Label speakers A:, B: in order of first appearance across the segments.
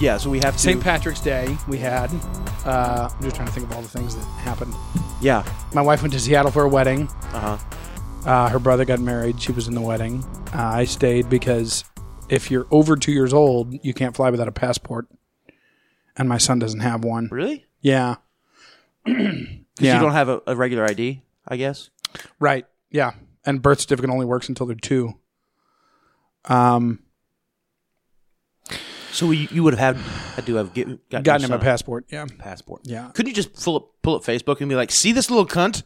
A: yeah, so we have to.
B: St. Patrick's Day we had. Uh, I'm just trying to think of all the things that happened.
A: yeah.
B: My wife went to Seattle for a wedding.
A: Uh huh.
B: Uh, her brother got married. She was in the wedding. Uh, I stayed because if you're over two years old, you can't fly without a passport, and my son doesn't have one.
A: Really?
B: Yeah,
C: Because
B: Yeah.
C: you don't have a, a regular ID, I guess.
B: right. Yeah, and birth certificate only works until they're two. Um,
C: So you, you would have had, had to have get, gotten,
B: gotten
C: your
B: him a
C: son
B: passport. Yeah,
C: passport.
B: yeah.
C: Couldn't you just pull up pull up Facebook and be like, "See this little cunt?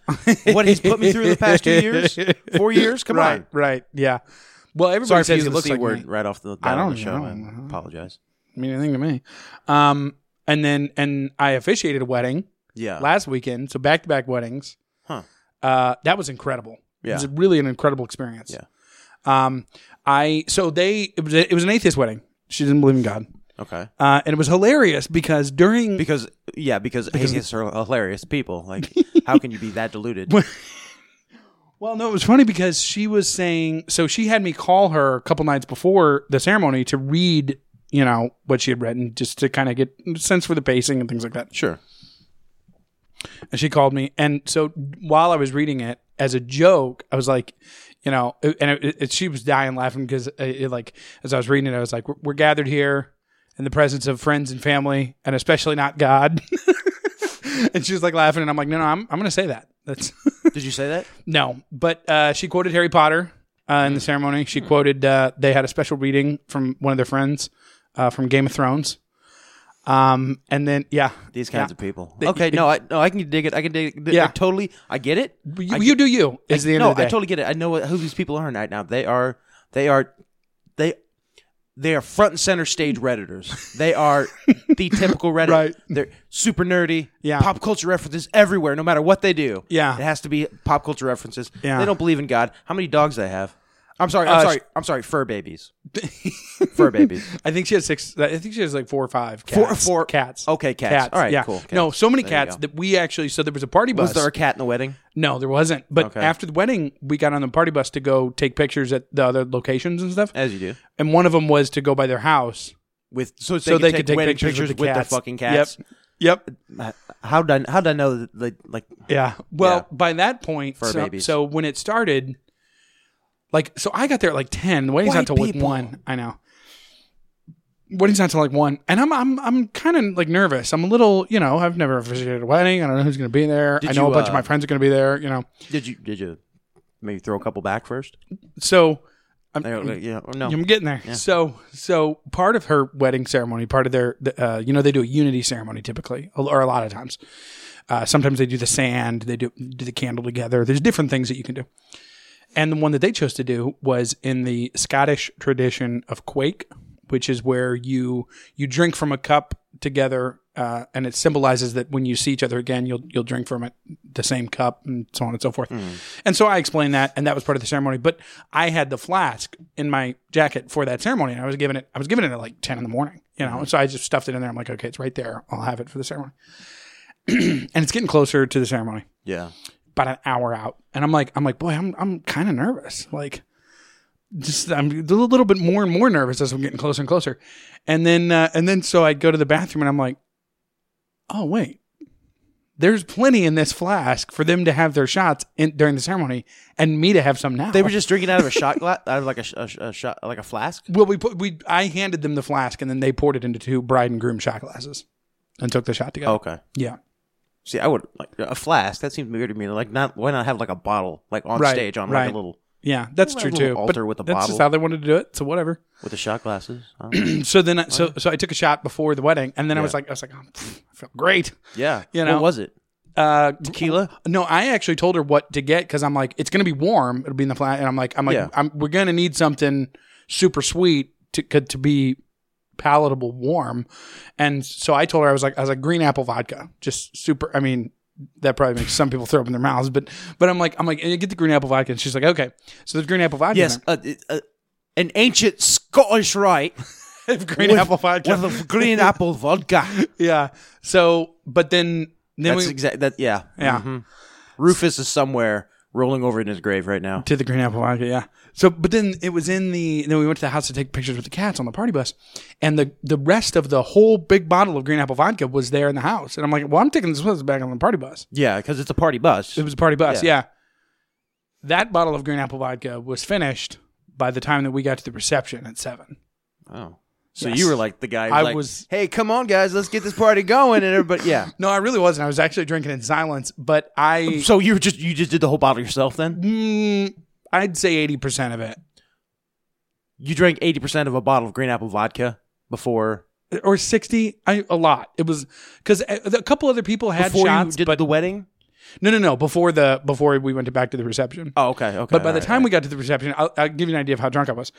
C: What he's put me through the past two years, four years? Come
B: right,
C: on."
B: right. Yeah. Well,
C: Sorry
B: everybody
C: for
B: says
C: using
B: he
C: the
B: looks
C: C
B: like
C: word
B: me.
C: right off the
B: I
C: bat
B: don't
C: on the show.
B: know.
C: I apologize.
B: mean anything to me. Um, and then and I officiated a wedding
C: Yeah.
B: last weekend, so back to back weddings.
C: Uh. Huh.
B: Uh, that was incredible.
C: Yeah.
B: It was really an incredible experience.
C: Yeah.
B: Um, I so they it was, a, it was an atheist wedding. She didn't believe in God,
C: okay.
B: uh, and it was hilarious because during
C: Because yeah, because, atheists are hilarious people. Like, how can you be that deluded?
B: Well, no, it was funny because she was saying so she had me call her a couple nights before the ceremony to read, you know, what she had written just to kind of get a sense for the pacing and things like that.
C: Sure.
B: And she called me and so while I was reading it as a joke, I was like, you know, and it, it, she was dying laughing because it, it, like as I was reading it, I was like, we're, we're gathered here in the presence of friends and family and especially not God. and she was like laughing and I'm like, no, no, I'm I'm going to say that. That's
C: Did you say that?
B: No, but uh, she quoted Harry Potter uh, in the ceremony. She quoted uh, they had a special reading from one of their friends uh, from Game of Thrones. Um, and then yeah,
C: These kinds of people. okay. no, I no, I can dig it. I can dig. it. I
B: Yeah.
C: totally. I get it.
B: you,
C: I
B: you do you is the end
C: no,
B: of the
C: I
B: day.
C: totally get it. I know what, who these people are right now. They are, they are, they, they are front and center stage redditors. They are the typical redditor.
B: Right.
C: They're super nerdy.
B: Yeah.
C: Pop culture references everywhere, no matter what they do.
B: Yeah.
C: It has to be pop culture references.
B: Yeah.
C: They don't believe in God. How many dogs they have? I'm sorry. I'm
B: Uh,
C: sorry. I'm sorry. Fur babies. fur babies.
B: I think she has six. I think she has like four or five. Cats.
C: Four- four-
B: cats.
C: okay, cats. All right,
B: yeah.
C: cool,
B: No,
C: cats.
B: so many
C: There you
B: cats
C: go.
B: that we actually. So there was a party bus.
C: Was there a cat in the wedding?
B: no, there wasn't. But
C: Okay.
B: after the wedding, we got on the party bus to go take pictures at the other locations and stuff.
C: As you do.
B: And one of them was to go by their house.
C: With so,
B: So they could take
C: wedding
B: pictures with the cats.
C: fucking
B: Yep.
C: cats.
B: Yep.
C: How did I, how did I know that they, like
B: Yeah. Well,
C: Yeah.
B: by that point,
C: Fur
B: so,
C: babies.
B: so when it started, like, so I got there at like ten. The wedding's
C: White
B: not till like
C: people.
B: one. I know. Wedding's not till like one, and I'm I'm I'm kind of like nervous. I'm a little, you know, I've never officiated a wedding. I don't know who's going to be there.
C: Did
B: I know
C: you,
B: a bunch
C: uh,
B: of my friends are going to be there. You know,
C: Did you did you maybe throw a couple back first?
B: so I'm,
C: There, like, yeah, or no.
B: I'm getting there. So so part of her wedding ceremony, part of their, the, uh, you know, they do a unity ceremony typically, or a lot of times. Uh, sometimes they do the sand, they do do the candle together. There's different things that you can do. And the one that they chose to do was in the Scottish tradition of quake, which is where you you drink from a cup together, uh, and it symbolizes that when you see each other again, you'll you'll drink from it, the same cup, and so on and so forth. And so I explained that, and that was part of the ceremony. But I had the flask in my jacket for that ceremony, and I was giving it I was giving it at like ten in the morning, you know. And so I just stuffed it in there. I'm like, okay, it's right there. I'll have it for the ceremony. and it's getting closer to the ceremony
C: Yeah.
B: about an hour out, and I'm like, I'm like, boy, I'm I'm kind of nervous. Like, just I'm a little, little bit more and more nervous as I'm getting closer and closer. And then uh, and then so I go to the bathroom and I'm like, oh wait, there's plenty in this flask for them to have their shots in during the ceremony and me to have some now.
C: They were just drinking out of a shot glass, out of like a, sh- a, sh- a shot, like a flask.
B: well, we put we I handed them the flask and then they poured it into two bride and groom shot glasses and took the shot together.
C: Okay.
B: Yeah.
C: See, I would like a flask. That seems weird to me. Like, not why not have like a bottle, like on
B: Right,
C: stage, on like
B: right.
C: a little
B: Yeah, that's
C: Well,
B: true
C: a little
B: too.
C: altar with a
B: that's just
C: bottle.
B: how they wanted to do it. So whatever.
C: with the shot glasses. I don't know.
B: So then, I, so so I took a shot before the wedding, and then I
C: Yeah.
B: was like, I was like, oh, pff, I feel great.
C: yeah.
B: You know.
C: what was it?
B: Uh,
C: Tequila.
B: no, I actually told her what to get because I'm like, it's gonna be warm. It'll be in the flat, and I'm like, I'm like,
C: Yeah.
B: I'm, we're gonna need something super sweet to could- to be palatable warm. And so I told her I was like I was like green apple vodka, just super. I mean. That probably makes some people throw up in their mouths, but but I'm like I'm like "Eh, get the green apple vodka, and she's like okay, so there's green apple vodka. in
C: Yes,
B: there.
C: uh, uh, an ancient Scottish rite
B: green
C: with-
B: apple vodka.
C: with a green apple vodka.
B: yeah. So but then then
C: That's mm-hmm.
B: we
C: exact. That yeah.
B: yeah.
C: Rufus is somewhere rolling over in his grave right now.
B: To the Green Apple Vodka, yeah. So, but then it was in the. Then we went to the house to take pictures with the cats on the party bus, and the the rest of the whole big bottle of Green Apple Vodka was there in the house, and I'm like, well, I'm taking this with us back on the party bus.
C: Yeah, because it's a party bus.
B: It was a party bus, yeah.
C: Yeah.
B: That bottle of Green Apple Vodka was finished by the time that we got to the reception at seven.
C: Oh. So
B: Yes.
C: you were like the guy. who
B: I
C: like,
B: was-
C: Hey, come on, guys, let's get this party going, and everybody. Yeah.
B: No, I really wasn't. I was actually drinking in silence, but I,
C: So you were just you just did the whole bottle yourself then?
B: Mm, I'd say eighty percent of it,
C: You drank eighty percent of a bottle of green apple vodka before
B: or sixty. I a lot. It was because a, a couple other people had
C: before
B: shots,
C: you did
B: but
C: the wedding.
B: No, no, no. Before the before we went to back to the reception.
C: Oh, okay, okay.
B: but by the time we got to the reception, I'll, I'll give you an idea of how drunk I was.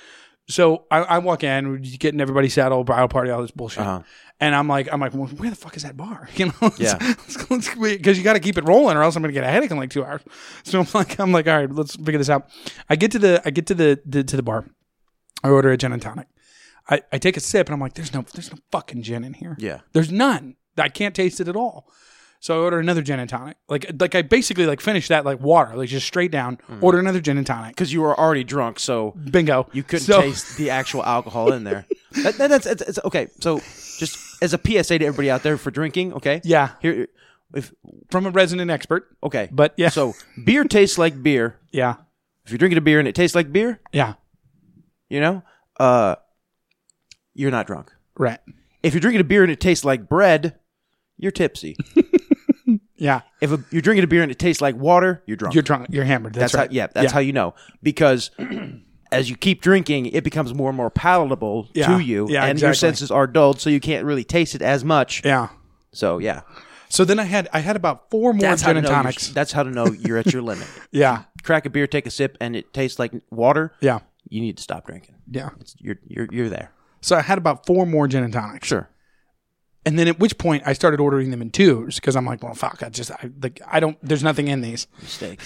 B: So I, I walk in, we're just getting everybody saddled, bridal party, all this bullshit,
C: Uh-huh.
B: and I'm like, I'm like, well, where the fuck is that bar? You know,
C: Yeah.
B: because you got to keep it rolling, or else I'm gonna get a headache in like two hours. So I'm like, I'm like, all right, let's figure this out. I get to the, I get to the, the to the bar, I order a gin and tonic. I, I take a sip and I'm like, there's no, there's no fucking gin in here.
C: Yeah.
B: There's none. I can't taste it at all. So I order another gin and tonic. Like like I basically like finish that like water, like just straight down.
C: Mm.
B: Order another gin and tonic.
C: because you were already drunk, so
B: Bingo.
C: you couldn't
B: So-
C: taste the actual alcohol in there. That- that- that's, that's- that's- okay. So just as a PSA to everybody out there for drinking, okay?
B: Yeah.
C: Here, if
B: from a resident expert.
C: okay,
B: But yeah.
C: So beer tastes like beer.
B: Yeah.
C: If you're drinking a beer and it tastes like beer,
B: Yeah.
C: you know, uh, you're not drunk.
B: Right.
C: If you're drinking a beer and it tastes like bread, you're tipsy.
B: Yeah.
C: if a, you're drinking a beer and it tastes like water, you're drunk.
B: You're drunk. You're hammered. That's,
C: That's
B: right.
C: how, yeah, that's how you know because as you keep drinking, it becomes more and more palatable
B: Yeah.
C: to you,
B: Yeah,
C: and your
B: exactly.
C: senses are dulled, so you can't really taste it as much.
B: Yeah.
C: So yeah,
B: So then I had I had about four more
C: how
B: gin
C: to
B: and
C: know you're-
B: tonics.
C: that's how to know you're at your limit.
B: yeah.
C: Crack a beer, take a sip, and it tastes like water.
B: Yeah.
C: you need to stop drinking.
B: Yeah.
C: You're you're you're there.
B: So I had about four more gin and tonics.
C: Sure.
B: And then at which point I started ordering them in twos because I'm like, well, fuck, I just I like I don't there's nothing in these.
C: Mistake.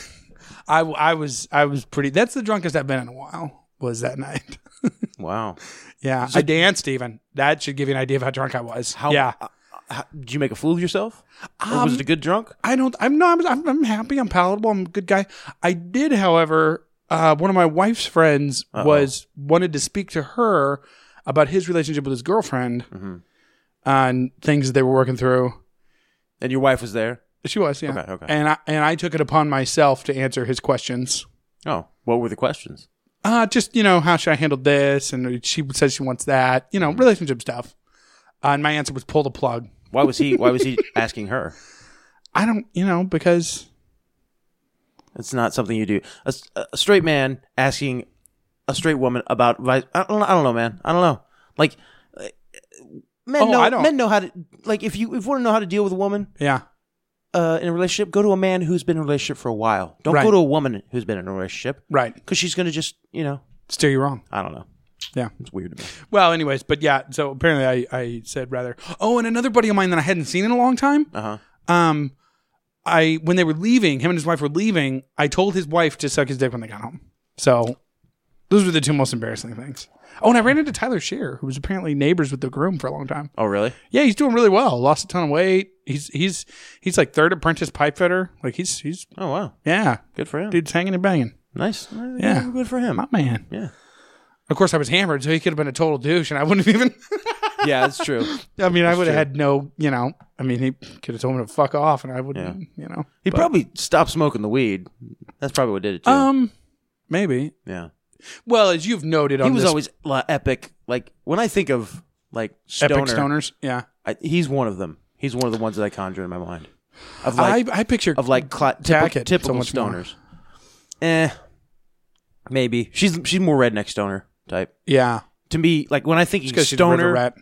B: I, I was I was pretty. That's the drunkest I've been in a while. Was that night?
C: Wow.
B: yeah, I danced even. That should give you an idea of how drunk I was.
C: How?
B: yeah,
C: uh, how- did you make a fool of yourself? Or was it a
B: Um,
C: good drunk?
B: I don't. I'm no. I'm, I'm, I'm happy. I'm palatable. I'm a good guy. I did, however, uh, one of my wife's friends was wanted to speak to her about his relationship with his girlfriend
C: Mm-hmm.
B: and things that they were working through.
C: And your wife was there.
B: She was, yeah.
C: Okay, okay.
B: And I and I took it upon myself to answer his questions.
C: Oh, what were the questions?
B: uh, just you know, how should I handle this? And she says she wants that, you know, relationship stuff. Uh, and my answer was pull the plug.
C: Why was he? Why was he asking her?
B: I don't, you know, because
C: It's not something you do. A, s- a straight man asking a straight woman about vice. I don't, I don't know, man. I don't know. Like, uh, men
B: Oh,
C: know.
B: I don't-
C: Men know how to. Like, if you if you want to know how to deal with a woman
B: yeah,
C: uh, in a relationship, go to a man who's been in a relationship for a while. Don't
B: Right.
C: go to a woman who's been in a relationship
B: right,
C: because she's gonna just you know.
B: steer you wrong.
C: I don't know.
B: Yeah.
C: It's weird to me.
B: Well, anyways, but yeah. So apparently, I I said rather. Oh, and another buddy of mine that I hadn't seen in a long time.
C: Uh
B: Um, I when they were leaving, him and his wife were leaving. I told his wife to suck his dick when they got home. So those were the two most embarrassing things. Oh, and I ran into Tyler Shear, who was apparently neighbors with the groom for a long time.
C: Oh really?
B: Yeah, he's doing really well. Lost a ton of weight. He's he's he's like third apprentice pipe fitter. Like he's he's
C: Oh wow.
B: yeah,
C: Good for him.
B: dude's hanging and banging.
C: Nice. Uh,
B: Yeah.
C: Good for him.
B: My man.
C: Yeah.
B: Of course, I was hammered, so he could have been a total douche, and I wouldn't have even.
C: Yeah, that's true.
B: I mean, I would have
C: true.
B: had no. You know, I mean, he could have told me to fuck off, and I wouldn't. You know,
C: He
B: But-
C: probably stopped smoking the weed. That's probably what did it to him.
B: um, maybe.
C: Yeah.
B: Well, as you've noted, on
C: he was
B: this
C: always la epic. Like when I think of like stoner,
B: epic stoners. Yeah,
C: I, he's one of them. He's one of the ones that I conjure in my mind of like
B: I I picture
C: of like cla- typi-
B: Tackett so
C: typical
B: much more.
C: stoners. Eh, maybe she's she's more redneck stoner type
B: yeah,
C: to me. Like when I think
B: because she's a river
C: stoner,
B: rat.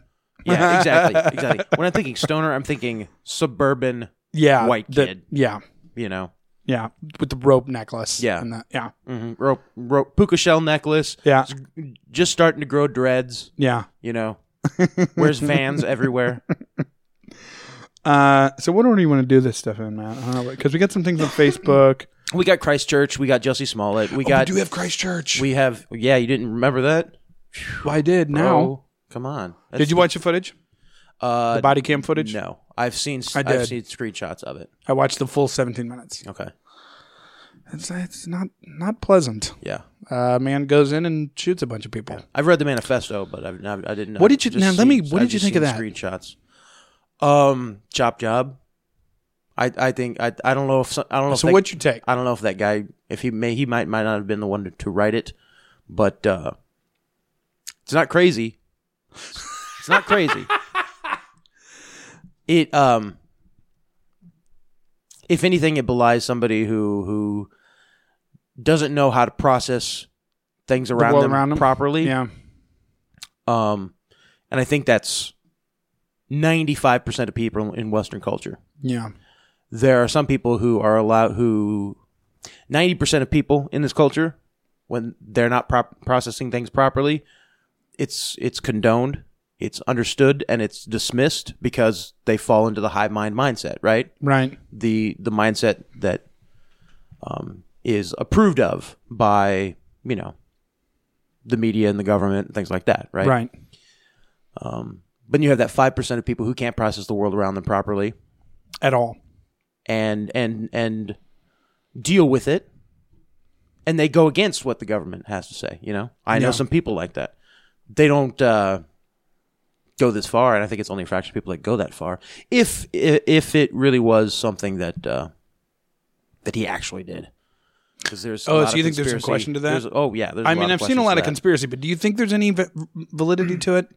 C: yeah, exactly, exactly. When I'm thinking stoner, I'm thinking suburban.
B: Yeah,
C: White
B: the-
C: kid.
B: Yeah,
C: You know,
B: yeah, with the rope necklace.
C: Yeah.
B: and the, yeah,
C: hmm rope, rope, puka shell necklace,
B: yeah,
C: just starting to grow dreads.
B: yeah.
C: You know, Wears vans everywhere.
B: Uh, so what order do you want to do this stuff in, Matt? Because we got some things on Facebook.
C: We got Christchurch. We got Jussie Smollett. We got.
B: Oh, have Christchurch.
C: we have. Yeah, you didn't remember that?
B: well, I did now.
C: Bro, come on.
B: Did you watch the footage?
C: uh,
B: The body cam footage?
C: No, I've seen.
B: I
C: I
B: did.
C: have seen screenshots of it.
B: I watched the full 17 minutes.
C: Okay.
B: It's, it's not not pleasant.
C: Yeah,
B: Uh, man goes in and shoots a bunch of people.
C: I've read the manifesto, but I've, I've- I didn't. know.
B: What did you-
C: Just
B: now, let me- what
C: I've
B: did you
C: just
B: think of
C: seen Screenshots. Um, chop job. I I think I I don't know if so- I don't know.
B: So
C: if that-
B: what'd you take?
C: I don't know if that guy if he may he might might not have been the one to, to write it, but uh, it's not crazy. It's not crazy. it um, if anything, it belies somebody who who doesn't know how to process things around
B: world
C: them
B: around them?
C: properly.
B: Yeah.
C: Um, and I think that's 95% of people in Western culture.
B: Yeah.
C: There are some people who are allowed, who 90% of people in this culture, when they're not prop- processing things properly, it's, it's condoned, it's understood, and it's dismissed because they fall into the high mind mindset, right?
B: Right.
C: the the mindset that um, is approved of by you know the media and the government and things like that, right?
B: Right.
C: But you have that five percent of people who can't process the world around them properly
B: At all.
C: and and and deal with it, and they go against what the government has to say. You know, I know
B: Yeah.
C: some people like that. They don't uh, go this far, and I think it's only a fraction of people that go that far. If i- if it really was something that uh, that he actually did. 'Cause There's a
B: Oh,
C: lot
B: so
C: of
B: you think there's some
C: conspiracy-
B: question to that?
C: there's- oh yeah, there's a
B: I
C: lot
B: mean,
C: of
B: I've seen
C: questions
B: a
C: to
B: lot of
C: that.
B: conspiracy, but do you think there's any va- validity to it?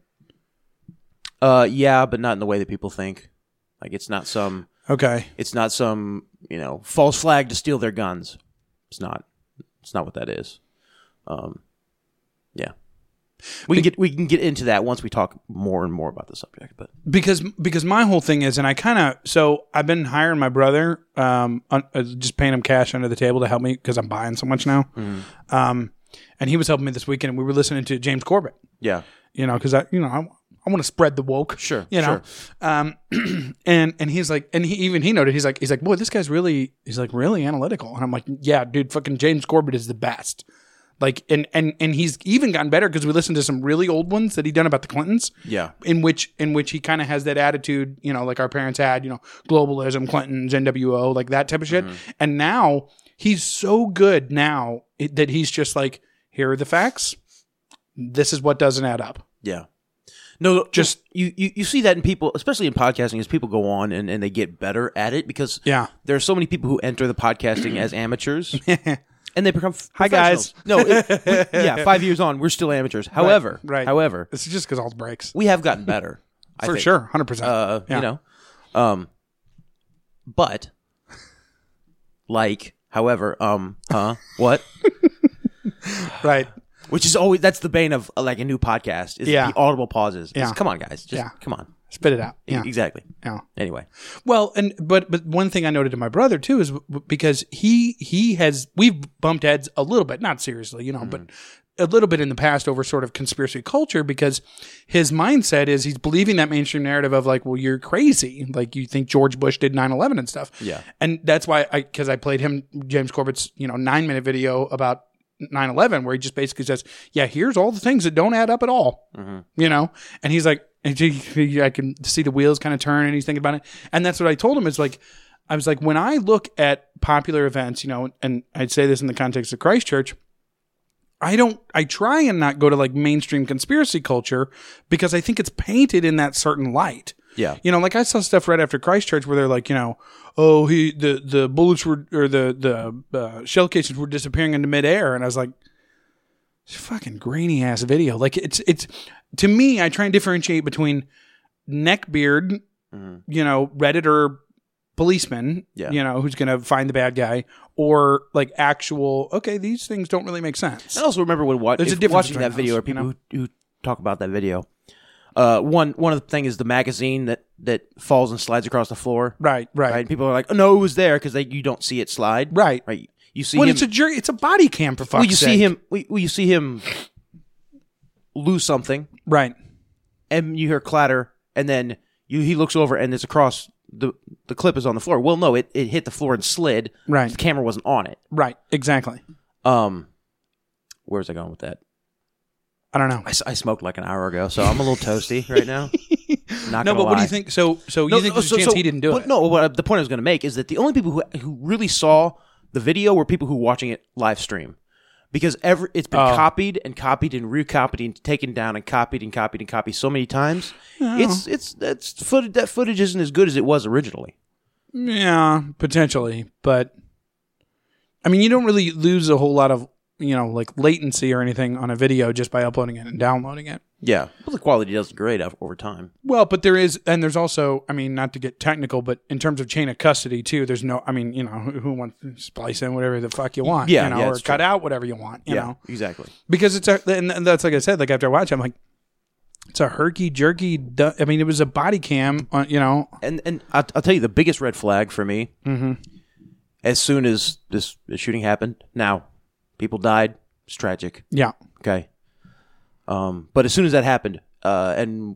C: Uh, yeah, but not in the way that people think. Like it's not some
B: Okay.
C: it's not some you know false flag to steal their guns. It's not. It's not what that is. Um, yeah, we can get we can get into that once we talk more and more about the subject. But
B: because because my whole thing is, and I kind of so I've been hiring my brother, um, on, uh, just paying him cash under the table to help me because I'm buying so much now.
C: Mm.
B: Um, and he was helping me this weekend. and We were listening to James Corbett,
C: yeah,
B: you know, because I you know I, I want to spread the woke,
C: Sure,
B: you know,
C: sure.
B: um, and and he's like, and he even he noted he's like he's like boy this guy's really he's like really analytical, and I'm like yeah dude fucking James Corbett is the best. Like and and and he's even gotten better because we listened to some really old ones that he done about the Clintons
C: yeah,
B: in which in which he kind of has that attitude, you know, like our parents had, you know, globalism, Clinton's, NWO, like that type of shit.
C: Mm-hmm.
B: And now he's so good now it- that he's just like, here are the facts. This is what doesn't add up.
C: yeah. No,
B: Just-
C: just you, you you see that in people, especially in podcasting, as people go on and, and they get better at it because
B: Yeah.
C: there are so many people who enter the podcasting as amateurs. And they become hi
B: guys.
C: No, it- we- yeah, five years on, we're still amateurs. However,
B: right.
C: however,
B: It's just because all the breaks.
C: we have gotten better I
B: For
C: think.
B: sure. 100%.
C: Uh,
B: Yeah.
C: You know, um, but like, however, um, huh, what?
B: right.
C: Which is always that's the bane of uh, like a new podcast is
B: Yeah.
C: the audible pauses.
B: Yeah.
C: Just, come on, guys, just
B: Yeah.
C: come on.
B: Spit it out.
C: e-,
B: Yeah.
C: Exactly.
B: Yeah.
C: Anyway,
B: Well, and but but one thing I noted to my brother too is w- because he he has we've bumped heads a little bit, not seriously, you know,
C: Mm.
B: but a little bit in the past over sort of conspiracy culture because his mindset is he's believing that mainstream narrative of like, well, you're crazy, like you think George Bush did 9/11 and stuff.
C: Yeah.
B: and that's why I because I played him James Corbett's you know nine minute video about 9/11 where he just basically says, yeah, here's all the things that don't add up at all you know and he's like and he- he- i can see the wheels kind of turn and he's thinking about it and that's what i told him is like i was like when i look at popular events you know and i'd say this in the context of christchurch i don't i try and not go to like mainstream conspiracy culture because i think it's painted in that certain light
C: yeah,
B: you know, like I saw stuff right after Christchurch where they're like, you know, oh, he the the bullets were or the the uh, shell casings were disappearing into midair, and I was like, it's a fucking grainy ass video. Like it's it's to me, I try and differentiate between neckbeard, you know, redditor policeman,
C: Mm-hmm. Yeah.
B: you know, who's gonna find the bad guy, or like actual okay, these things don't really make sense.
C: I also remember when wa-
B: There's a
C: if
B: difference
C: watching
B: between
C: that video
B: those,
C: or people
B: you know?
C: who, who talk about that video. Uh, one one of the thing is the magazine that that falls and slides across the floor.
B: Right,
C: Right.
B: right,
C: People are like, oh, no, it was there because you don't see it slide.
B: right.
C: Right. You see
B: Well,
C: him.
B: it's a jury. It's a body cam for fuck's
C: well, you see
B: sake.
C: him. Well, you see him lose something,
B: right,
C: and you hear clatter, and then you he looks over and it's across the the clip is on the floor. Well, no, it, it hit the floor and slid.
B: Right.
C: The camera wasn't on it.
B: Right. Exactly.
C: Um, where's I going with that?
B: I don't know.
C: I, s- I smoked like an hour ago, so I'm a little toasty right now. Not
B: No,
C: gonna
B: but what do
C: lie.
B: you think? So, so you think there's a chance he didn't do
C: but
B: it?
C: No, what, the point I was going to make is that the only people who who really saw the video were people who were watching it live stream, because every it's been
B: Oh.
C: copied and copied and recopied and taken down and copied and copied and copied so many times.
B: Oh.
C: It's it's that's footage that footage isn't as good as it was originally.
B: Yeah, potentially, but I mean, you don't really lose a whole lot of you know like latency or anything on a video just by uploading it and downloading it.
C: Yeah, but the quality does degrade o- over time.
B: Well, but there is, and there's also, I mean, not to get technical, but in terms of chain of custody too, there's no, I mean, you know, who, who wants to splice in whatever the fuck you want,
C: Yeah,
B: you know,
C: yeah,
B: or
C: it's
B: cut
C: true.
B: out whatever you want, you
C: yeah,
B: know,
C: exactly.
B: because it's a, and and that's like I said, like after I watch, it, I'm like, it's a herky jerky. du- I mean, it was a body cam, on, you know,
C: And and I'll, I'll tell you the biggest red flag for me.
B: Mm-hmm.
C: As soon as this shooting happened, now people died. It's tragic.
B: yeah,
C: Okay. Um, but as soon as that happened, uh, and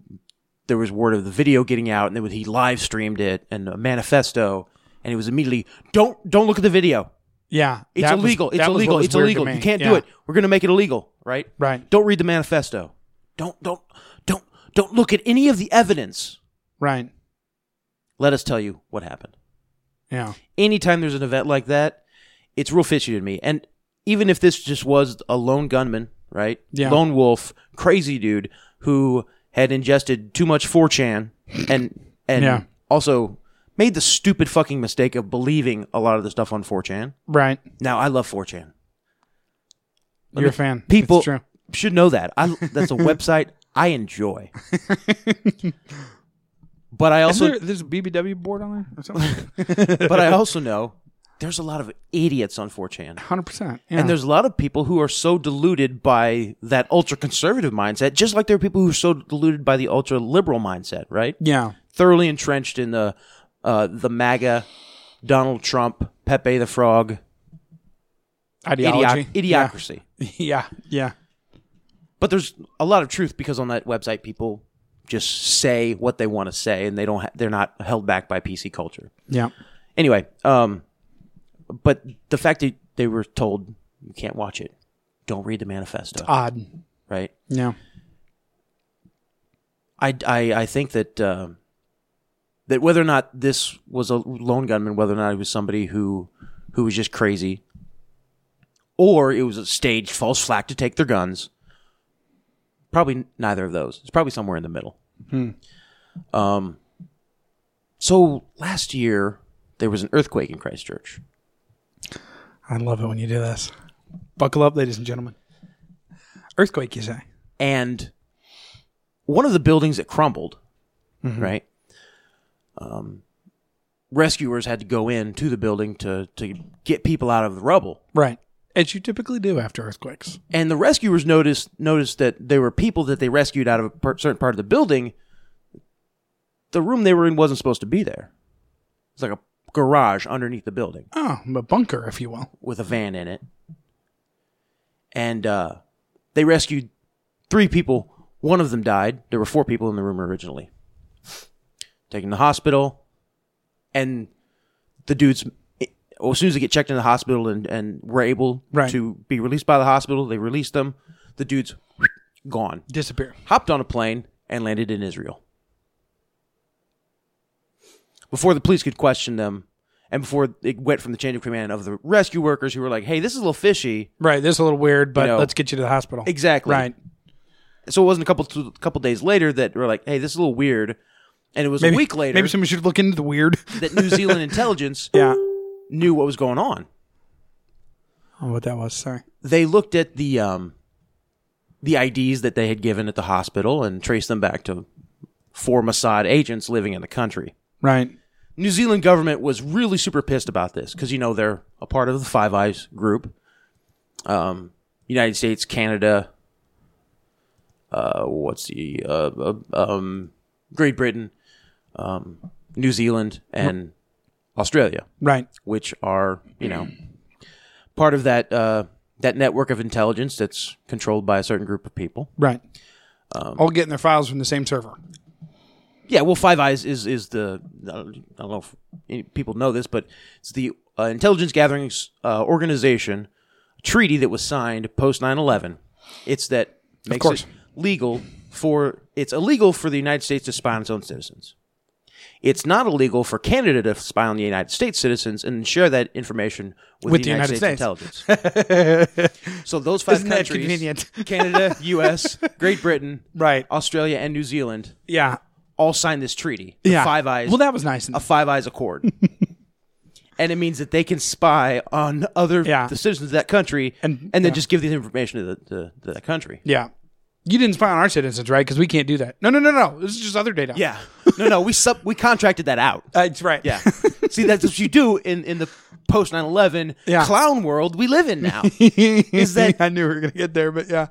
C: there was word of the video getting out, and then he live streamed it and a manifesto, and it was immediately don't don't look at the video.
B: yeah,
C: It's
B: that was-
C: illegal. it's
B: that was what
C: illegal.
B: was
C: It's
B: weird to
C: illegal.
B: me.
C: You can't do
B: Yeah.
C: it. We're gonna make it illegal, right?
B: Right.
C: Don't read the manifesto. Don't don't don't don't look at any of the evidence.
B: right?
C: Let us tell you what happened.
B: Yeah,
C: anytime there's an event like that, it's real fishy to me. And even if this just was a lone gunman, right?
B: Yeah.
C: Lone wolf, crazy dude who had ingested too much 4chan and and
B: Yeah.
C: also made the stupid fucking mistake of believing a lot of the stuff on 4chan.
B: right.
C: Now I love 4chan.
B: You're a fan. It's
C: People
B: true.
C: should know that. I that's a website I enjoy. but I
B: Is
C: also
B: there, there's a BBW board on there or something?
C: but I also know there's a lot of idiots on 4chan.
B: Hundred percent.
C: And there's a lot of people who are so deluded by that ultra conservative mindset, just like there are people who are so deluded by the ultra liberal mindset, right?
B: yeah,
C: Thoroughly entrenched in the uh, the MAGA, Donald Trump, Pepe the Frog,
B: ideology,
C: idioc-
B: Yeah.
C: idiocracy.
B: Yeah, yeah,
C: But there's a lot of truth because on that website, people just say what they want to say, and they don't ha- they're not held back by PC culture.
B: yeah.
C: Anyway, um, but the fact that they were told you can't watch it, don't read the manifesto,
B: Odd.
C: right?
B: Yeah,
C: I, I, I think that um that whether or not this was a lone gunman, whether or not it was somebody who who was just crazy, or it was a staged false flag to take their guns, probably neither of those. It's probably somewhere in the middle. Um. So last year there was an earthquake in Christchurch.
B: I love it when you do this. Buckle up, ladies and gentlemen. Earthquake, you say?
C: and one of the buildings that crumbled, right? Um, rescuers had to go in to the building to to get people out of the rubble,
B: Right, as you typically do after earthquakes.
C: and the rescuers noticed noticed that there were people that they rescued out of a per- certain part of the building. The room they were in wasn't supposed to be there. It's like a garage underneath the building.
B: Oh, a bunker, if you will.
C: with a van in it. And uh, they rescued three people. One of them died. There were four people in the room originally. Taken to the hospital. And the dudes, it- well, as soon as they get checked in the hospital and, and were able
B: Right.
C: to be released by the hospital, they released them. The dudes, gone.
B: Disappear.
C: Hopped on a plane and landed in Israel. Before the police could question them, and before it went from the chain of command of the rescue workers who were like, hey, this is a little fishy,
B: Right, this is a little weird, but
C: You know.
B: let's get you to the hospital.
C: Exactly.
B: Right.
C: So it wasn't a couple a couple days later that were like, "Hey, this is a little weird," and it was a week later
B: maybe someone should look into the weird.
C: that New Zealand intelligence
B: yeah.
C: knew what was going on.
B: Oh, what that was? Sorry.
C: They looked at the um, the IDs that they had given at the hospital and traced them back to four Mossad agents living in the country.
B: Right.
C: New Zealand government was really super pissed about this because you know they're a part of the Five Eyes group. Um, United States, Canada, uh, what's the uh, uh, um, Great Britain, um, New Zealand, and Australia,
B: Right.
C: which are you know part of that uh, that network of intelligence that's controlled by a certain group of people.
B: Right. all getting their files from the same server.
C: Yeah, well, Five Eyes is is the I don't I don't know if any people know this, but it's the uh, intelligence gathering uh, organization treaty that was signed post 9-11. It's that makes
B: course.
C: it legal for it's illegal for the United States to spy on its own citizens. It's not illegal for Canada to spy on the United States citizens and share that information with, the, United, States, intelligence. so those 5
B: Isn't that
C: countries:
B: convenient?
C: Canada, U.S., Great Britain,
B: Right.
C: Australia, and New Zealand
B: Yeah.
C: all signed this treaty, the
B: yeah.
C: Five Eyes,
B: Well, that was nice.
C: a Five Eyes Accord, and it means that they can spy on other
B: Yeah.
C: the citizens of that country,
B: And-
C: and, then
B: yeah.
C: just give the information to the to, to that country.
B: yeah. You didn't spy on our citizens, right? Because we can't do that. No, no, no, no. This is just other data.
C: Yeah, no, no, we sub we contracted that out.
B: Uh, it's right.
C: Yeah, see, that's what you do in in the post 9-11
B: Yeah.
C: clown world we live in now.
B: is
C: that-
B: I knew we were gonna get there, but yeah.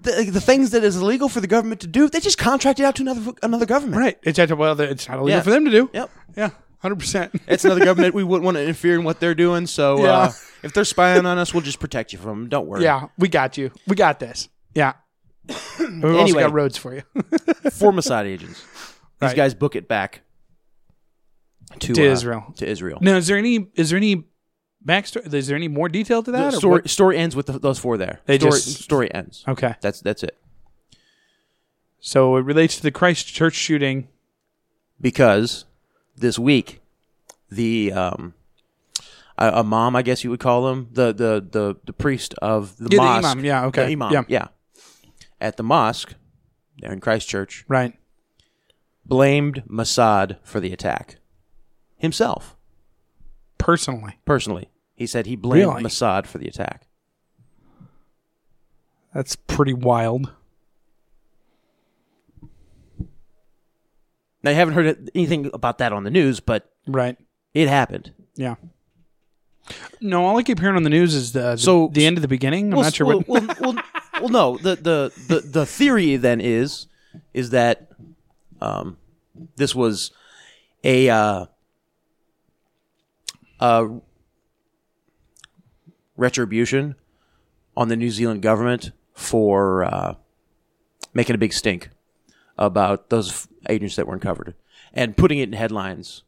C: the, the things that is illegal for the government to do, they just contract it out to another another government.
B: Right. It's actually, well, it's not illegal
C: Yeah.
B: for them to do.
C: Yep.
B: Yeah. Hundred percent.
C: It's another government. We wouldn't want to interfere in what they're doing. So
B: Yeah.
C: uh, if they're spying on us, we'll just protect you from them. Don't worry.
B: Yeah, we got you. We got this. Yeah. And We've also
C: Anyway.
B: got roads for you.
C: Formicide agents. These
B: Right.
C: guys book it back to,
B: To
C: uh,
B: Israel.
C: To Israel.
B: now, is there any is there any backstory? Is there any more detail to that?
C: The
B: or
C: story,
B: what?
C: story ends with the, those four there.
B: They
C: story,
B: just-
C: story ends.
B: Okay,
C: That's that's it.
B: so it relates to the Christchurch shooting.
C: Because this week, the um, a, a mom, I guess you would call him the the the, the priest of the
B: Yeah, the
C: mosque.
B: imam, yeah, okay,
C: The imam.
B: yeah.
C: Yeah. At the mosque, there in Christchurch,
B: Right.
C: blamed Mossad for the attack himself.
B: Personally,
C: personally. He said he blamed
B: Really?
C: Mossad for the attack.
B: that's pretty wild.
C: Now, you haven't heard anything about that on the news, but
B: Right.
C: it happened.
B: Yeah. No, all I keep hearing on the news is the, the
C: So-
B: the end of the beginning. I'm
C: well,
B: not sure.
C: Well,
B: what,
C: well, well, well, no. The, the the the theory then is is that um, this was a uh, uh, retribution on the New Zealand government for uh, making a big stink about those f- agents that were uncovered and putting it in headlines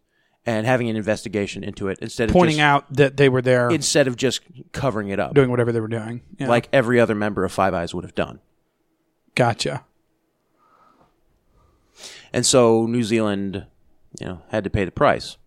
C: and having an investigation into it instead of
B: pointing
C: just,
B: out that they were there
C: instead of just covering it up
B: doing whatever they were doing. Uh-huh. Yeah.
C: like every other member of Five Eyes would have done.
B: gotcha.
C: And so New Zealand, you know, had to pay the price.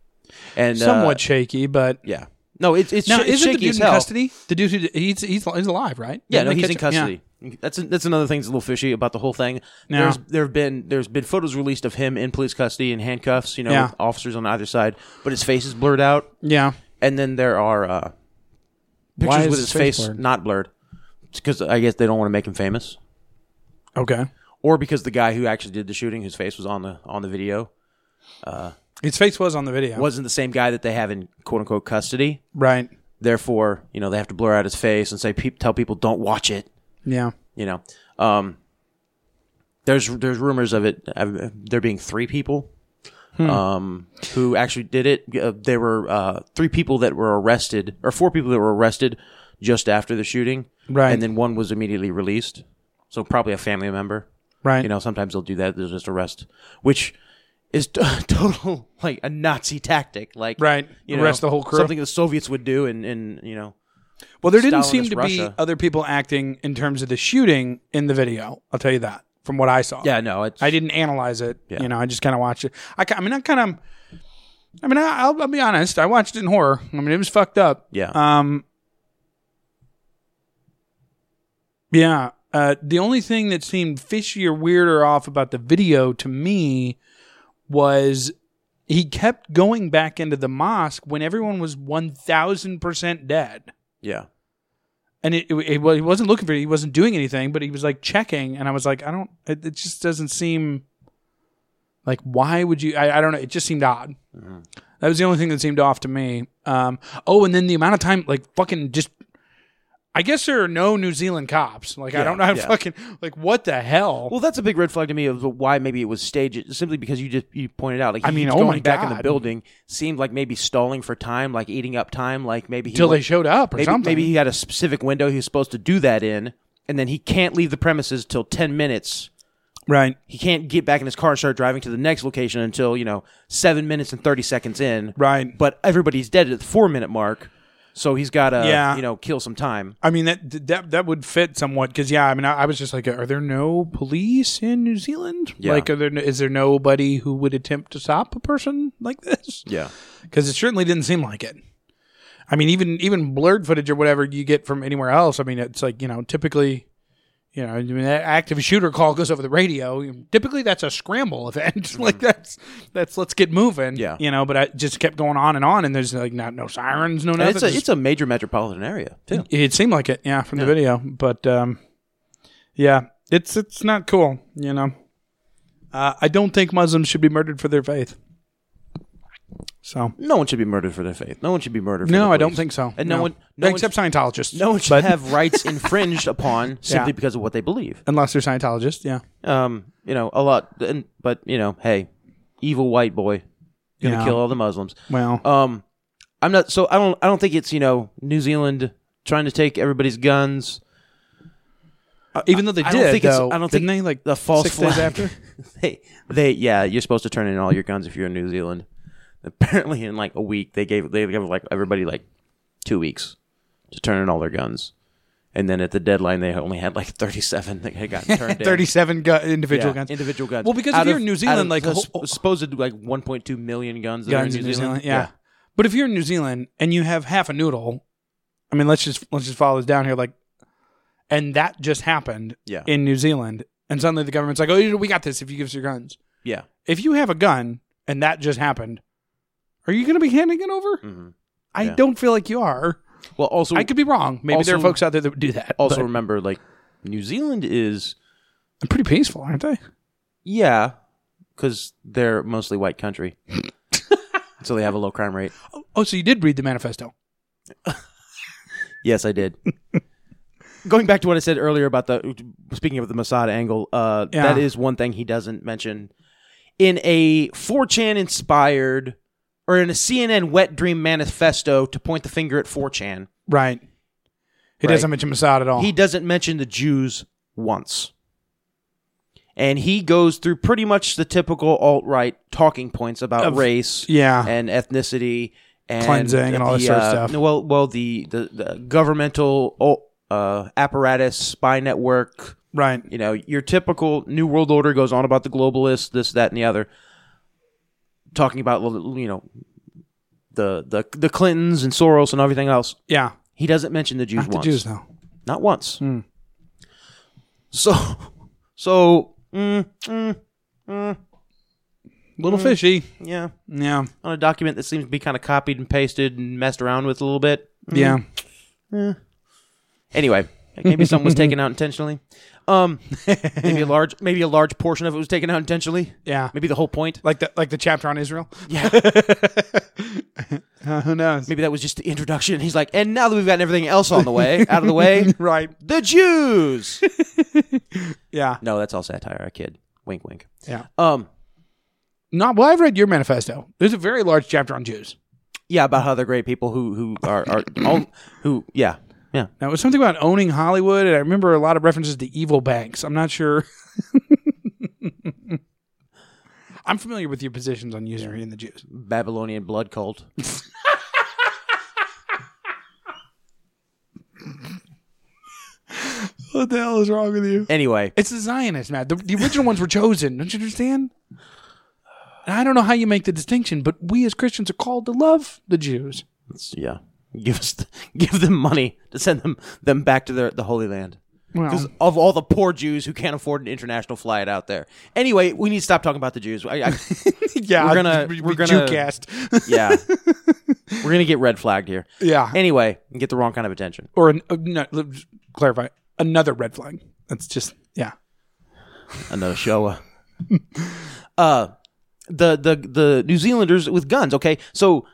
C: And uh,
B: Somewhat shaky, but
C: yeah. No, it's it's,
B: now
C: sh- it's
B: isn't the
C: shaky
B: dude
C: as
B: in
C: hell.
B: custody? The dude who did- he's he's, he's alive, right?
C: Yeah,
B: Didn't
C: no,
B: they
C: he's in
B: catch him? Yeah.
C: custody. That's that's another thing that's a little fishy about the whole thing.
B: No.
C: There's there have been there's been photos released of him in police custody in handcuffs, you know,
B: Yeah.
C: with officers on either side, but his face is blurred out.
B: Yeah.
C: And then there are uh,
B: Why
C: pictures
B: is
C: with
B: his
C: his
B: face
C: face,
B: blurred?
C: not blurred, because I guess they don't want to make him famous,
B: Okay.
C: or because the guy who actually did the shooting, whose face was on the on the video,
B: His face was on the video.
C: wasn't the same guy that they have in quote unquote custody.
B: Right.
C: Therefore, you know, they have to blur out his face and say, peop tell people don't watch it.
B: Yeah.
C: You know, um, there's there's rumors of it. Uh, there being three people um, who actually did it. Uh, there were uh, three people that were arrested, or four people that were arrested just after the shooting.
B: Right.
C: and then one was immediately released. So probably a family member.
B: Right.
C: You know, sometimes they'll do that. They'll just arrest, which is t- total like a Nazi tactic. Like
B: Right.
C: you know,
B: Arrest the whole crew.
C: Something the Soviets would do, and and you know,
B: Well, there didn't seem
C: Stalinist
B: to be
C: Russia.
B: other people acting in terms of the shooting in the video. I'll tell you that from what I saw.
C: yeah, no, it's,
B: I didn't analyze it.
C: Yeah.
B: You know, I just kind of watched it. I, ki- I mean, I kind of. I mean, I, I'll, I'll be honest. I watched it in horror. I mean, it was fucked up.
C: Yeah.
B: Um. Yeah. Uh, the only thing that seemed fishy or weird or off about the video to me was he kept going back into the mosque when everyone was one thousand percent dead.
C: yeah.
B: and it, it, it well, he wasn't looking for it. He wasn't doing anything, but he was like checking, and I was like, I don't. It, it just doesn't seem like why would you? I, I don't know. It just seemed odd.
C: Mm-hmm.
B: That was the only thing that seemed off to me. Um, oh, and then the amount of time, like fucking just. I guess there are no New Zealand cops. Like I don't know how
C: yeah.
B: fucking like what the hell.
C: Well, that's a big red flag to me of why maybe it was staged. Simply because you just you pointed out, like
B: I
C: he
B: mean,
C: keeps
B: oh
C: going
B: my
C: back in
B: God.
C: the building seemed like maybe stalling for time, like eating up time, like maybe he
B: Till
C: wa-
B: they showed up or
C: maybe,
B: something.
C: Maybe he had a specific window he was supposed to do that in, and then he can't leave the premises till ten minutes
B: Right.
C: He can't get back in his car and start driving to the next location until, you know, seven minutes and 30 seconds in.
B: Right.
C: But everybody's dead at the four minute mark. So he's got to,
B: Yeah.
C: you know, kill some time.
B: I mean that that that would fit somewhat because yeah, I mean I, I was just like, are there no police in New Zealand?
C: Yeah.
B: Like, are there no- is there nobody who would attempt to stop a person like this?
C: Yeah.
B: because it certainly didn't seem like it. I mean, even even blurred footage or whatever you get from anywhere else. I mean, it's like you know, typically, you know, I mean, that active shooter call goes over the radio. Typically, that's a scramble event. like that's that's let's get moving.
C: Mm-hmm. Yeah.
B: you know. But I just kept going on and on, and there's like not no sirens, no
C: And
B: nothing.
C: it's a,
B: Just-
C: it's a major metropolitan area, too.
B: it seemed like it, yeah, from the video. But um, yeah, it's it's not cool, you know. Uh, I don't think Muslims should be murdered for their faith. So
C: No one should be murdered for their faith. No one should be murdered for
B: no,
C: their
B: I don't
C: beliefs.
B: think so.
C: And no, one, no one
B: except Scientologists.
C: No one should have rights infringed upon simply
B: Yeah.
C: because of what they believe.
B: unless they're Scientologists. Yeah,
C: Um, you know, a lot. And, but you know, hey, evil white boy, gonna
B: Yeah.
C: kill all the Muslims.
B: Well,
C: Um, I'm not. So I don't. I don't think it's you know New Zealand trying to take everybody's guns.
B: even though they
C: Uh, I
B: did,
C: don't think it's-
B: though,
C: I don't
B: didn't
C: think
B: they like
C: the false
B: six days
C: flag-
B: after?
C: They, they, yeah, you're supposed to turn in all your guns if you're in New Zealand. Apparently, in like a week, they gave they gave like everybody like two weeks to turn in all their guns, and then at the deadline, they only had like 37 that had gotten turned in.
B: Thirty-seven gu-
C: Yeah,
B: individual guns.
C: individual guns.
B: Well, because
C: Out
B: if you're
C: of-
B: in New
C: out
B: Zealand,
C: of
B: like a
C: the sp-
B: whole-
C: supposed like 1.2 million guns, that are
B: guns in New Zealand. Yeah. But if you're in New Zealand and you have half a noodle, I mean, let's just let's just follow this down here. Like, and that just happened
C: Yeah.
B: in New Zealand, and suddenly the government's like, "Oh, we got this. If you give us your guns,
C: yeah,
B: if you have a gun, and that just happened, are you going to be handing it over?
C: Mhm.
B: I
C: Yeah.
B: don't feel like you are.
C: Well, also
B: I could be wrong. Maybe there are
C: Also-
B: folks out there that would do that.
C: also
B: but
C: remember like New Zealand is
B: they're pretty peaceful, aren't they?
C: yeah, because they're mostly white country, so they have a low crime rate.
B: Oh, so you did read the manifesto?
C: Yes, I did. Going back to what I said earlier about the speaking of the Mossad angle, uh,
B: Yeah.
C: that is one thing he doesn't mention in a 4chan inspired or in a CNN wet dream manifesto to point the finger at 4chan.
B: Right. He
C: Right.
B: doesn't mention Mossad at all.
C: He doesn't mention the Jews once. And he goes through pretty much the typical alt right talking points about
B: Of-
C: race
B: yeah.
C: and ethnicity and
B: Cleansing and all that
C: the,
B: sort of
C: uh,
B: stuff.
C: Well, well, the the, the governmental uh, apparatus, spy network,
B: right.
C: you know, your typical New World Order goes on about the globalists, this, that, and the other, talking about you know the the the Clintons and Soros and everything else.
B: Yeah.
C: He doesn't mention the Jews
B: Not the
C: once
B: Jews, Hmm. though.
C: not once. So, so mm, mm,
B: Little fishy.
C: yeah,
B: Yeah.
C: on a document that seems to be kind of copied and pasted and messed around with a little bit.
B: Yeah.
C: Anyway, maybe something was taken out intentionally. Um, maybe a large, maybe a large portion of it was taken out intentionally.
B: Yeah.
C: Maybe the whole point.
B: Like the like the chapter on Israel.
C: Yeah.
B: Uh, who knows?
C: Maybe that was just the introduction. He's like, and now that we've gotten everything else on the way, out of the way,
B: Right.
C: the Jews.
B: Yeah.
C: no, that's all satire, I kid. Wink, wink.
B: Yeah.
C: Um,
B: Not well. I've read your manifesto. There's a very large chapter on Jews.
C: yeah, about how they're great people who who are are all, who yeah yeah
B: Now it was something about owning Hollywood, and I remember a lot of references to evil banks. I'm not sure. I'm familiar with your positions on usury and the Jews.
C: Babylonian blood cult.
B: What the hell is wrong with you?
C: Anyway,
B: It's the Zionists, Matt. The, the original ones were chosen. Don't you understand? And I don't know how you make the distinction, but we as Christians are called to love the Jews.
C: it's- yeah, give us the, give them money to send them them back to their the Holy Land. Because
B: Well,
C: of all the poor Jews who can't afford an international flight out there. Anyway, we need to stop talking about the Jews. I, I,
B: yeah,
C: we're gonna-
B: we-
C: we're
B: we
C: gonna-
B: Jew-cast.
C: yeah, we're gonna get red flagged here.
B: yeah,
C: Anyway, and get the wrong kind of attention.
B: or an, uh, no, let's clarify another red flag. That's just yeah.
C: Another show. Uh, the the the New Zealanders with guns. Okay, so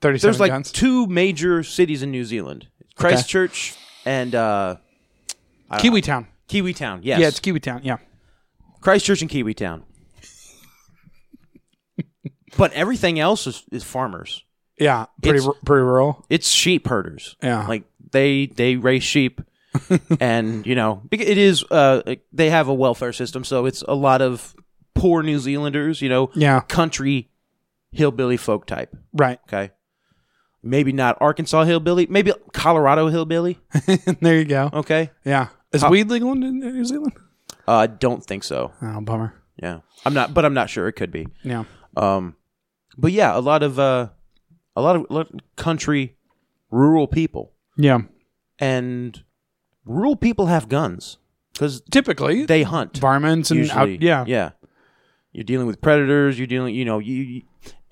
B: Thirty-seven
C: there's like
B: guns.
C: two major cities in New Zealand: Christchurch and uh,
B: Kiwi Town.
C: Kiwi Town. Yes,
B: Yeah, it's Kiwi Town. Yeah.
C: Christchurch and Kiwi Town. but everything else is, is farmers.
B: Yeah, pretty
C: It's-
B: ru- pretty rural.
C: It's sheep herders.
B: Yeah.
C: Like they they raise sheep and you know, bec- it is. Uh, they have a welfare system, so it's a lot of poor New Zealanders. You know,
B: Yeah.
C: country hillbilly folk type.
B: Right.
C: Okay, maybe not Arkansas hillbilly, maybe Colorado hillbilly.
B: there you go.
C: Okay,
B: Yeah. Oh. Is weed legal in in New Zealand?
C: uh, don't think so.
B: Oh, bummer.
C: Yeah, I'm not, but I'm not sure. It could be.
B: Yeah.
C: Um, but yeah, a lot of uh, a lot of lot of country, rural people,
B: Yeah.
C: and rural people have guns because
B: Typically,
C: they hunt.
B: varmints and out,
C: usually.
B: yeah.
C: yeah. You're dealing with predators. You're dealing, you know, you, you-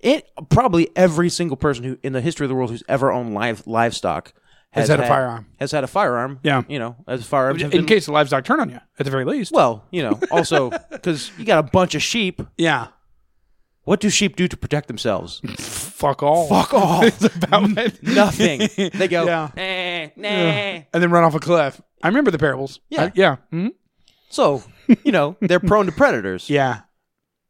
C: it probably every single person who in the history of the world who's ever owned live livestock
B: Has had a firearm.
C: Has had a firearm.
B: Yeah.
C: you know, as firearms.
B: In
C: have been-
B: case the livestock turn on you, at the very least.
C: well, you know, also because you got a bunch of sheep.
B: yeah.
C: What do sheep do to protect themselves?
B: Fuck all. Fuck all. it's about it.
C: Nothing. They go.
B: Yeah.
C: "Eh, nah."
B: And then run off a cliff. I remember the parables.
C: Yeah.
B: I- yeah. Mhm.
C: So you know they're prone to predators.
B: Yeah.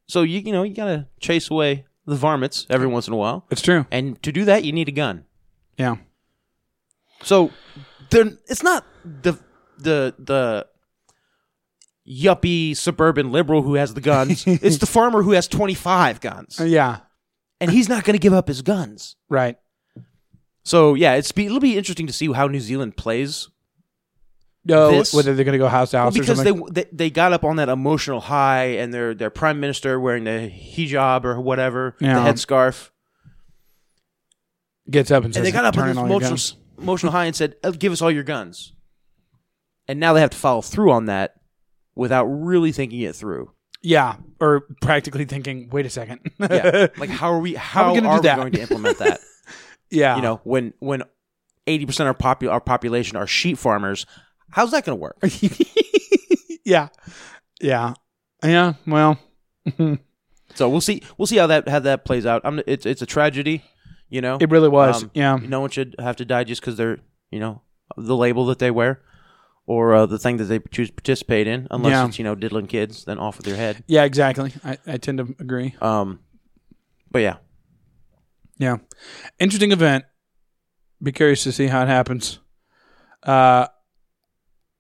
C: So you you know you gotta chase away the varmints every once in a while,
B: It's true.
C: and to do that you need a gun.
B: Yeah.
C: So they're, it's not the the the yuppie suburban liberal who has the guns. it's the farmer who has 25 guns.
B: Uh, Yeah.
C: And he's not going to give up his guns.
B: Right.
C: So yeah, it's be, it'll be interesting to see how New Zealand plays
B: No,
C: This-
B: whether they're going to go house to house or
C: because they,
B: something.
C: they they got up on that emotional high and their their prime minister wearing the hijab or whatever,
B: Yeah.
C: the headscarf.
B: gets up and says,
C: and they got up on
B: "Turn
C: this
B: in all your
C: emotional,
B: guns."
C: emotional high and said, "Uh, "Give us all your guns." And now they have to follow through on that without really thinking it through.
B: Yeah, or practically thinking, wait a second.
C: Yeah, like how are we? How,
B: we gonna
C: are
B: do
C: we
B: that?
C: going to implement that?
B: yeah,
C: you know, when when eighty percent of our popu- our population are sheep farmers, how's that going to work?
B: yeah, yeah, yeah. Well,
C: so we'll see. We'll see how that how that plays out. I'm, it's it's a tragedy. You know,
B: it really was.
C: Um,
B: yeah,
C: no one should have to die just because they're you know the label that they wear or uh, the thing that they choose to participate in unless
B: Yeah.
C: it's you know diddling kids then off with your head
B: yeah, exactly. I, I tend to agree.
C: um but yeah
B: Yeah, interesting event. Be curious to see how it happens. Uh,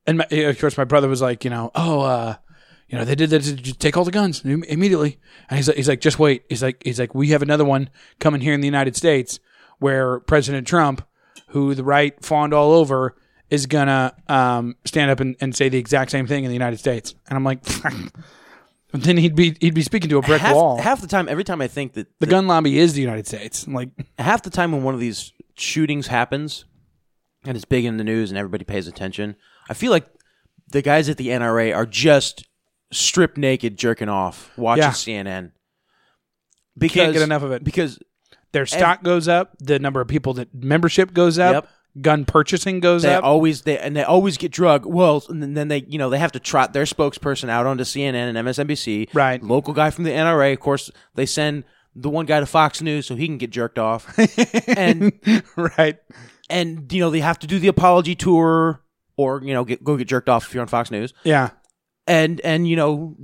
B: and my, of course, my brother was like, you know, oh, uh, you know, they did that. Just take all the guns im- immediately. And he's like, he's like, just wait. He's like, he's like, we have another one coming here in the United States where President Trump, who the right fawned all over, is gonna um, stand up and, and say the exact same thing in the United States. And I'm like, then he'd be he'd be speaking to a brick
C: half,
B: wall.
C: half the time every time i think that
B: the gun lobby is the United States. I'm like,
C: half the time when one of these shootings happens and it's big in the news and everybody pays attention i feel like the guys at the nra are just stripped naked jerking off watching
B: Yeah.
C: cnn because
B: Can't get enough of it.
C: because
B: their stock goes up, the number of people that membership goes up, gun purchasing goes
C: They
B: up.
C: always they and they always get drug. Well, and then they you know they have to trot their spokesperson out onto CNN and MSNBC.
B: Right.
C: Local guy from the NRA, of course. They send the one guy to Fox News so he can get jerked off. and
B: right.
C: and you know they have to do the apology tour or you know get, go get jerked off if you're on Fox News.
B: Yeah.
C: And and you know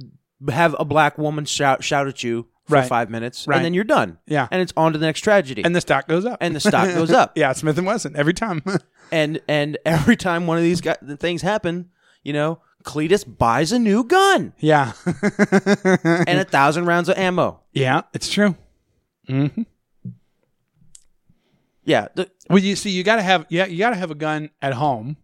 C: have a black woman shout shout at you for
B: Right.
C: five minutes
B: Right.
C: and then you're done.
B: Yeah.
C: And it's on to the next tragedy.
B: And the stock goes up.
C: and the stock goes up.
B: yeah, Smith and Wesson every time.
C: and and every time one of these guy, the things happen, you know, Cletus buys a new gun
B: yeah.
C: and a thousand rounds of ammo.
B: yeah, it's true.
C: Yeah, the,
B: Well, you see, you gotta have yeah, you gotta have a gun at home.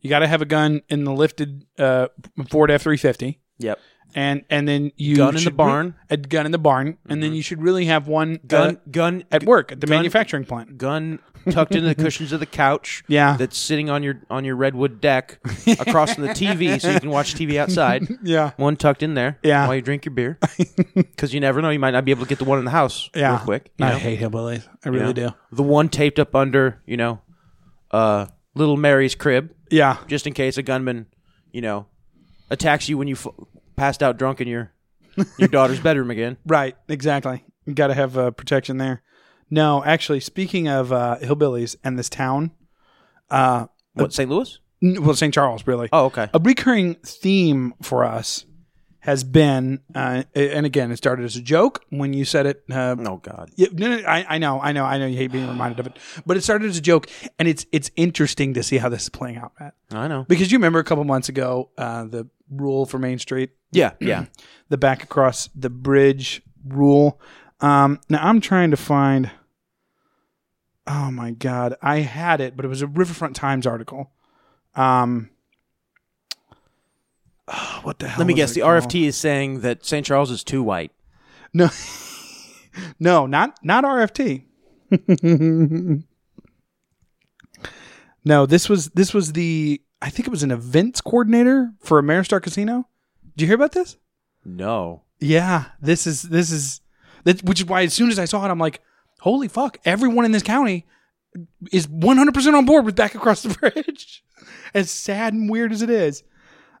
B: You gotta have a gun in the lifted uh, Ford F three fifty.
C: yep.
B: And and then you
C: Gun in the
B: should re-
C: barn. Mm-hmm.
B: a gun in the barn, and then you should really have one
C: Gun,
B: uh,
C: gun
B: at work at the
C: gun-
B: manufacturing plant.
C: gun tucked into the cushions of the couch.
B: Yeah.
C: that's sitting on your on your redwood deck across from the TV, so you can watch TV outside.
B: Yeah,
C: One tucked in there.
B: Yeah.
C: while you drink your beer, because you never know, you might not be able to get the one in the house.
B: yeah.
C: real quick. you
B: I
C: know?
B: hate hillbillies. I really
C: You know?
B: do.
C: The one taped up under, you know, uh, little Mary's crib.
B: Yeah,
C: just in case a gunman, you know, attacks you when you f- passed out drunk in your your daughter's bedroom again.
B: Right, exactly. Got to have uh, protection there. No, actually, speaking of uh, hillbillies and this town,
C: What St. Louis?
B: n- well, St. Charles, really.
C: Oh, okay.
B: A recurring theme for us has been, uh, and again, it started as a joke when you said it. Uh,
C: Oh God.
B: yeah, no, no, I, I know, I know, I know. You hate being reminded of it, but it started as a joke, and it's it's interesting to see how this is playing out, Matt.
C: I know.
B: Because you remember a couple months ago, uh, the rule for Main Street,
C: Yeah, yeah.
B: the back across the bridge rule. Um, now I'm trying to find. Oh my god, I had it, but it was a Riverfront Times article. Um, ah, what the hell?
C: Let me
B: was
C: guess.
B: it
C: The
B: called?
C: RFT is saying that St. Charles is too white.
B: No, no, not not RFT. no, this was this was the I think it was an events coordinator for Ameristar Casino. Did you hear about this?
C: No.
B: Yeah, this is this is that which is why as soon as I saw it, I'm like, holy fuck! Everyone in this county is 100 percent on board with back across the bridge. as sad and weird as it is,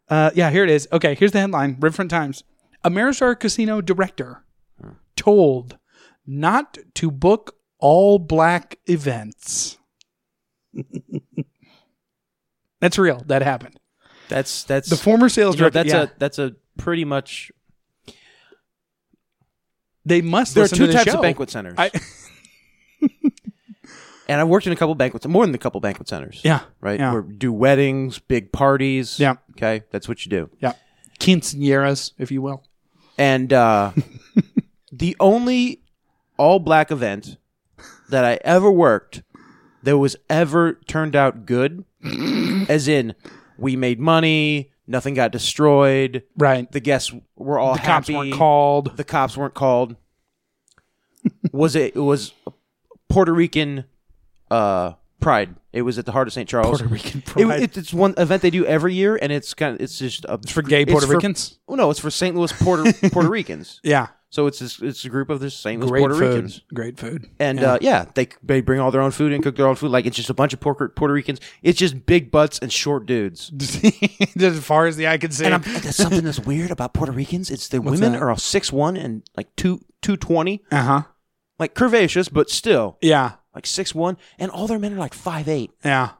B: uh, yeah, here it is. Okay, here's the headline: Riverfront Times, Ameristar Casino director told not to book all black events. That's real. That happened.
C: That's that's
B: The former sales
C: you know,
B: director.
C: that's
B: yeah,
C: a that's a pretty much
B: they must.
C: there are
B: listen
C: two
B: to the
C: types
B: show.
C: of banquet centers.
B: I-
C: and I've worked in a couple banquets, more than a couple banquet centers.
B: Yeah,
C: Right?
B: yeah.
C: Where do weddings, big parties.
B: Yeah.
C: Okay. That's what you do.
B: Yeah. Quinceañeras, if you will.
C: And uh, the only all black event that I ever worked that was ever turned out good, as in we made money, nothing got destroyed,
B: Right.
C: the guests were all
B: the cops
C: happy,
B: weren't called.
C: the cops weren't called. was it? It was Puerto Rican uh, Pride. It was at the heart of St. Charles.
B: Puerto Rican
C: It-
B: pride.
C: it- it's one event they do every year, and it's kind of it's just a,
B: for gay Puerto Ricans?
C: Oh no, it's for St. Louis Puerto Puerto Ricans.
B: yeah.
C: So it's this, it's a group of the St. Louis
B: Great
C: Puerto
B: food.
C: Ricans,
B: Great food.
C: and uh, yeah, they they bring all their own food and cook their own food. Like it's just a bunch of Puerto, Puerto Ricans. It's just big butts and short dudes.
B: as far as the eye can see.
C: And I'm, that's something that's weird about Puerto Ricans. It's the women
B: that?
C: are all six one and like two two twenty,
B: Uh huh.
C: like curvaceous, but still
B: Yeah.
C: like six one, and all their men are like five eight.
B: Yeah.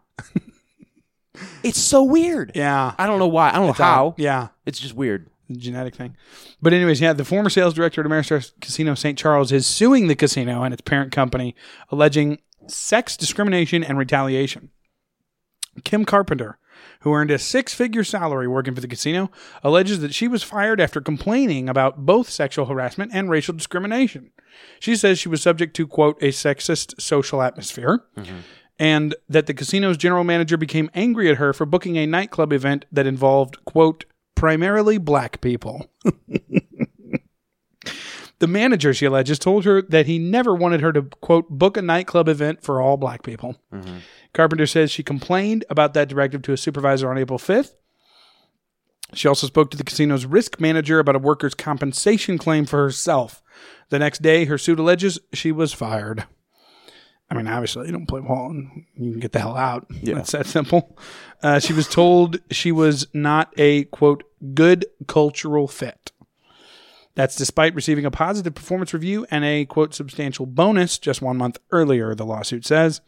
C: It's so weird.
B: Yeah.
C: I don't know why. I don't know how.
B: Yeah.
C: It's just weird.
B: genetic thing. But anyways, yeah, the former sales director at Ameristar Casino St. Charles is suing the casino and its parent company, alleging sex discrimination and retaliation. Kim Carpenter, who earned a six-figure salary working for the casino, alleges that she was fired after complaining about both sexual harassment and racial discrimination. She says she was subject to quote a sexist social atmosphere and that the casino's general manager became angry at her for booking a nightclub event that involved, quote, primarily black people. the manager, she alleges, told her that he never wanted her to, quote, book a nightclub event for all black people. Carpenter says she complained about that directive to a supervisor on April 5th. She also spoke to the casino's risk manager about a workers' compensation claim for herself. The next day, her suit alleges she was fired. I mean, obviously, you don't play ball and you can get the hell out. Yeah. That's that simple. Uh, she was told she was not a, quote, good cultural fit. That's despite receiving a positive performance review and a, quote, substantial bonus just one month earlier, the lawsuit says.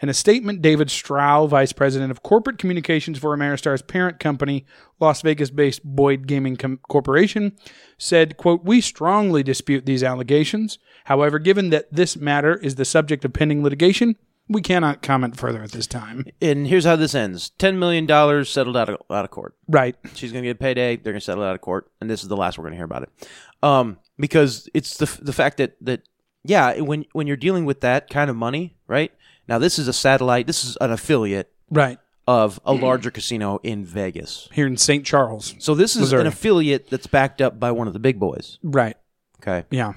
B: In a statement, David Strau, vice president of corporate communications for Ameristar's parent company, Las Vegas-based Boyd Gaming Com- Corporation, said, quote, "We strongly dispute these allegations. However, given that this matter is the subject of pending litigation, we cannot comment further at this time."
C: And here's how this ends: ten million dollars settled out of out of court.
B: Right.
C: She's gonna get a payday. They're gonna settle out of court, and this is the last we're gonna hear about it, um, because it's the f- the fact that that yeah, when when you're dealing with that kind of money, right? Now this is a satellite. This is an affiliate
B: Right.
C: of a larger casino in Vegas.
B: Here in St. Charles.
C: So this is
B: Missouri.
C: an affiliate that's backed up by one of the big boys.
B: Right.
C: Okay,
B: Yeah.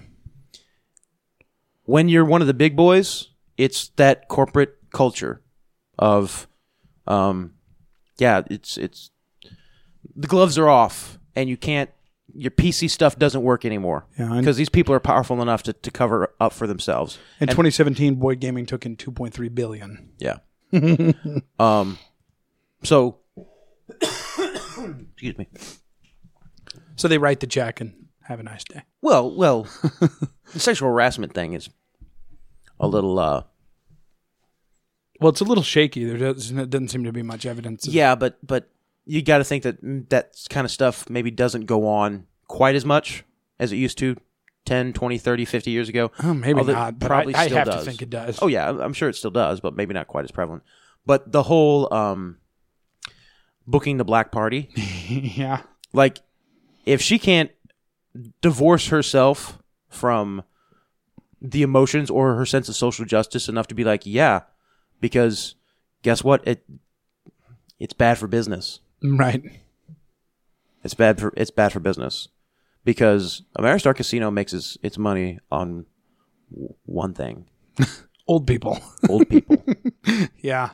C: when you're one of the big boys, it's that corporate culture of, um, yeah, it's it's the gloves are off, and you can't your PC stuff doesn't work anymore
B: Yeah, and-
C: because these people are powerful enough to, to cover up for themselves.
B: In 2017, Boyd Gaming took in 2.3 billion.
C: Yeah. um, so excuse me.
B: So they write the check and have a nice day.
C: Well, well, the sexual harassment thing is a little uh
B: Well, it's a little shaky. There doesn't, doesn't seem to be much evidence. of-
C: Yeah, but but you got to think that mm, that kind of stuff maybe doesn't go on quite as much as it used to 10, 20, 30, 50 years ago.
B: Oh, maybe
C: Although
B: not, but
C: probably
B: I, I
C: still
B: have
C: does.
B: to think it does.
C: Oh yeah, I'm- I'm sure it still does, but maybe not quite as prevalent. But the whole um, booking the black party,
B: yeah.
C: like if she can't divorce herself from the emotions or her sense of social justice enough to be like, yeah, because guess what? It it's bad for business.
B: Right.
C: It's bad for it's bad for business because Ameristar Casino makes its, its money on w- one thing:
B: Old people.
C: old people.
B: yeah.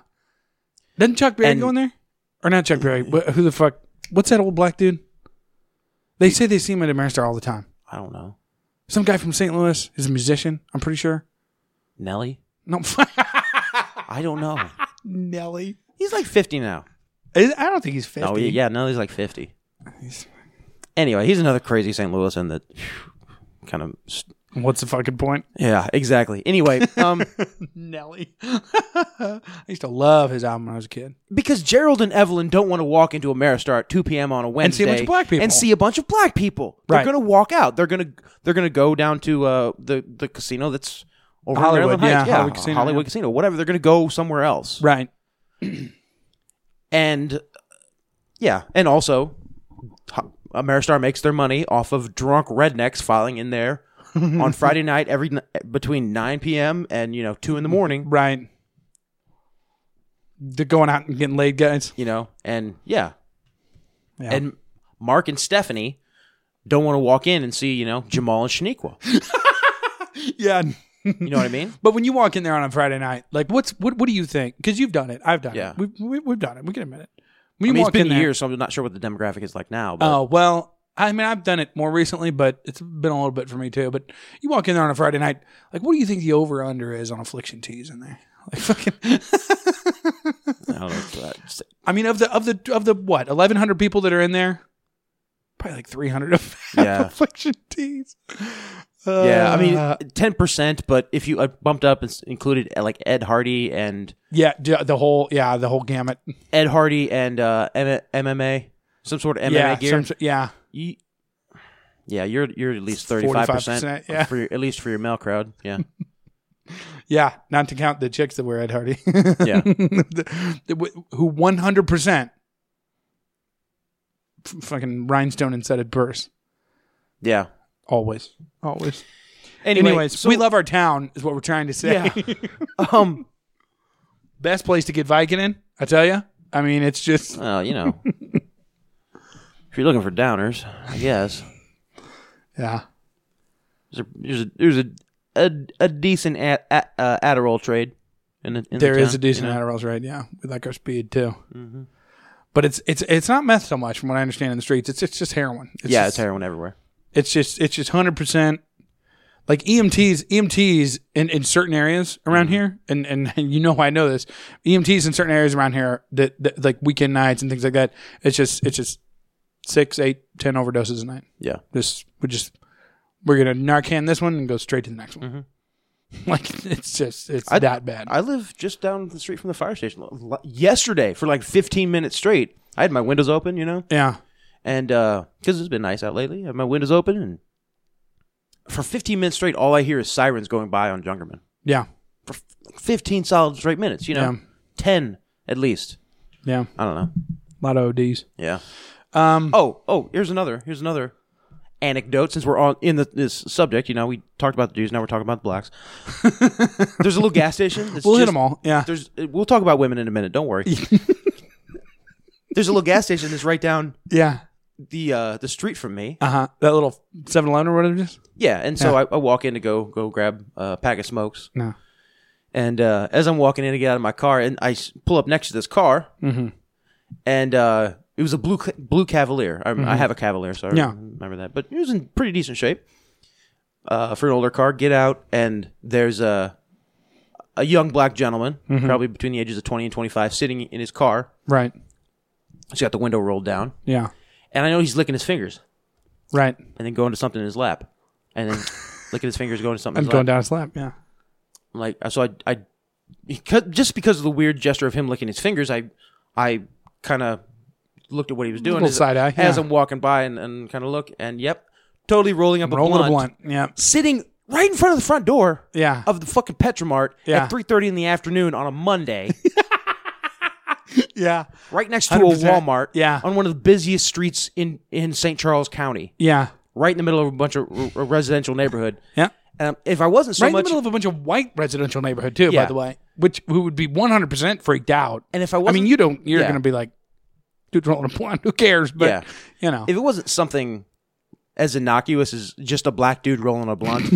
B: Doesn't Chuck Berry
C: And-
B: go in there? Or not Chuck Berry? wh- Who the fuck? What's that old black dude? They say they see him at Ameristar all the time.
C: I don't know
B: Some guy from St. Louis is a musician. I'm pretty sure.
C: Nelly.
B: No,
C: I don't know.
B: Nelly.
C: He's like 50 now.
B: I I don't think he's fifty.
C: No, he- yeah, no, he's like 50. Anyway, he's another crazy St. Louisan that kind of
B: What's the fucking point?
C: yeah, exactly. Anyway, um
B: Nelly. I used to love his album when I was a kid.
C: because Gerald and Evelyn don't want to walk into Ameristar at 2 p.m. on a
B: see
C: Wednesday
B: a bunch of black people.
C: and see a bunch of black people. They're
B: Right.
C: going to walk out. They're going to they're going to go down to uh the the casino that's over in Maryland
B: Hollywood,
C: Heights.
B: yeah, Hollywood Casino,
C: Hollywood
B: yeah.
C: Casino, whatever. They're going to go somewhere else.
B: Right.
C: And uh, yeah, and also ho- Ameristar makes their money off of drunk rednecks filing in there on Friday night every n- between 9 p.m. and you know 2 in the morning,
B: Right. They're going out and getting laid, guys.
C: you know. And yeah,
B: Yeah.
C: and Mark and Stephanie don't want to walk in and see, you know, Jamal and Shaniqua.
B: yeah.
C: You know what I mean?
B: But when you walk in there on a Friday night, like, what's what? What do you think? Because you've done it. I've done
C: Yeah.
B: it. We've, we, we've done it. We can admit it.
C: I
B: When you
C: mean, it's
B: walk in
C: been
B: there-
C: years, so I'm not sure what the demographic is like now, but
B: Oh well, I mean, I've done it more recently, but it's been a little bit for me too. But you walk in there on a Friday night, like, what do you think the over under is on affliction teas in there? Like fucking.
C: I don't know. if that's-
B: I mean, of the of the of the what eleven hundred people that are in there, probably like three hundred of
C: Yeah.
B: affliction teas.
C: yeah, I
B: Uh,
C: mean, ten percent. But if you uh, bumped up and s- included uh, like Ed Hardy and
B: yeah, d- the whole yeah the whole gamut.
C: Ed Hardy and uh, M- MMA, some sort of MMA
B: yeah,
C: gear.
B: some- yeah,
C: you, yeah, you're you're at least thirty five percent.
B: 45%, yeah.
C: for your, at least for your male crowd. Yeah,
B: yeah. Not to count the chicks that were Ed Hardy.
C: yeah,
B: The- the- who one hundred percent fucking rhinestone instead of purse.
C: yeah.
B: Always, always.
C: Anyway,
B: Anyways,
C: so-
B: we love our town is what we're trying to say.
C: Yeah. um.
B: Best place to get Viking in, I tell you. I mean, it's just
C: Well, you know, if you're looking for downers, I guess
B: yeah.
C: there's a there's a, there's a, a, a decent a, a, uh, Adderall trade. In the, in
B: There
C: the
B: is
C: town,
B: a decent
C: you know?
B: Adderall's right, yeah. Mm-hmm. We like our speed too. But it's it's it's not meth so much from what I understand in the streets. It's it's just heroin. It's
C: yeah,
B: just,
C: it's heroin everywhere.
B: It's just it's just hundred percent. Like E EMTs, EMTs in, in certain areas around here, and, and and you know why I know this. EMTs in certain areas around here that, that like weekend nights and things like that. It's just it's just six, eight, ten overdoses a night.
C: Yeah,
B: This we just we're gonna Narcan this one and go straight to the next one. Like it's just it's
C: I-
B: that bad.
C: I live just down the street from the fire station. L- Yesterday, for like 15 minutes straight, I had my windows open, you know,
B: yeah,
C: and because it's been nice out lately, I had my windows open, and for 15 minutes straight, all I hear is sirens going by on Junkerman.
B: yeah,
C: 15 solid straight minutes, you know,
B: Yeah.
C: 10 at least.
B: yeah.
C: I don't know.
B: A lot of ODs.
C: Yeah.
B: Um,
C: Oh, oh, here's another. Here's another anecdote. Since we're on in the, this subject, you know, we talked about the Jews. Now we're talking about the blacks. there's a little gas station. that's
B: we'll hit
C: just-
B: them all. Yeah,
C: There's. uh, We'll talk about women in a minute. Don't worry. there's a little gas station that's right down
B: yeah.
C: the uh, the street from me.
B: Uh huh. That little Seven Eleven or whatever it is.
C: Yeah, and so
B: Yeah.
C: I, I walk in to go go grab a pack of smokes.
B: No.
C: And uh, as I'm walking in to get out of my car, and I s- pull up next to this car,
B: Mm-hmm.
C: and uh, it was a blue ca- blue Cavalier. I, I have a Cavalier, so I
B: Mm-hmm. Yeah.
C: remember that. But it was in pretty decent shape uh, for an older car. Get out, and there's a a young black gentleman,
B: Mm-hmm.
C: probably between the ages of 20 and 25, sitting in his car.
B: Right.
C: He's got the window rolled down,
B: Yeah.
C: and I know he's licking his fingers
B: Right.
C: and then going to something in his lap, and then licking his fingers going to something. in
B: I'm
C: his lap.
B: going down his lap. Yeah.
C: I'm like so I I because, just because of the weird gesture of him licking his fingers, I I kind of looked at what he was doing
B: Little
C: as,
B: side eye,
C: as
B: yeah.
C: I'm walking by and, and kind of look and yep, totally rolling up
B: Rolling
C: a, blunt, Oh,
B: a blunt. Yeah.
C: sitting right in front of the front door
B: Yeah.
C: of the fucking Petromart
B: Yeah.
C: at 3:30 in the afternoon on a Monday,
B: Yeah.
C: right next to a
B: 100%.
C: Walmart,
B: Yeah.
C: on one of the busiest streets in in St. Charles County,
B: Yeah.
C: right in the middle of a bunch of r- residential neighborhood.
B: Yeah.
C: And if I wasn't so
B: right in
C: much
B: the middle of a bunch of white residential neighborhood too, by
C: Yeah.
B: the way, which who would be 100% freaked out.
C: And if I
B: I mean,
C: wasn't-
B: you don't. You're
C: Yeah.
B: going to be like, dude, rolling a blunt. Who cares? But
C: Yeah.
B: you know,
C: if it wasn't something as innocuous as just a black dude rolling a blunt,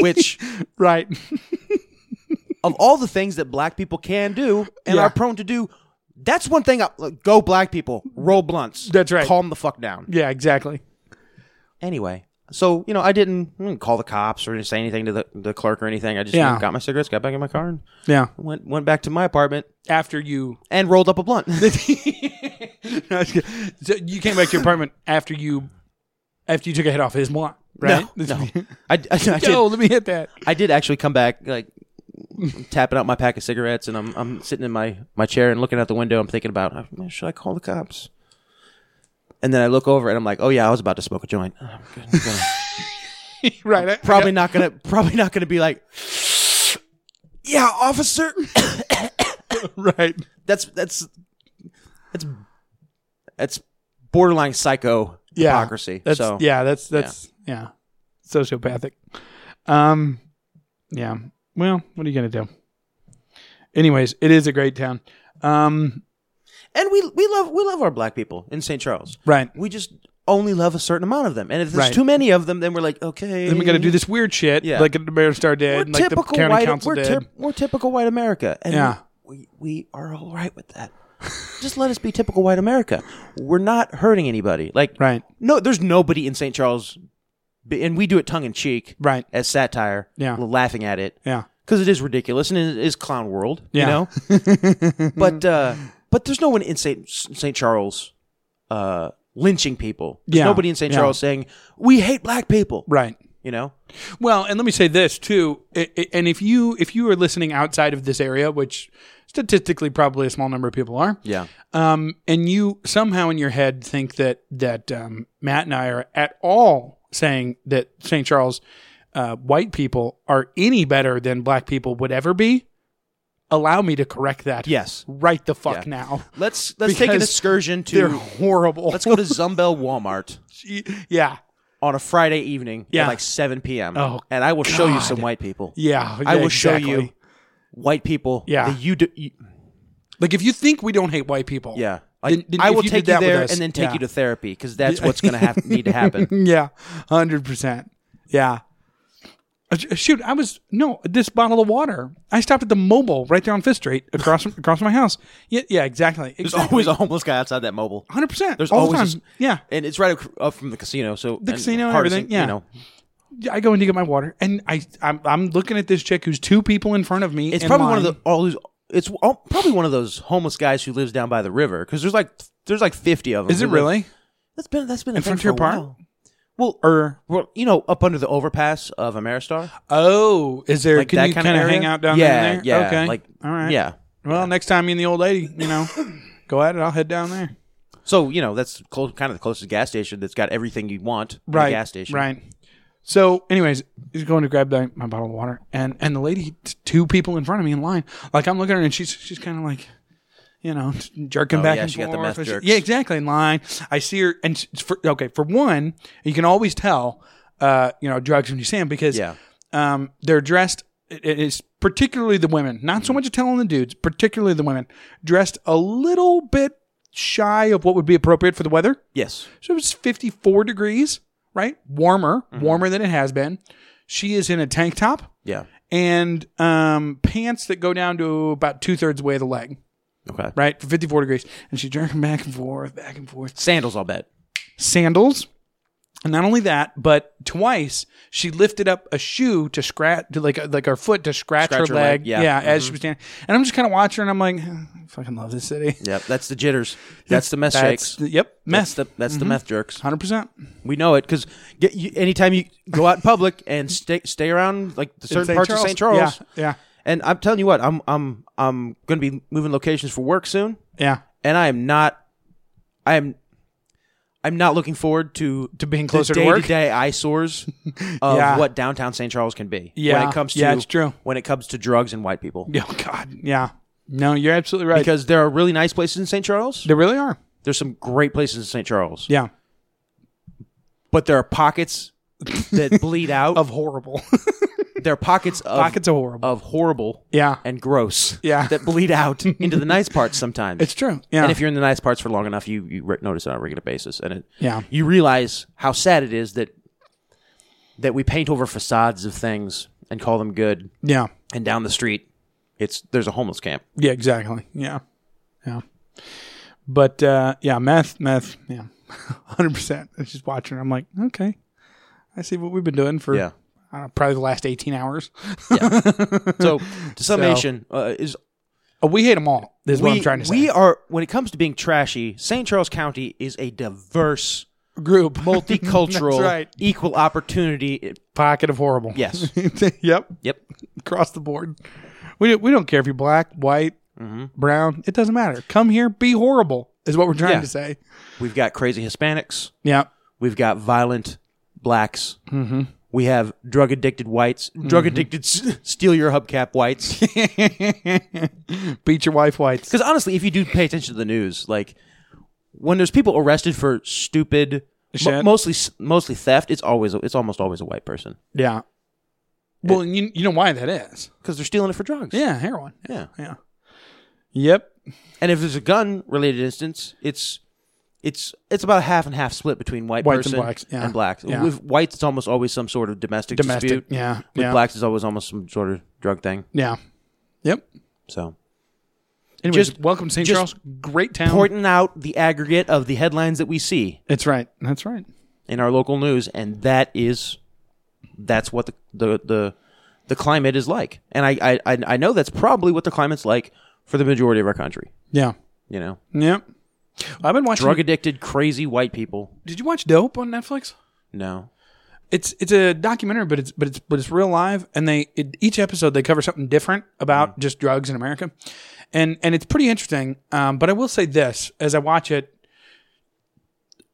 C: which
B: right?
C: of all the things that black people can do and
B: Yeah.
C: are prone to do, that's one thing. I, look, go black people, roll blunts.
B: That's right.
C: Calm the fuck down.
B: yeah, exactly.
C: Anyway, so you know, I didn't I didn't call the cops or say anything to the, the clerk or anything. I just
B: Yeah.
C: got my cigarettes, got back in my car, and
B: Yeah.
C: went went back to my apartment
B: After you,
C: and rolled up a blunt.
B: so you came back to your apartment after you, after you took a hit off his blunt, right?
C: No, no. I, I, I did,
B: Yo, let me hit that.
C: I did actually come back like I'm tapping out my pack of cigarettes and I'm I'm sitting in my, my chair and looking out the window. I'm thinking about "Oh, "Man, should I call the cops? And then I look over and I'm like, oh yeah, I was about to smoke a joint. Oh, good. I'm gonna-
B: Right. I-
C: probably not gonna probably not gonna be like, yeah, officer.
B: Right.
C: that's that's that's that's borderline psycho
B: Yeah.
C: hypocrisy.
B: That's
C: so
B: yeah. That's that's yeah. Sociopathic. Um. Yeah. Well, what are you gonna do? Anyways, it is a great town. Um.
C: and we we love we love our black people in St. Charles.
B: Right.
C: We just only love a certain amount of them, and if there's
B: Right.
C: too many of them, then we're like, okay,
B: Then we got to do this weird shit,
C: Yeah.
B: like the Mayor Star did,
C: We're
B: and like the
C: typical
B: county
C: white.
B: council
C: we're,
B: did.
C: typ- we're typical white America, and
B: Yeah.
C: we we are all right with that. just let us be typical white America. We're not hurting anybody. Like
B: Right.
C: No, there's nobody in St. Charles, b- and we do it tongue in cheek,
B: Right.
C: As satire,
B: Yeah.
C: laughing at it,
B: yeah.
C: because it is ridiculous and it is clown world,
B: Yeah.
C: you know. but uh, but there's no one in Saint Saint Charles uh, lynching people. There's
B: Yeah.
C: nobody in Saint
B: Yeah.
C: Charles saying we hate black people,
B: Right.
C: You know,
B: Well, and let me say this too. i i and if you if you are listening outside of this area, which statistically probably a small number of people are,
C: yeah,
B: um, and you somehow in your head think that that um, Matt and I are at all saying that St. Charles uh, white people are any better than black people would ever be, allow me to correct that.
C: yes.
B: Right the fuck
C: Yeah.
B: now.
C: Let's let's take an
B: Because
C: excursion
B: They're
C: to.
B: horrible.
C: Let's go to Zumbel Walmart
B: yeah.
C: on a Friday evening
B: Yeah.
C: at like 7 p.m.
B: Oh,
C: and I will show you some
B: God.
C: white people.
B: Yeah.
C: I
B: yeah,
C: will show you
B: exactly.
C: white people.
B: Yeah.
C: that you, do, you
B: Like if you think we don't hate white people.
C: yeah.
B: Then-
C: Like,
B: then
C: I
B: if
C: will
B: you
C: take you
B: did that with
C: there
B: us,
C: and then take
B: yeah.
C: you to therapy because that's what's going to have need to happen.
B: Yeah, hundred percent. Yeah. Uh, sh- Shoot, I was no this bottle of water. I stopped at the mobile right there on Fifth Street across from, across my house. Yeah, yeah, exactly.
C: There's always a homeless guy outside that mobile,
B: hundred percent.
C: there's
B: all
C: always
B: the
C: just-
B: time. yeah,
C: and it's right ac- up from the casino. So
B: The casino and
C: Hardison,
B: everything, yeah.
C: you know,
B: Yeah, I go in to get my water, and I I'm, I'm looking at this chick who's two people in front of me.
C: it's
B: in
C: probably one
B: line.
C: of the all. these- It's all, probably one of those homeless guys who lives down by the river because there's like there's like 50 of them.
B: Is it
C: who live-
B: really
C: That's been that's been a
B: in
C: thing
B: Frontier
C: for a
B: Park?
C: while. Well, er,
B: or
C: well, you know, up under the overpass of Ameristar,
B: oh, is there?
C: like
B: can
C: that
B: you
C: kind
B: kinda
C: of area?
B: hang out down
C: yeah,
B: there?
C: Yeah,
B: Okay.
C: Like,
B: all right.
C: Yeah.
B: Well, next time you and the old lady, you know, go at it. I'll head down there.
C: So you know that's close, kind of the closest gas station that's got everything you want. in a
B: right
C: gas station.
B: right so anyways he's going to grab the, my bottle of water and and the lady t- two people in front of me in line like i'm looking at her and she's she's kind of like you know t- jerking
C: Oh,
B: back
C: yeah,
B: and
C: she got the
B: forth.
C: meth jerks.
B: yeah exactly in line i see her and s- for, okay for one you can always tell uh you know drugs when you see them because
C: Yeah.
B: um they're dressed it it is particularly the women not so much a tell on the dudes particularly the women dressed a little bit shy of what would be appropriate for the weather
C: Yes.
B: so it's 54 degrees, right? Warmer,
C: Mm-hmm.
B: warmer than it has been. She is in a tank top
C: Yeah.
B: and um, pants that go down to about two thirds way of the leg,
C: Okay.
B: right? For 54 degrees. And she's jerking back and forth, back and forth.
C: Sandals, I'll bet.
B: Sandals. And not only that, but twice she lifted up a shoe to scratch, to like like her foot to scratch,
C: Scratch
B: her,
C: her
B: leg.
C: leg, yeah. Mm-hmm.
B: as she was standing. And I'm just kind of watching her, and I'm like, I fucking love this city.
C: Yep. That's the jitters. That's the meth
B: That's
C: shakes.
B: the, Mm-hmm. yep,
C: That's
B: mess.
C: the that's the meth jerks.
B: Hundred percent.
C: We know it because you, anytime you go out in public and stay stay around like the certain parts of St. Charles,
B: Yeah,
C: and I'm telling you what, I'm I'm I'm going to be moving locations for work soon,
B: yeah, yeah.
C: and I am not. I am I'm not looking forward to
B: To being closer to
C: day
B: work?
C: day eyesores of
B: Yeah.
C: what downtown St. Charles can be. when
B: Yeah.
C: it comes to
B: Yeah, it's true.
C: when it comes to drugs and white people.
B: Oh God, yeah. No, you're absolutely right.
C: Because there are really nice places in St. Charles.
B: they really are.
C: There's some great places in St. Charles.
B: Yeah,
C: But there are pockets that bleed out.
B: of horrible.
C: there are pockets of
B: Pockets are horrible.
C: of horrible
B: Yeah.
C: and gross
B: Yeah.
C: that bleed out into the nice parts sometimes.
B: It's true. Yeah.
C: And if you're in the nice parts for long enough, you, you re- notice it on a regular basis, and it
B: Yeah.
C: you realize how sad it is that that we paint over facades of things and call them good,
B: yeah,
C: and down the street, it's there's a homeless camp.
B: yeah, exactly. Yeah, yeah. But uh, yeah, meth, meth. Yeah, hundred percent. I was just watching. her. I'm like, okay, I see what we've been doing for.
C: Yeah.
B: I don't know, probably the last 18 hours.
C: So, to summation, uh, is
B: Uh, we hate them all, is
C: we,
B: what I'm trying to say.
C: we are when it comes to being trashy, St. Charles County is a diverse,
B: group.
C: multicultural,
B: That's right.
C: equal opportunity. it-
B: Pocket of horrible.
C: yes.
B: yep.
C: yep.
B: Across the board. We, we don't care if you're black, white,
C: Mm-hmm.
B: brown. It doesn't matter. Come here, be horrible, is what we're trying
C: Yeah.
B: to say.
C: We've got crazy Hispanics.
B: Yeah.
C: We've got violent blacks.
B: Mm-hmm.
C: We have drug addicted whites, drug addicted s- steal your hubcap whites.
B: Beat your wife whites.
C: Because honestly, if you do pay attention to the news, like when there's people arrested for stupid, mo-
B: Shit.
C: mostly s- mostly theft, it's always it's almost always a white person
B: Yeah. Well, and you, you know why that is.
C: because they're stealing it for drugs.
B: Yeah, heroin.
C: yeah.
B: Yeah. Yep.
C: And if there's a gun related instance, it's it's it's about a half and half split between white
B: Whites and
C: person
B: blacks, yeah.
C: and blacks.
B: Yeah.
C: With whites, it's almost always some sort of domestic
B: Domestic.
C: dispute.
B: Yeah.
C: With
B: yeah.
C: blacks, it's always almost some sort of drug thing.
B: Yeah. Yep.
C: So
B: Anyways,
C: Just-
B: welcome to St.
C: just
B: Charles. Great town.
C: pointing out the aggregate of the headlines that we see
B: That's right. That's right.
C: in our local news, and that is that's what the the the, the climate is like. And I, I I I know that's probably what the climate's like for the majority of our country.
B: Yeah.
C: You know,
B: Yep. I've been watching.
C: drug addicted, crazy white people.
B: Did you watch Dope on Netflix?
C: No,
B: it's it's a documentary, but it's but it's but it's real live, and they it, each episode they cover something different about just drugs in America, and and it's pretty interesting. Um, but I will say this: as I watch it,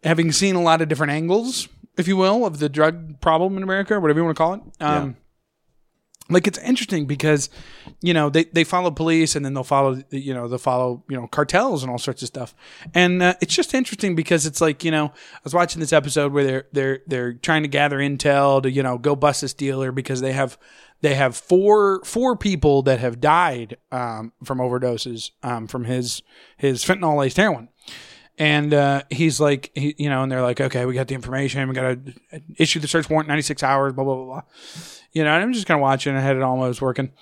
B: having seen a lot of different angles, if you will, of the drug problem in America, or whatever you want to call it, um, like it's interesting because you know they, they follow police and then they'll follow you know they'll follow you know cartels and all sorts of stuff and uh, it's just interesting because it's like you know i was watching this episode where they're they're they're trying to gather intel to you know go bust this dealer because they have they have four four people that have died um, from overdoses um, from his his fentanyl laced heroin and uh, he's like, he, you know, and they're like, okay, we got the information. We got to issue the search warrant, 96 hours, blah, blah, blah, blah. You know, and I'm just kind of watching. I had it on while I was working.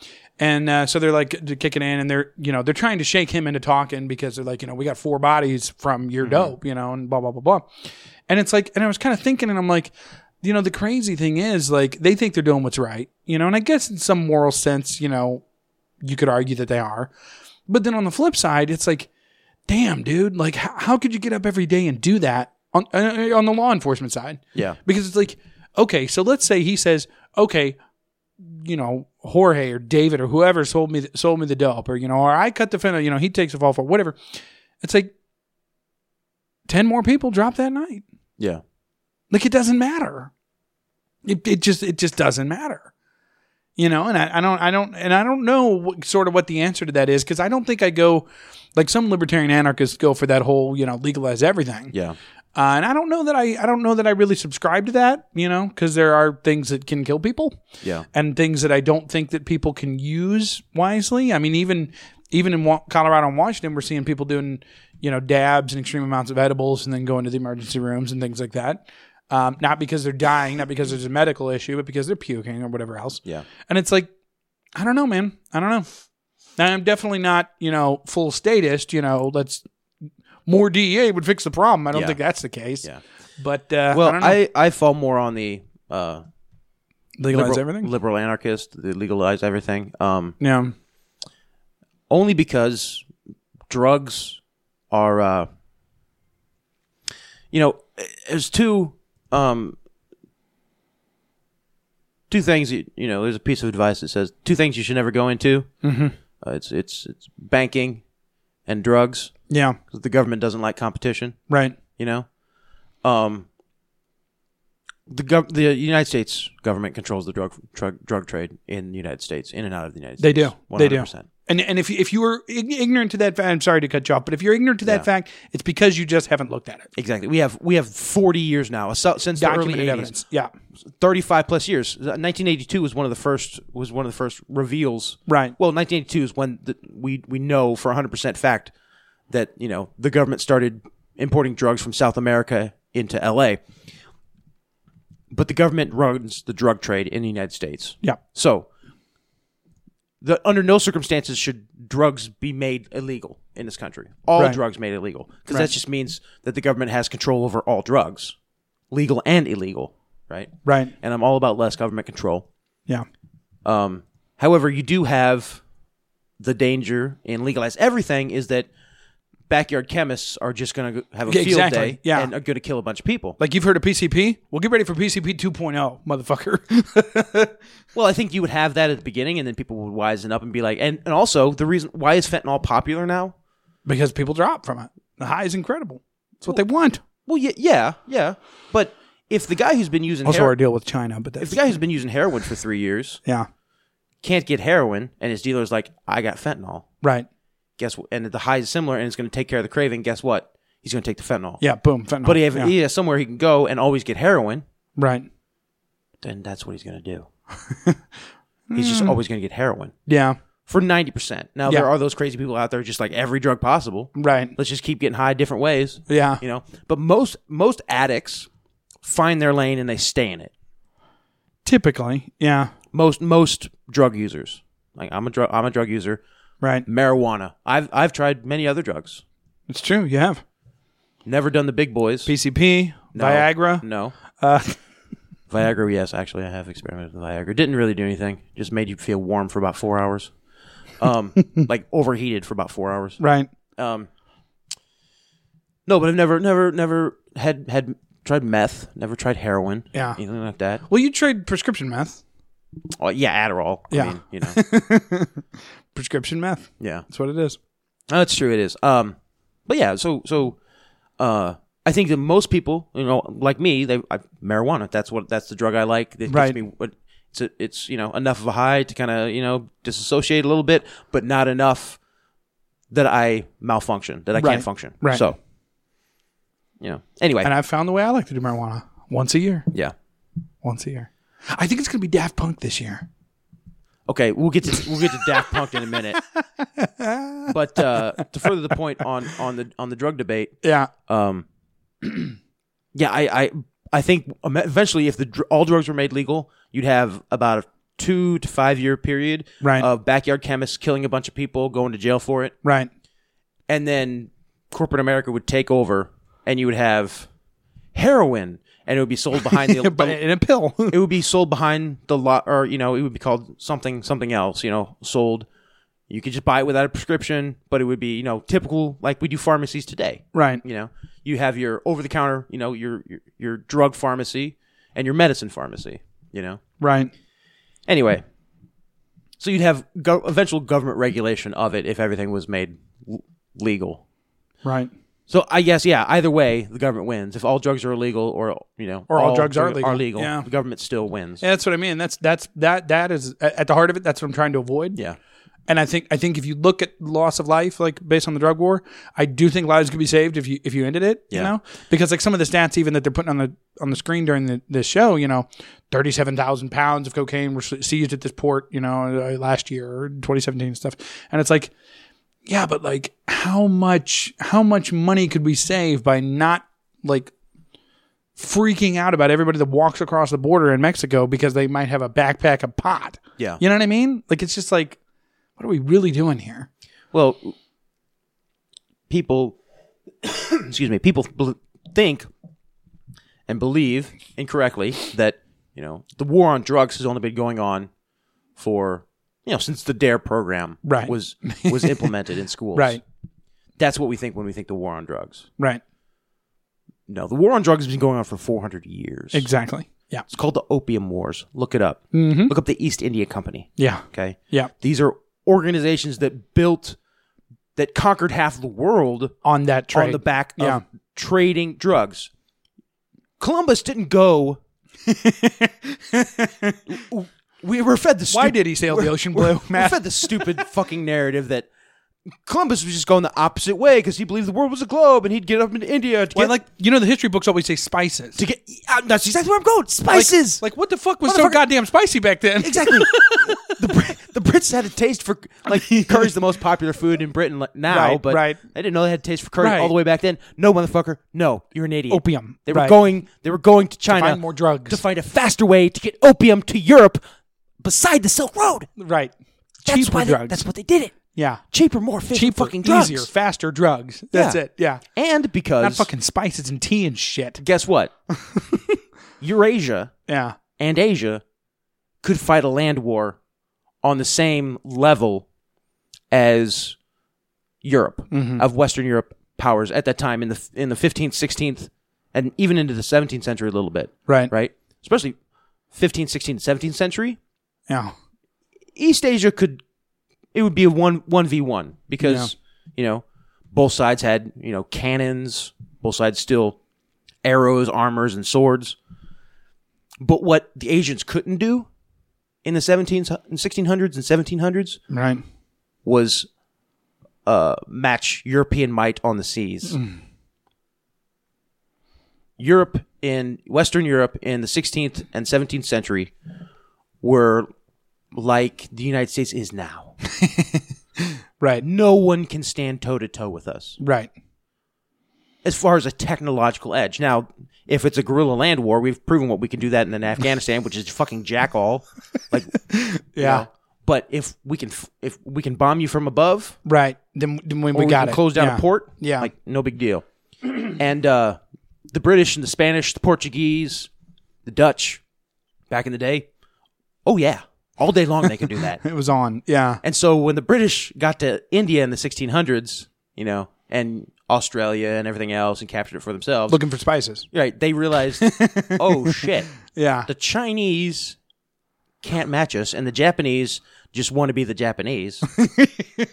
B: And uh, so they're like d- kicking in and they're, you know, they're trying to shake him into talking because they're like, you know, we got four bodies from your dope, you know, and blah, blah, blah, blah. And it's like, and I was kind of thinking, and I'm like, you know, the crazy thing is, like, they think they're doing what's right, you know, and I guess in some moral sense, you know, you could argue that they are. But then on the flip side, it's like, damn, dude, like how, how could you get up every day and do that on uh, on the law enforcement side?
C: Yeah.
B: because it's like, okay, so let's say he says, okay, you know, Jorge or David or whoever sold me the, sold me the dope, or you know, or I cut the fender, you know, he takes the fall for it, whatever. It's like ten more people dropped that night.
C: yeah,
B: Like it doesn't matter. It, it just it just doesn't matter. You know, and I, I don't I don't and I don't know what, sort of what the answer to that is because I don't think I go like some libertarian anarchists go for that whole you know legalize everything.
C: yeah.
B: Uh, and I don't know that I I don't know that I really subscribe to that. You know, because there are things that can kill people.
C: Yeah.
B: And things that I don't think that people can use wisely. I mean, even even in Wa- Colorado and Washington, we're seeing people doing you know dabs and extreme amounts of edibles, and then going to the emergency rooms and things like that. Um, not because they're dying, not because there's a medical issue, but because they're puking or whatever else.
C: Yeah.
B: And it's like, I don't know, man. I don't know. Now, I'm definitely not, you know, full statist. You know, let's more DEA would fix the problem. I don't
C: Yeah.
B: think that's the case.
C: Yeah.
B: But uh,
C: Well,
B: I don't know.
C: I, I fall more on the uh,
B: legalize
C: liberal,
B: everything.
C: liberal anarchist, the legalize everything. Um,
B: yeah,
C: only because drugs are, uh, you know, there's two um, two things. You, you know, there's a piece of advice that says two things you should never go into. Mm-hmm. Uh, it's it's it's banking and drugs
B: Yeah.
C: 'cause the government doesn't like competition.
B: Right.
C: You know, um, the gov- the United States government controls the drug drug drug trade in the United States, in and out of the United
B: They
C: States.
B: do. They do.
C: 100%.
B: And and if you, if you were ig- ignorant to that fact, I'm sorry to cut you off, but if you're ignorant to that
C: Yeah.
B: fact, it's because you just haven't looked at it.
C: Exactly. We have we have forty years now so- since the early
B: Documented
C: eighties.
B: evidence. Yeah.
C: 35 plus years. 1982 was one of the first was one of the first reveals.
B: Right.
C: Well, 1982 is when the, we we know for 100% fact that, you know, the government started importing drugs from South America into LA. But the government runs the drug trade in the United States.
B: Yeah.
C: So, the under no circumstances should drugs be made illegal in this country. All
B: Right.
C: drugs made illegal because that just means that the government has control over all drugs, legal and illegal, right?
B: Right.
C: And I'm all about less government control.
B: Yeah.
C: Um, however, you do have the danger in legalize everything is that backyard chemists are just going to have a field
B: Exactly.
C: day
B: Yeah.
C: and are going to kill a bunch of people.
B: Like you've heard of PCP? Well, get ready for PCP 2.0, oh, motherfucker.
C: Well, I think you would have that at the beginning, and then people would wisen up and be like, and, and also the reason why is fentanyl popular now?
B: because people drop from it. The high is incredible. It's what they want.
C: Well, yeah, yeah, yeah. But if the guy who's been using
B: Also,
C: hero-
B: our deal with China, but that's
C: if the guy who's been using heroin for three years
B: yeah,
C: can't get heroin, and his dealer's like, "I got fentanyl,"
B: right.
C: guess what? And the high is similar, and it's going to take care of the craving. Guess what? He's going to take the fentanyl.
B: Yeah, boom. Fentanyl.
C: But if
B: Oh, yeah,
C: he has somewhere he can go and always get heroin,
B: right.
C: then that's what he's going to do. he's just always going to get heroin
B: Yeah,
C: for ninety percent. Now
B: Hmm. Yeah.
C: there are those crazy people out there, just like every drug possible.
B: right.
C: Let's just keep getting high different ways.
B: Yeah,
C: you know. But most most addicts find their lane and they stay in it.
B: typically. Yeah,
C: most most drug users. Like I'm a drug I'm a drug user.
B: right.
C: Marijuana. I've I've tried many other drugs.
B: It's true. You have
C: Never done the big boys.
B: PCP,
C: No.
B: Viagra.
C: No.
B: Uh,
C: Viagra, yes, actually I have experimented with Viagra. Didn't really do anything. Just made you feel warm for about four hours. Um like overheated for about four hours.
B: right.
C: Um No, but I've never never never had had tried meth, never tried heroin.
B: Yeah.
C: Anything like that.
B: Well, you trade prescription meth.
C: Oh, yeah, Adderall.
B: Yeah.
C: I mean, you know.
B: Prescription meth.
C: yeah.
B: That's what it is.
C: Oh, That's true. It is. Um, but yeah. So so, uh, I think that most people, you know, like me, they I, marijuana. That's what that's the drug I like. That
B: Right.
C: Gives me what it's a, it's you know enough of a high to kind of you know disassociate a little bit, but not enough that I malfunction that I
B: Right.
C: can't function.
B: Right.
C: So. You know. Anyway.
B: And I've found the way I like to do marijuana once a year.
C: yeah.
B: Once a year. I think it's gonna be Daft Punk this year.
C: Okay, we'll get to we'll get to Daft Punk in a minute. But uh, to further the point on on the on the drug debate,
B: Yeah.
C: um, yeah, I, I, I think em- eventually, if the dr- all drugs were made legal, you'd have about a two to five year period
B: Right.
C: of backyard chemists killing a bunch of people, going to jail for it,
B: Right.
C: and then corporate America would take over, and you would have heroin, and it would be sold behind the.
B: But in a pill.
C: it would be sold behind the lot, or you know, it would be called something, something else. You know, sold. You could just buy it without a prescription, but it would be you know typical like we do pharmacies today
B: right.
C: you know you have your over the counter you know your, your your drug pharmacy and your medicine pharmacy you know
B: Right.
C: anyway so you'd have go- eventual government regulation of it if everything was made l- legal
B: Right.
C: so i guess yeah either way the government wins if all drugs are illegal or you know
B: Or all drugs are legal.
C: are legal
B: Yeah.
C: the government still wins
B: Yeah, that's what I mean. That's that's that that is a- at the heart of it. That's what I'm trying to avoid.
C: yeah
B: And I think I think if you look at loss of life, like based on the drug war, I do think lives could be saved if you if you ended it. You
C: Yeah.
B: know, because like some of the stats even that they're putting on the on the screen during the this show, you know, thirty seven thousand pounds of cocaine were seized at this port, you know, uh, last year or 2017 and stuff. And it's like, yeah, but like how much how much money could we save by not like freaking out about everybody that walks across the border in Mexico because they might have a backpack of pot.
C: yeah
B: You know what I mean? Like it's just like, what are we really doing here?
C: Well, people, excuse me, people bel think and believe incorrectly that you know the war on drugs has only been going on for you know since the Dare program
B: Right.
C: was was implemented in schools.
B: Right.
C: That's what we think when we think the war on drugs.
B: Right.
C: No, the war on drugs has been going on for 400 years.
B: Exactly. Yeah.
C: It's called the Opium Wars. Look it up.
B: Mm-hmm.
C: Look up the East India Company.
B: Yeah.
C: Okay.
B: Yeah.
C: These are organizations that built that conquered half the world
B: on that trade.
C: on the back
B: Yeah.
C: of trading drugs. Columbus didn't go. we were fed the.
B: Why
C: stup-
B: did he sail the
C: we're-
B: ocean
C: we're-
B: blue, Matt?
C: We're fed the stupid fucking narrative that Columbus was just going the opposite way because he believed the world was a globe and he'd get up into India to
B: Well,
C: get
B: like you know, the history books always say spices.
C: to get. uh, that's exactly where I'm going.
B: Like-
C: Spices.
B: Like, what the fuck was so
C: Motherfucker.
B: goddamn spicy back then?
C: Exactly. the, Brit- the Brits had a taste for like curry's the most popular food in Britain like, now,
B: Right,
C: but
B: right.
C: they didn't know they had a taste for curry
B: Right.
C: all the way back then. No, motherfucker, no, you're an idiot.
B: Opium,
C: They were
B: right.
C: going. They were going to China
B: find more drugs.
C: to find a faster way to get opium to Europe, beside the Silk Road.
B: Right.
C: That's
B: Cheaper
C: why. They,
B: drugs.
C: that's what they did it.
B: yeah.
C: Cheaper, more efficient,
B: Cheaper,
C: fucking drugs.
B: easier, faster drugs. That's
C: Yeah.
B: it. Yeah.
C: And because
B: Not fucking spices and tea and shit.
C: guess what, Eurasia
B: Yeah.
C: and Asia could fight a land war on the same level as Europe of Western Europe powers at that time in the in the 15th, 16th, and even into the 17th century a little bit,
B: Right.
C: right? Especially 15th, 16th, 17th century,
B: Yeah.
C: East Asia could it would be a one one v one because you know both sides had you know cannons, both sides still arrows, armors, and swords. But what the Asians couldn't do in the 17s, and 1600s and 1700s
B: Right.
C: was uh, match European might on the seas. Europe in Western Europe in the 16th and 17th century were like the United States is now.
B: Right.
C: No one can stand toe to toe with us
B: Right.
C: as far as a technological edge. Now, if it's a guerrilla land war, we've proven what we can do that in Afghanistan, which is fucking jack all. Like,
B: Yeah.
C: but if we can f- if we can bomb you from above,
B: Right. Then, then when we
C: or
B: got
C: can
B: it.
C: close down
B: yeah.
C: a port.
B: Yeah.
C: like no big deal. and uh, the British and the Spanish, the Portuguese, the Dutch, back in the day, oh yeah, all day long they could do that.
B: It was on. Yeah.
C: and so when the British got to India in the 1600s, you know, and Australia and everything else, and captured it for themselves.
B: Looking for spices.
C: right, they realized, oh shit,
B: Yeah.
C: the Chinese can't match us, and the Japanese just want to be the Japanese.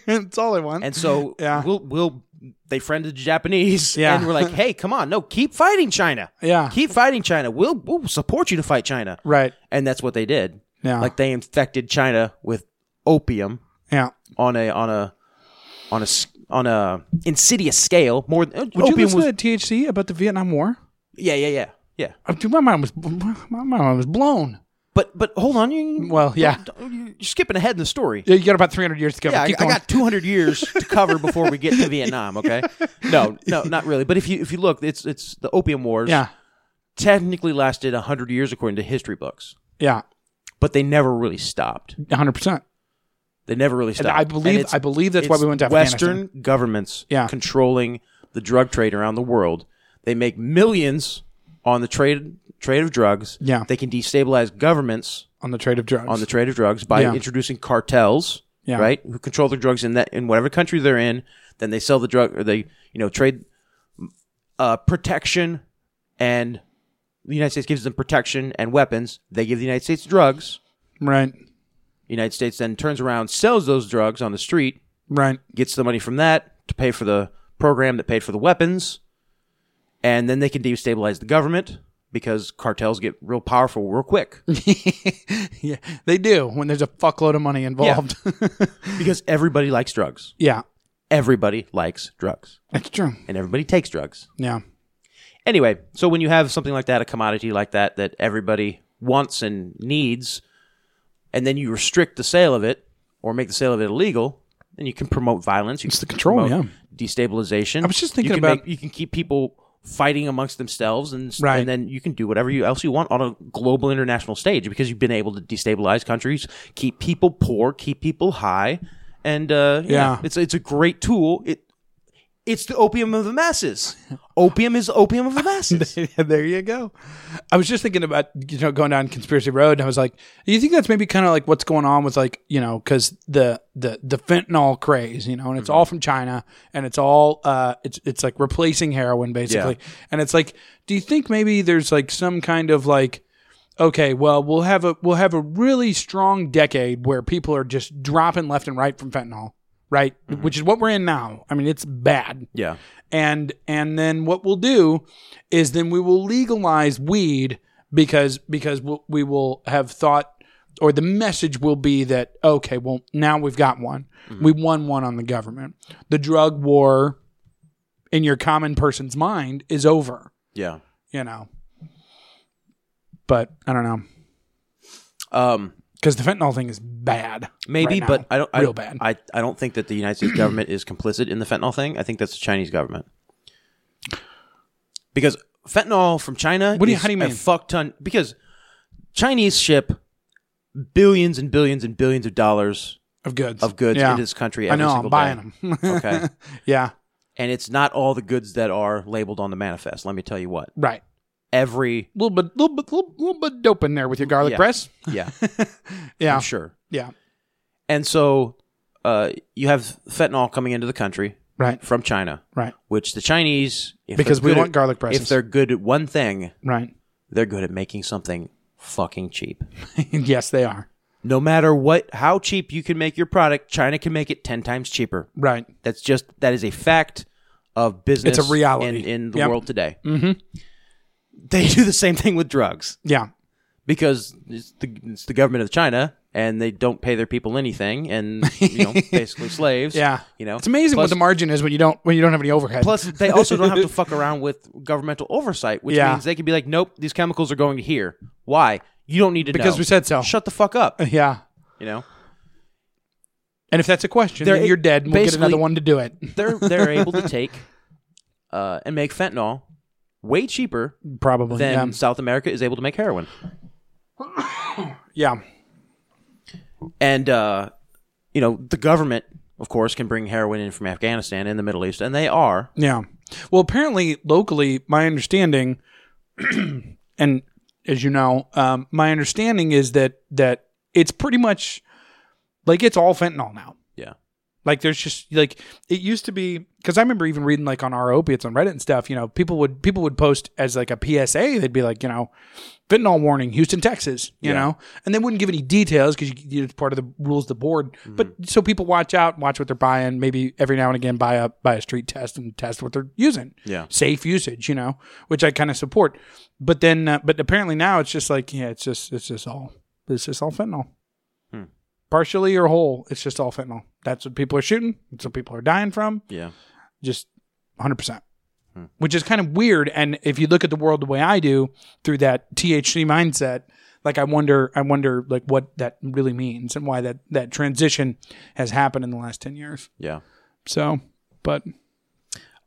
B: That's all I want.
C: And so
B: Yeah.
C: we'll we'll they friended the Japanese
B: Yeah.
C: and we're like, "Hey, come on. No, keep fighting China.
B: Yeah.
C: Keep fighting China. We'll we'll support you to fight China."
B: right.
C: And that's what they did.
B: Yeah.
C: Like they infected China with opium
B: Yeah.
C: on a on a on a s- on a insidious scale. More than
B: Would you
C: opium
B: listen
C: was
B: to THC about the Vietnam War?
C: Yeah, yeah, yeah. Yeah.
B: Uh, Dude, my mind was my mind was blown.
C: But but hold on, you
B: Well, yeah.
C: don't- don't- you're skipping ahead in the story.
B: Yeah, you got about 300 years to go.
C: Yeah,
B: but
C: I,
B: keep
C: I
B: going.
C: got 200 years to cover before we get to Vietnam. Okay, no, no, not really. But if you if you look, it's it's the Opium Wars.
B: Yeah.
C: technically lasted 100 years according to history books,
B: Yeah.
C: but they never really stopped.
B: 100%.
C: They never really
B: And
C: stopped.
B: I
C: And
B: believe
C: it's-
B: I believe that's why
C: it's
B: we went to Afghanistan.
C: Western governments
B: Yeah.
C: controlling the drug trade around the world. They make millions on the trade trade of drugs.
B: Yeah.
C: They can destabilize governments
B: on the trade of drugs.
C: on the trade of drugs by
B: Yeah.
C: introducing cartels,
B: Yeah.
C: right? Who control the drugs in that in whatever country they're in. Then they sell the drug, or they you know trade uh, protection, and the United States gives them protection and weapons. They give the United States drugs.
B: right.
C: The United States then turns around, sells those drugs on the street,
B: Right.
C: gets the money from that to pay for the program that paid for the weapons, and then they can destabilize the government because cartels get real powerful real quick.
B: yeah, they do when there's a fuckload of money involved. Yeah,
C: because everybody likes drugs. everybody likes drugs
B: that's true.
C: and everybody takes drugs.
B: Yeah,
C: Anyway, so when you have something like that, a commodity like that, that everybody wants and needs, and then you restrict the sale of it or make the sale of it illegal, then you can promote violence. You it's
B: the control,
C: Destabilization.
B: I was just thinking
C: you can
B: about-
C: make- you can keep people fighting amongst themselves, and, s-
B: Right.
C: and then you can do whatever you, else you want on a global international stage because you've been able to destabilize countries, keep people poor, keep people high, and uh,
B: Yeah.
C: it's it's a great tool. It it's the opium of the masses. Opium is opium of the masses.
B: there you go. I was just thinking about you know going down conspiracy road, and I was like, do you think that's maybe kind of like what's going on with like you know because the the the fentanyl craze, you know, and it's all from China, and it's all uh, it's it's like replacing heroin basically, and it's like, do you think maybe there's like some kind of like okay, well, we'll have a we'll have a really strong decade where people are just dropping left and right from fentanyl. right? Which is what we're in now. I mean, it's bad.
C: Yeah.
B: And and then what we'll do is then we will legalize weed because because we'll, we will have thought or the message will be that okay, well now we've got one.
C: Mm-hmm.
B: We won one on the government. The drug war in your common person's mind is over,
C: Yeah.
B: you know. But I don't know
C: Um,
B: because the fentanyl thing is bad.
C: maybe,
B: right now.
C: but I don't. I,
B: real bad.
C: I, I don't think that the United States government is complicit in the fentanyl thing. I think that's the Chinese government. Because fentanyl from China.
B: What do you-
C: is
B: how do you
C: a
B: mean?
C: fuck ton. Because Chinese ship billions and billions and billions of dollars
B: of goods
C: of goods
B: yeah.
C: into this country.
B: I
C: Every
B: know I'm
C: single day.
B: buying them.
C: okay.
B: yeah,
C: And it's not all the goods that are labeled on the manifest. Let me tell you what.
B: right.
C: Every
B: little bit, little bit, little, little bit dope in there with your garlic
C: Yeah.
B: press.
C: yeah,
B: Yeah,
C: I'm sure.
B: yeah,
C: And so uh, you have fentanyl coming into the country
B: right,
C: from China,
B: right,
C: which the Chinese if
B: Because
C: they're
B: we
C: good
B: want
C: at-
B: garlic presses.
C: If they're good at one thing,
B: right.
C: they're good at making something fucking cheap.
B: yes, they are.
C: No matter what, how cheap you can make your product, China can make it ten times cheaper.
B: Right,
C: That's just that is a fact of business.
B: It's a reality.
C: in, in the
B: Yep.
C: world today. Mm-hmm. They do the same thing with drugs
B: yeah,
C: because it's the, it's the government of China and they don't pay their people anything and you know basically slaves.
B: yeah.
C: you know
B: it's amazing
C: Plus-
B: what the margin is when you don't when you don't have any overhead.
C: Plus, they also don't have to fuck around with governmental oversight, which
B: Yeah.
C: means they can be like, "Nope, these chemicals are going to here. Why? You don't need to
B: Because
C: know.
B: we said so.
C: Shut the fuck up.
B: yeah.
C: You know,
B: And if that's a question,
C: They're-
B: then you're dead. And we'll get
C: basically-
B: another one to do it.
C: they're they're able to take uh, and make fentanyl way cheaper
B: Probably.
C: than South America is able to make heroin.
B: yeah. yeah.
C: And uh, you know, the government, of course, can bring heroin in from Afghanistan and the Middle East, and they are.
B: Yeah. Well, apparently, locally, my understanding, and as you know, um, my understanding is that that it's pretty much like it's all fentanyl now.
C: Yeah.
B: Like there's just like it used to be because I remember even reading like on our opiates on Reddit and stuff. You know, people would people would post as like a PSA. They'd be like, you know, fentanyl warning, Houston, Texas. You
C: Yeah.
B: know, and they wouldn't give any details because you, you, it's part of the rules of the board.
C: Mm-hmm.
B: But so people watch out, watch what they're buying. Maybe every now and again buy a buy a street test and test what they're using.
C: Yeah.
B: safe usage. You know, which I kind of support. But then, uh, but apparently now it's just like yeah, it's just it's just all it's just all fentanyl partially or whole. It's just all fentanyl. That's what people are shooting. That's what people are dying from.
C: Yeah.
B: Just 100%. Which is kind of weird. And if you look at the world the way I do through that THC mindset, like I wonder, I wonder like what that really means and why that, that transition has happened in the last 10 years.
C: Yeah.
B: So, but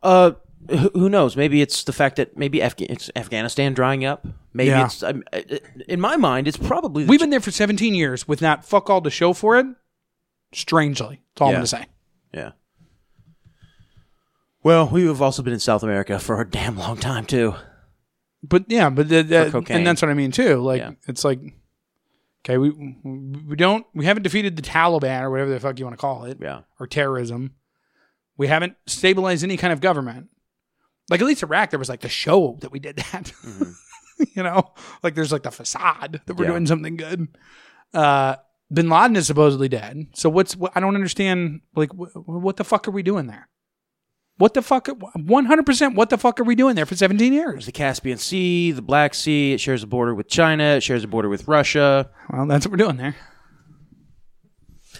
C: Uh, who who knows? Maybe it's the fact that maybe Afga- it's Afghanistan drying up. Maybe
B: Yeah.
C: it's um, uh, in my mind, it's probably the
B: we've been there for 17 years with not fuck all to show for it. Strangely. That's all
C: Yeah.
B: I'm going to say.
C: Yeah. Well, we have also been in South America for a damn long time too.
B: but yeah, but the, the-
C: cocaine.
B: and that's what I mean too. Like
C: Yeah.
B: it's like okay, we we don't we haven't defeated the Taliban or whatever the fuck you want to call it,
C: Yeah.
B: or terrorism. We haven't stabilized any kind of government. Like at least Iraq, there was like the show that we did that. you know, like there's like the facade that
C: Mm-hmm.
B: we're
C: Yeah.
B: doing something good. Uh, Bin Laden is supposedly dead. So what's what, I don't understand. Like wh- what the fuck are we doing there? What the fuck? One hundred percent. What the fuck are we doing there for seventeen years?
C: There's the Caspian Sea, the Black Sea. It shares a border with China. It shares a border with Russia.
B: Well, that's what we're doing there.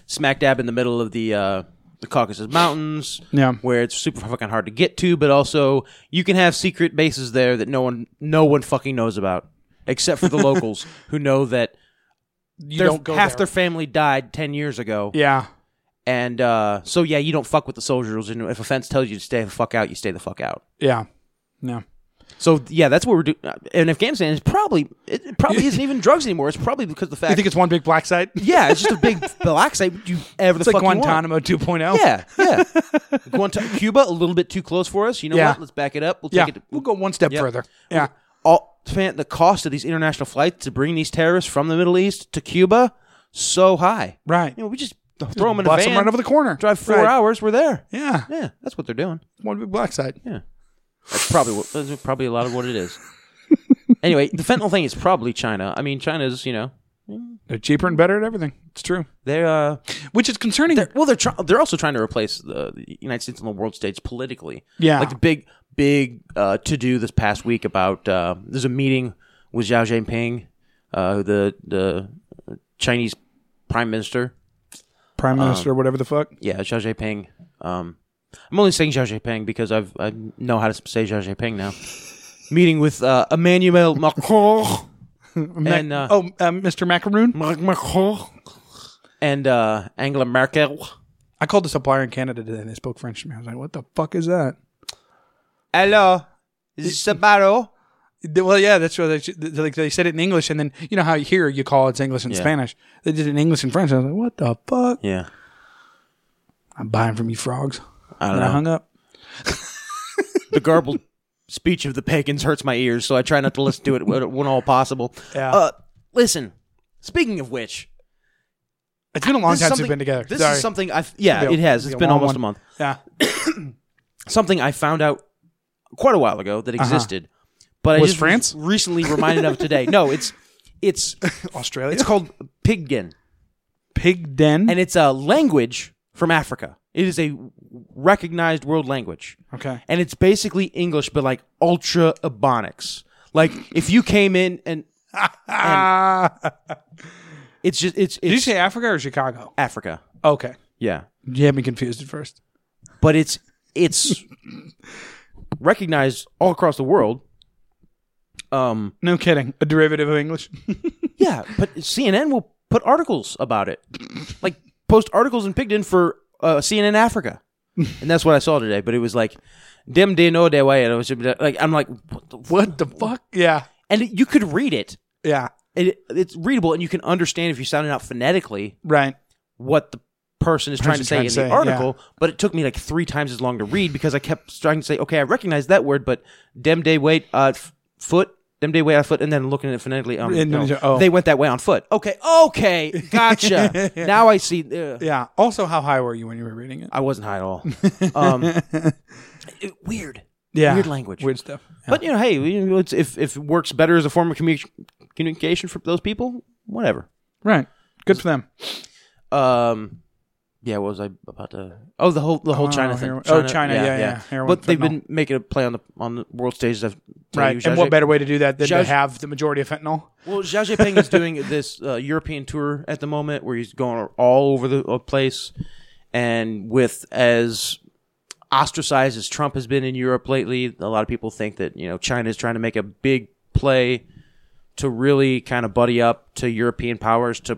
C: Smack dab in the middle of the uh, the Caucasus Mountains.
B: Yeah.
C: Where it's super fucking hard to get to, but also you can have secret bases there that no one no one fucking knows about, except for the locals who know that
B: You
C: their-
B: don't go
C: half
B: there.
C: their family died ten years ago.
B: yeah,
C: And uh, so yeah, you don't fuck with the soldiers. And if a fence tells you to stay the fuck out, you stay the fuck out.
B: yeah, yeah.
C: So yeah, that's what we're doing. And Afghanistan is probably it it probably isn't even drugs anymore. It's probably because of the fact.
B: You think it's one big black site?
C: yeah, it's just a big black site. You ever
B: It's
C: the fuck
B: like
C: you want.
B: Guantanamo oh. 2.0.
C: Yeah, yeah. Guanta- Cuba a little bit too close for us. You know
B: Yeah.
C: what? Let's back it up. We'll take
B: yeah.
C: it. To-
B: We'll go one step
C: Yep.
B: further. Yeah,
C: All man, the cost of these international flights to bring these terrorists from the Middle East to Cuba so high.
B: right.
C: You know, we just throw them in a
B: Bust
C: van,
B: them right over the corner.
C: drive four
B: Right.
C: hours, we're there.
B: Yeah,
C: Yeah, that's what they're doing.
B: one big black site.
C: That's probably what, that's probably a lot of what it is. anyway, the fentanyl thing is probably China. I mean, China's you know
B: They're cheaper and better at everything. It's true.
C: They're uh,
B: Which is concerning.
C: well, they're try- they're also trying to replace the the United States on the world stage politically.
B: Yeah.
C: like the big big uh, to do this past week about uh, there's a meeting with Xi Jinping, uh, the the Chinese Prime Minister.
B: Prime
C: Uh,
B: Minister, or whatever the fuck.
C: Yeah, Xi Jinping. Um, I'm only saying Xi Jinping because I've I know how to say Xi Jinping now. meeting with uh, Emmanuel Macron.
B: Mac-
C: and, uh,
B: oh, uh, Mr. Macaroon.
C: and uh, Angela Merkel.
B: I called a supplier in Canada today and they spoke French to me. I was like, what the fuck is that?
C: Hello, Sabaro.
B: They- Well, yeah, that's what they, they- like. They said it in English, and then you know how here you call it's English and
C: Yeah.
B: Spanish. They did it in English and French. I was like, "What the fuck?"
C: Yeah,
B: I'm buying from you frogs.
C: I don't
B: And I
C: know.
B: hung up.
C: the garbled speech of the pagans hurts my ears, so I try not to listen to it when, when all possible.
B: Yeah.
C: Uh, listen. Speaking of which,
B: It's been a long
C: this is
B: time since
C: something-
B: we've been together.
C: This
B: Sorry.
C: is something I. Yeah,
B: It'll be a-
C: it has. It's
B: it'll be a
C: been
B: long
C: almost
B: one.
C: a month.
B: yeah.
C: Something I found out quite a while ago that existed, but I
B: Uh-huh. Was
C: just
B: France?
C: was recently reminded of today. No, it's it's
B: Australia.
C: it's called Pidgin,
B: pig den.
C: and it's a language from Africa. It is a recognized world language.
B: okay.
C: and it's basically English, but like ultra ebonics. Like if you came in and, and it's just it's
B: Did you
C: it's
B: say Africa or Chicago?
C: Africa,
B: Okay.
C: yeah,
B: You had me confused at first.
C: but it's it's recognized all across the world. Um,
B: No kidding. A derivative of English.
C: yeah, but CNN will put articles about it, like post articles in Pigden for uh, CNN Africa, and that's what I saw today. But it was like. Dem de no de way, and it was just like I'm like, what the, what the fuck?
B: yeah.
C: And it, you could read it,
B: Yeah.
C: it, it's readable and you can understand if you sound it out phonetically
B: Right.
C: what the person is trying to
B: Person's
C: say
B: trying
C: in
B: to
C: the
B: say,
C: article but it took me like three times as long to read because i kept trying to say okay i recognize that word but dem day wait uh f- foot dem day wait on foot and then looking at it phonetically um
B: And then
C: no,
B: you- oh.
C: they went that way on foot okay okay gotcha now i see uh,
B: Yeah. Also, how high were you when you were reading it?
C: i wasn't high at all um it- weird
B: Yeah.
C: weird language
B: Weird stuff.
C: but you know hey you know, it's, if, if it works better as a form of commu- communication for those people whatever
B: Right. Good for them.
C: um yeah what was i about to oh the whole the whole
B: Oh,
C: china thing
B: heroin- oh, China, yeah, yeah, heroin,
C: but they've been
B: fentanyl.
C: making a play on the on the world stage of
B: Right. And what better way to do that than to
C: Judge-
B: have the majority of fentanyl?
C: well Xi Jinping is doing this uh, european tour at the moment where he's going all over the uh, place and with as ostracized as trump has been in europe lately a lot of people think that you know china is trying to make a big play to really kind of buddy up to european powers to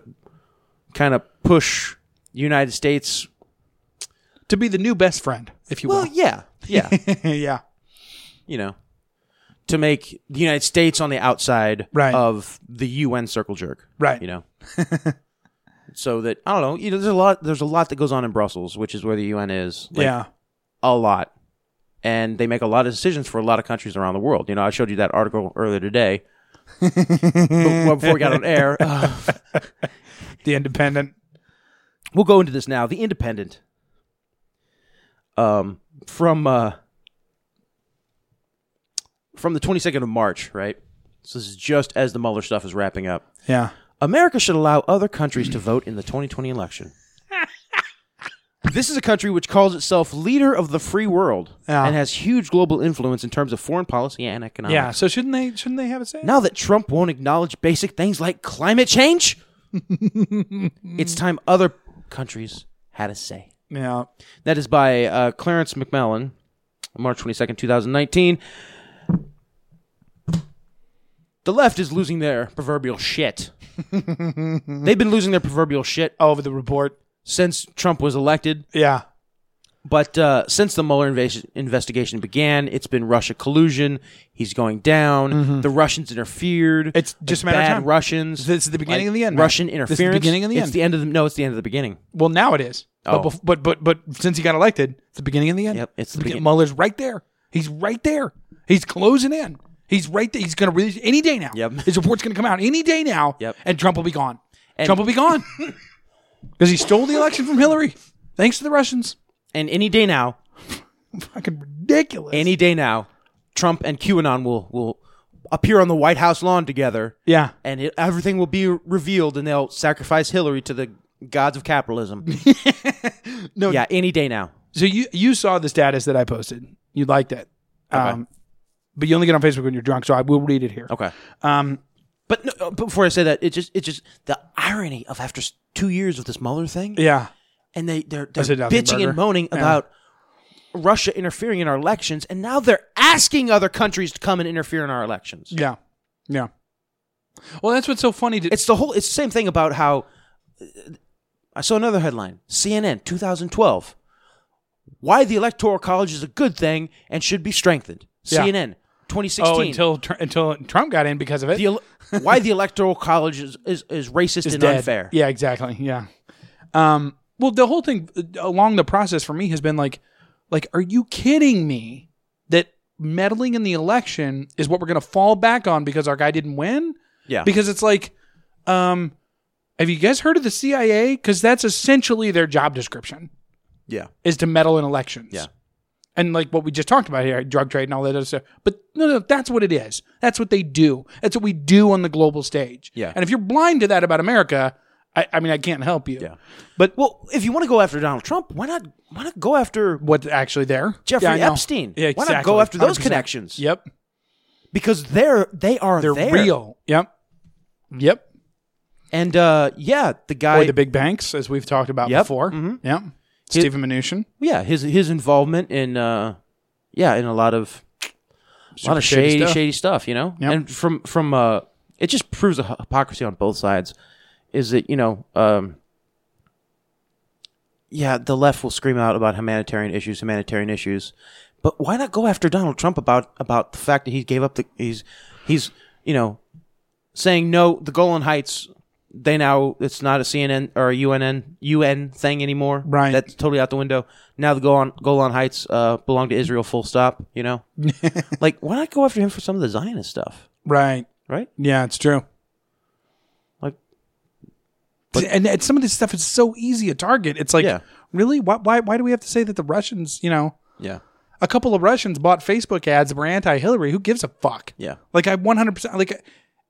C: kind of push united states
B: To be the new best friend, if you
C: Well,
B: will.
C: yeah, yeah,
B: yeah.
C: you know, to make the United States on the outside
B: Right.
C: of the UN circle jerk,
B: Right.
C: You know, so that I don't know. You know, there's a lot. There's a lot that goes on in Brussels, which is where the UN is. Like,
B: yeah.
C: a lot, and they make a lot of decisions for a lot of countries around the world. You know, I showed you that article earlier today. But- well, before we got on air, uh,
B: The independent.
C: we'll go into this now. The Independent, um, from uh, from the twenty second of March, right? So this is just as the Mueller stuff is wrapping up.
B: Yeah.
C: America should allow other countries to vote in the 2020 election. this is a country which calls itself leader of the free world
B: Yeah.
C: and has huge global influence in terms of foreign policy and economics.
B: Yeah. So shouldn't they shouldn't they have a say?
C: Now that Trump won't acknowledge basic things like climate change, it's time other countries had a say.
B: Yeah.
C: That is by uh, Clarence McMillan, March 22nd, 2019. The left is losing their proverbial shit. They've been losing their proverbial shit
B: Over the report.
C: since Trump was elected.
B: Yeah.
C: But uh, since the Mueller invas- investigation began, it's been Russia collusion. He's going down. The Russians interfered.
B: Mm-hmm. It's just a matter of
C: bad
B: time.
C: Russians.
B: This is the beginning
C: Like,
B: and the end, Matt.
C: Russian
B: This is the
C: interference.
B: beginning and the
C: it's
B: end.
C: the end of the. No, it's the end of the beginning.
B: Well, now it is.
C: Oh.
B: But, bef- but but but since he got elected, it's the beginning and the end.
C: Yep, it's the
B: the beginning.
C: begin-
B: Mueller's right there. He's right there. He's closing in. He's right there. He's going to release any day now.
C: Yep.
B: His report's going to come out any day now.
C: Yep.
B: And Trump will be gone. Trump will be gone because he stole the election from Hillary. Thanks to the Russians.
C: And any day now,
B: Fucking ridiculous.
C: any day now, Trump and QAnon will will appear on the White House lawn together.
B: Yeah.
C: and it, everything will be revealed, and they'll sacrifice Hillary to the gods of capitalism.
B: No.
C: yeah, any day now.
B: So you you saw the status that I posted. You liked it. Um, but you only get on Facebook when you're drunk, so I will read it here.
C: Okay,
B: Um,
C: but no, uh, before I say that, it just it just the irony of after s- two years of this Mueller thing,
B: yeah.
C: and they they're, they're
B: said nothing,
C: bitching
B: Berger.
C: and moaning
B: Yeah.
C: about Russia interfering in our elections, and now they're asking other countries to come and interfere in our elections.
B: Yeah. Yeah. Well, that's what's so funny. To,
C: It's the whole. It's the same thing about how. uh, I saw another headline: CNN, 2012. Why the Electoral College is a good thing and should be strengthened.
B: Yeah.
C: CNN, 2016.
B: oh, until Tr- until Trump got in because of it.
C: the ele- why the Electoral College is, is, is racist and
B: dead.
C: unfair.
B: Yeah, exactly. Yeah. Um, well, the whole thing uh, along the process for me has been like, like, are you kidding me? That meddling in the election is what we're going to fall back on because our guy didn't win.
C: Yeah.
B: Because it's like, um, have you guys heard of the CIA? Because that's essentially their job description
C: yeah.
B: is to meddle in elections.
C: Yeah.
B: And like what we just talked about here, drug trade and all that other stuff. But no, no, that's what it is. That's what they do. That's what we do on the global stage.
C: Yeah.
B: And if you're blind to that about America, I, I mean, I can't help you.
C: Yeah.
B: But
C: Well, if you want to go after Donald Trump, why not why not go after
B: what's actually there?
C: Jeffrey
B: Yeah, I know.
C: Epstein?
B: Yeah,
C: Why not go
B: exactly.
C: after those
B: 100%.
C: connections?
B: Yep.
C: Because they're they are
B: They're
C: there.
B: real. Yep. Yep.
C: And uh, yeah, the guy
B: Or the big banks, as we've talked about
C: Yep.
B: before.
C: Mhm.
B: Yep. Stephen Mnuchin.
C: yeah his his involvement in uh yeah in a lot of a lot of
B: shady
C: shady shady
B: stuff.
C: stuff, you know
B: Yep.
C: and from from uh it just proves the hy- hypocrisy on both sides is that you know um yeah the left will scream out about humanitarian issues humanitarian issues but why not go after Donald Trump about about the fact that he gave up the he's he's you know saying no the Golan Heights they now it's not a CNN or a UNN UN thing anymore.
B: Right.
C: That's totally out the window. Now the Golan Golan Heights uh, belong to Israel. Full stop. You know, like why not go after him for some of the Zionist stuff?
B: Right.
C: Right.
B: Yeah, it's true.
C: Like-
B: and, and some of this stuff is so easy to target. It's like,
C: Yeah.
B: really? Why, why? Why do we have to say that the Russians? You know,
C: Yeah.
B: a couple of Russians bought Facebook ads that were anti-Hillary. Who gives a fuck?
C: Yeah.
B: Like I 100 percent like,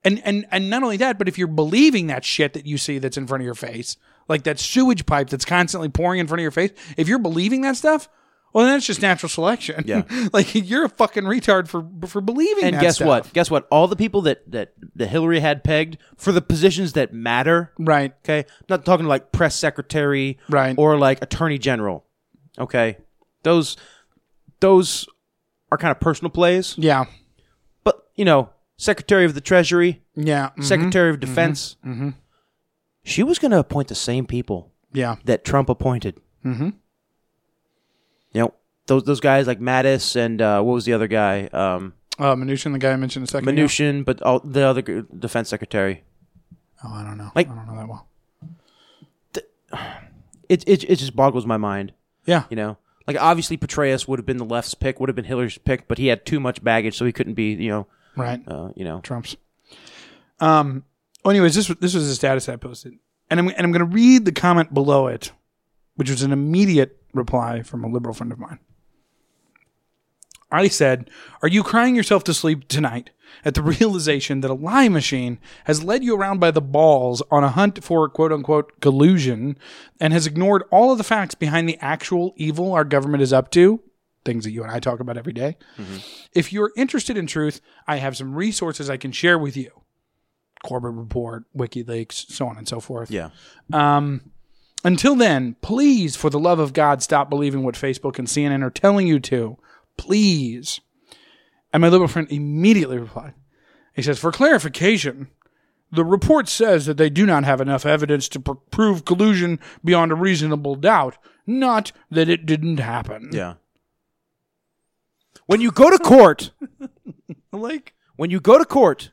B: and and and not only that, but if you're believing that shit that you see that's in front of your face, like that sewage pipe that's constantly pouring in front of your face, if you're believing that stuff. Well, then it's just natural selection.
C: Yeah.
B: like you're a fucking retard for for believing.
C: And
B: that
C: guess
B: stuff.
C: what? Guess what? All the people that that that Hillary had pegged for the positions that matter.
B: Right.
C: Okay. I'm not talking like press secretary.
B: Right.
C: Or like attorney general. Okay. Those those are kind of personal plays.
B: Yeah.
C: But you know, secretary of the treasury.
B: Yeah. mhm,
C: Secretary of Defense. She was going to appoint the same people
B: Yeah.
C: that Trump appointed. Mm-hmm. You know those those guys like Mattis and uh, what was the other guy? Um,
B: Uh, Mnuchin, the guy I mentioned a second ago.
C: Mnuchin, but all, the other g- defense secretary.
B: Oh, I don't know.
C: Like-
B: I don't know that well.
C: It, it it just boggles my mind.
B: Yeah.
C: You know, like obviously Petraeus would have been the left's pick, would have been Hillary's pick, but he had too much baggage, so he couldn't be. You know,
B: Right.
C: uh, you know.
B: Trump's. Um. well, Anyways, this was- this was the status I posted, and I'm and I'm going to read the comment below it, which was an immediate reply from a liberal friend of mine. I said, "Are you crying yourself to sleep tonight at the realization that a lie machine has led you around by the balls on a hunt for quote unquote collusion, and has ignored all of the facts behind the actual evil our government is up to?" Things that you and I talk about every day. If you're interested in truth, I have some resources I can share with you. Corbett Report, WikiLeaks, so on and so forth.
C: Yeah.
B: Um, until then, please, for the love of God, stop believing what Facebook and CNN are telling you to. Please. And my liberal friend immediately replied. He says, for clarification, the report says that they do not have enough evidence to pr- prove collusion beyond a reasonable doubt, not that it didn't happen.
C: Yeah. When you go to court,
B: Like,
C: when you go to court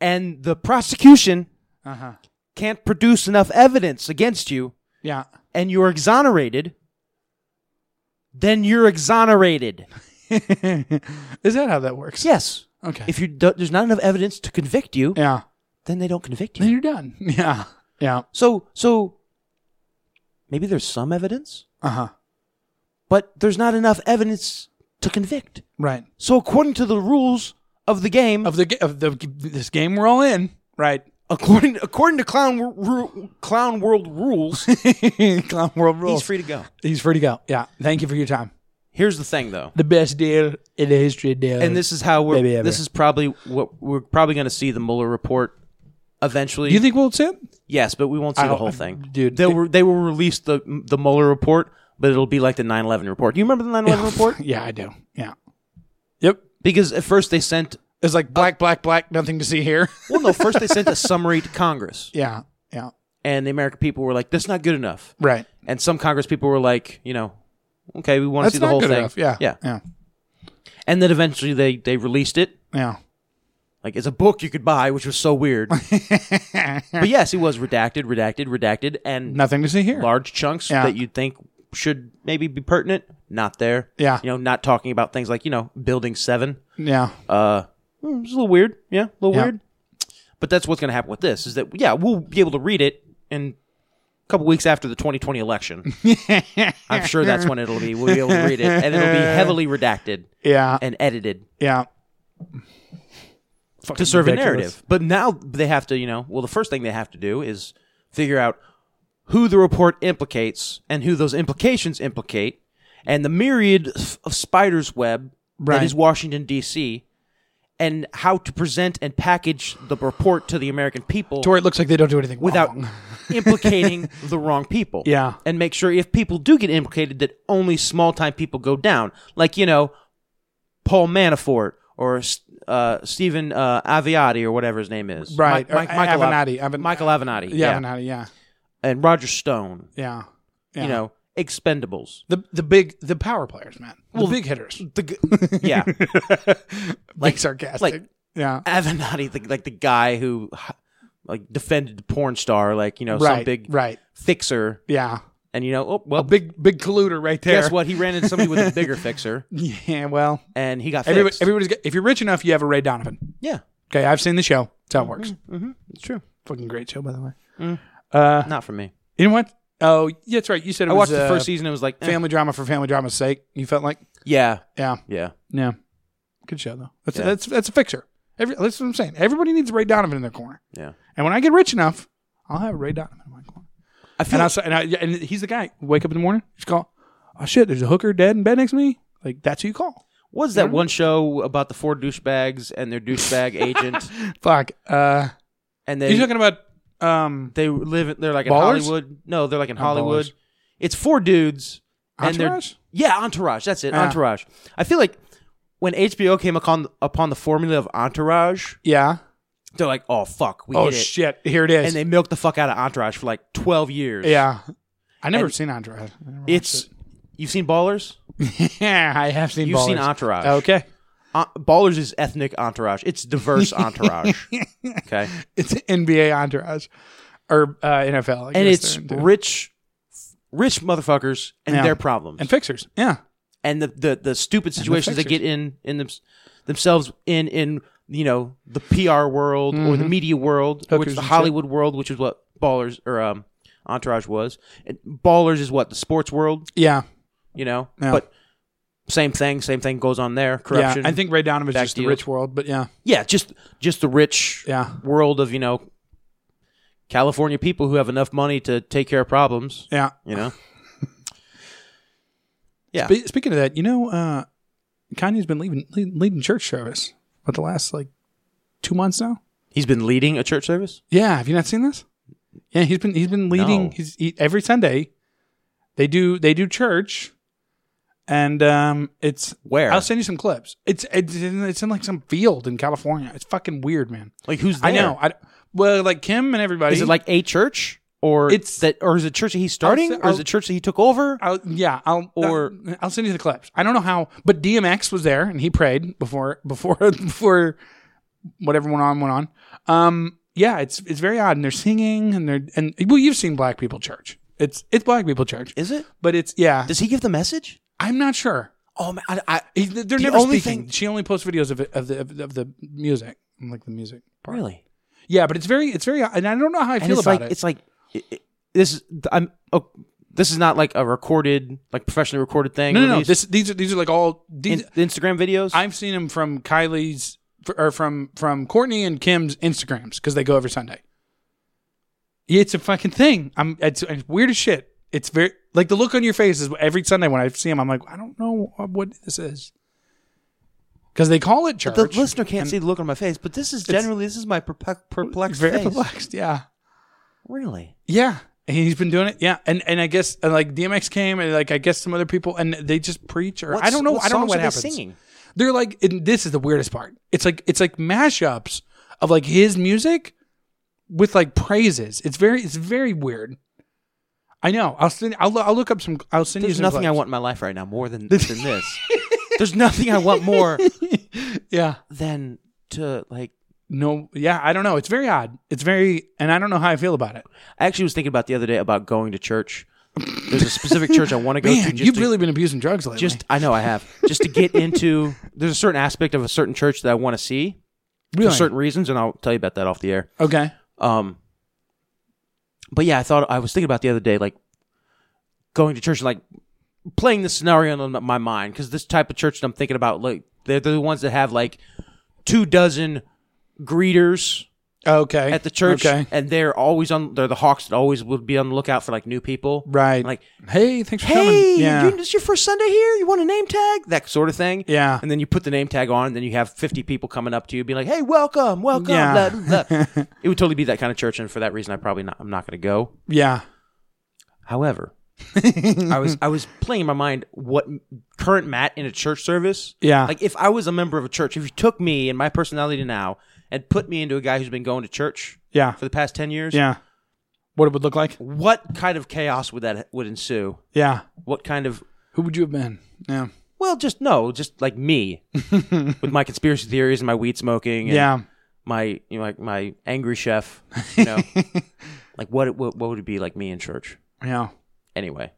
C: and the prosecution
B: Uh-huh.
C: can't produce enough evidence against you
B: yeah.
C: and you're exonerated, then you're exonerated.
B: Is that how that works?
C: Yes.
B: Okay.
C: If you do, there's not enough evidence to convict you,
B: yeah.
C: then they don't convict
B: Then
C: you.
B: you're done. Yeah. Yeah.
C: So so maybe there's some evidence,
B: Uh huh.
C: but there's not enough evidence to convict.
B: Right.
C: So according to the rules of the game,
B: of the ga- of the this game we're all in, right?
C: according according to clown Wor- Ru- clown world rules,
B: Clown World rules.
C: he's free to go.
B: He's free to go. Yeah. Thank you for your time.
C: Here's the thing, though.
B: The best deal in the history of deals.
C: and this is how we're.
B: Maybe ever.
C: This is probably what we're probably going to see the Mueller report eventually.
B: Do you think we'll see it?
C: yes, but we won't see
B: I
C: the
B: don't-
C: whole thing,
B: dude,
C: They
B: it-
C: will they will release the the Mueller report, but it'll be like the 9-11 report. Do you remember the 9-11
B: Oh
C: report?
B: Yeah, I do. Yeah. Yep.
C: Because at first they sent.
B: It's like black, black, black. Nothing to see here.
C: Well, no, first they sent a summary to Congress,
B: yeah. Yeah.
C: and the American people were like, "That's not good enough."
B: Right.
C: And some Congress people were like, you know, okay, we want to
B: That's
C: see the
B: not
C: whole
B: good
C: thing.
B: enough. Yeah.
C: yeah.
B: Yeah.
C: And then eventually they they released it.
B: Yeah.
C: Like it's a book you could buy, which was so weird. but yes, it was redacted, redacted, redacted, and
B: Nothing to see here.
C: large chunks
B: Yeah.
C: that you'd think should maybe be pertinent, not there.
B: Yeah.
C: You know, not talking about things like, you know, building seven.
B: Yeah.
C: Uh hmm, it's a little weird. Yeah, a little
B: Yeah.
C: weird. But that's what's gonna happen with this, is that yeah, we'll be able to read it in a couple weeks after the twenty twenty election. I'm sure that's when it'll be we'll be able to read it. And it'll be heavily redacted
B: Yeah.
C: and edited
B: yeah.
C: to serve a
B: ridiculous.
C: narrative. But now they have to, you know, well, the first thing they have to do is figure out who the report implicates and who those implications implicate, and the myriad f- of spiders' web
B: Right.
C: that is Washington D.C. And how to present and package the report to the American people
B: To where it looks like they don't do anything
C: without
B: wrong.
C: implicating the wrong people.
B: Yeah.
C: And make sure if people do get implicated that only small time people go down. Like, you know, Paul Manafort or uh, Stephen uh, Aviati or whatever his name is.
B: Right.
C: Mi- Mi-
B: Or
C: Michael Av-
B: Avenatti. Aven-
C: Michael Avenatti.
B: Yeah.
C: Yeah.
B: Avenatti, yeah.
C: And Roger Stone.
B: Yeah. Yeah.
C: You know, Expendables.
B: the the big the power players, man. The big hitters.
C: The g- yeah.
B: Like sarcastic.
C: like-
B: yeah.
C: Avenatti, the, like the guy who like defended the porn star, like, you know, some
B: Right.
C: big
B: right.
C: fixer.
B: Yeah.
C: And, you know, oh, well,
B: Big big colluder right there.
C: guess what? He ran into somebody with a bigger fixer
B: Yeah, well,
C: and he got fixed.
B: everybody, everybody's got, if you're rich enough, you have a Ray Donovan.
C: yeah.
B: Okay, I've seen the show. That's how it works.
C: Mm-hmm, It's true.
B: Fucking great show, by the way.
C: Not for me.
B: You know what? Oh, yeah, that's right. You said it
C: I
B: was,
C: watched the
B: uh,
C: first season. It was like eh.
B: Family drama for family drama's sake. You felt like,
C: Yeah,
B: yeah,
C: yeah.
B: yeah, good show though. That's
C: Yeah.
B: that's that's a fixer. Every, that's what I'm saying. Everybody needs Ray Donovan in their corner.
C: Yeah.
B: And when I get rich enough, I'll have Ray Donovan in my corner.
C: I feel
B: And I and I, and he's the guy. Wake up in the morning, just call. Oh shit, there's a hooker dead in bed next to me. Like that's who you call.
C: was that one show about the four douchebags and their douchebag agent,
B: Fuck. Uh,
C: and
B: you
C: they
B: talking about um
C: they live. They're like in
B: Ballers?
C: Hollywood. No, they're like in
B: Not
C: Hollywood.
B: Ballers.
C: It's four dudes. And
B: entourage?
C: they're, yeah, Entourage. That's it.
B: Ah.
C: Entourage. I feel like when HBO came upon upon the formula of Entourage,
B: Yeah.
C: they're like, "Oh fuck, we
B: Oh
C: get it."
B: shit! Here it is.
C: And they milked the fuck out of Entourage for like twelve years.
B: yeah, I never
C: And
B: seen Entourage. I never watched
C: it's. You've seen Ballers?
B: it. yeah, I have seen.
C: You've seen
B: Ballers.
C: Entourage.
B: Okay,
C: Uh, Ballers is ethnic entourage. It's diverse entourage. okay.
B: it's NBA Entourage or uh, NFL, I
C: And
B: guess
C: it's
B: they're into.
C: rich rich motherfuckers and
B: Yeah.
C: their problems.
B: and
C: And,
B: fixers. Yeah,
C: the, the, the stupid situations they
B: fixers.
C: get in in them, themselves in in you know the PR world or the media world or
B: Mm-hmm. Hookers
C: it's the
B: and shit.
C: Hollywood world which is what Ballers or um Entourage was. And Ballers is what the sports world,
B: yeah,
C: you know.
B: Yeah.
C: But same thing, same thing goes on there. Corruption.
B: yeah. I think Ray Donovan's
C: Back
B: just the
C: deals.
B: rich world, but yeah,
C: yeah, just just the rich
B: Yeah.
C: world of you know California people who have enough money to take care of problems.
B: yeah.
C: You know,
B: Spe- speaking of that, you know, uh, Kanye's been leaving, lead- leading church service for the last like two months now.
C: he's been leading a church service.
B: Yeah, have you not seen this? Yeah, he's been he's been leading.
C: No.
B: He's he, every Sunday, they do they do church, and um, it's
C: Where?
B: I'll send you some clips. It's it's in, it's in like some field in California. It's fucking weird, man.
C: Like who's
B: I know. I well, like Kim and everybody.
C: Is it like a church or
B: It's-
C: it's that or is it a church that he's starting
B: I'll-
C: or is it a church that he took over?
B: I'll, yeah, I'll or
C: Or-
B: I'll send you the clips. I don't know how, but DMX was there and he prayed before before before whatever went on went on. Um, yeah, it's it's very odd, and they're singing and they're and well, you've seen Black People Church. It's it's Black People Church,
C: is it?
B: but it's yeah.
C: Does he give the message?
B: I'm not sure.
C: Oh man, I, I
B: He, they're
C: The
B: never
C: only
B: speaking.
C: thing-
B: she only posts videos of it, of the of, the- of the music. I'm like the music. Part.
C: really.
B: Yeah, but it's very it's very odd, and I don't know how I
C: And
B: feel
C: it's
B: about
C: like
B: it.
C: it's like it, it- this is I'm oh, this is not like a recorded like professionally recorded thing.
B: no, no, no.
C: released
B: This these are these are like all these,
C: in, Instagram videos.
B: I've seen him from Kylie's f- or from from Courtney and Kim's Instagrams because they go every Sunday. Yeah, It's a fucking thing. I'm it's, it's weird as shit. It's very like the look on your face is every Sunday when I see them. I'm like, I don't know what this is because they call it church.
C: The listener can't see the look on my face, but this is generally this is my perplex,
B: It's
C: perplexed
B: very
C: face.
B: perplexed. Yeah,
C: Really?
B: yeah. And He's been doing it. Yeah, and and I guess and like DMX came and like I guess some other people and they just preach or I
C: What's-
B: don't know. I don't know
C: songs
B: what
C: are
B: happens.
C: They singing.
B: they're like and this is the weirdest part it's like it's like mashups of like his music with like praises it's very it's very weird i know i'll send i'll, I'll look up some i'll send you
C: There's
B: some
C: nothing I
B: clips.
C: want in my life right now more than than this. There's nothing I want more
B: yeah
C: than to like.
B: no yeah i don't know it's very odd it's very and i don't know how i feel about it
C: I actually was thinking about the other day about going to church. There's a specific church I want to go to.
B: man
C: Just
B: you've
C: to,
B: really been abusing drugs lately
C: just I know I have just to get into. There's a certain aspect of a certain church that I want to see
B: really
C: for certain reasons, and I'll tell you about that off the air.
B: okay
C: Um, but yeah, I thought I was thinking about the other day, like going to church, and like playing this scenario in my mind because this type of church that I'm thinking about, like they're, they're the ones that have like two dozen greeters
B: okay
C: at the church,
B: okay
C: and they're always on. They're the hawks that always would be on the lookout for like new people,
B: right
C: Like,
B: hey thanks for
C: hey,
B: coming yeah
C: you, this your first Sunday here. You want a name tag? That sort of thing.
B: Yeah.
C: And then you put the name tag on, and then you have 50 people coming up to you, being like, "Hey, welcome, welcome."
B: Yeah.
C: blah, blah, blah. it would totally be that kind of church, and for that reason, I probably not. I'm not going to go.
B: yeah
C: However, I was I was playing in my mind what current Matt in a church service.
B: Yeah.
C: Like if I was a member of a church, if you took me and my personality now and put me into a guy who's been going to church
B: yeah
C: for the past 10 years,
B: yeah what it would look like
C: what kind of chaos would that would ensue?
B: yeah
C: What kind of
B: who would you have been yeah
C: Well, just no, just like me with my conspiracy theories and my weed smoking. And
B: yeah
C: My you know, like my angry chef. You know, like what, what what would it be like me in church?
B: yeah
C: Anyway,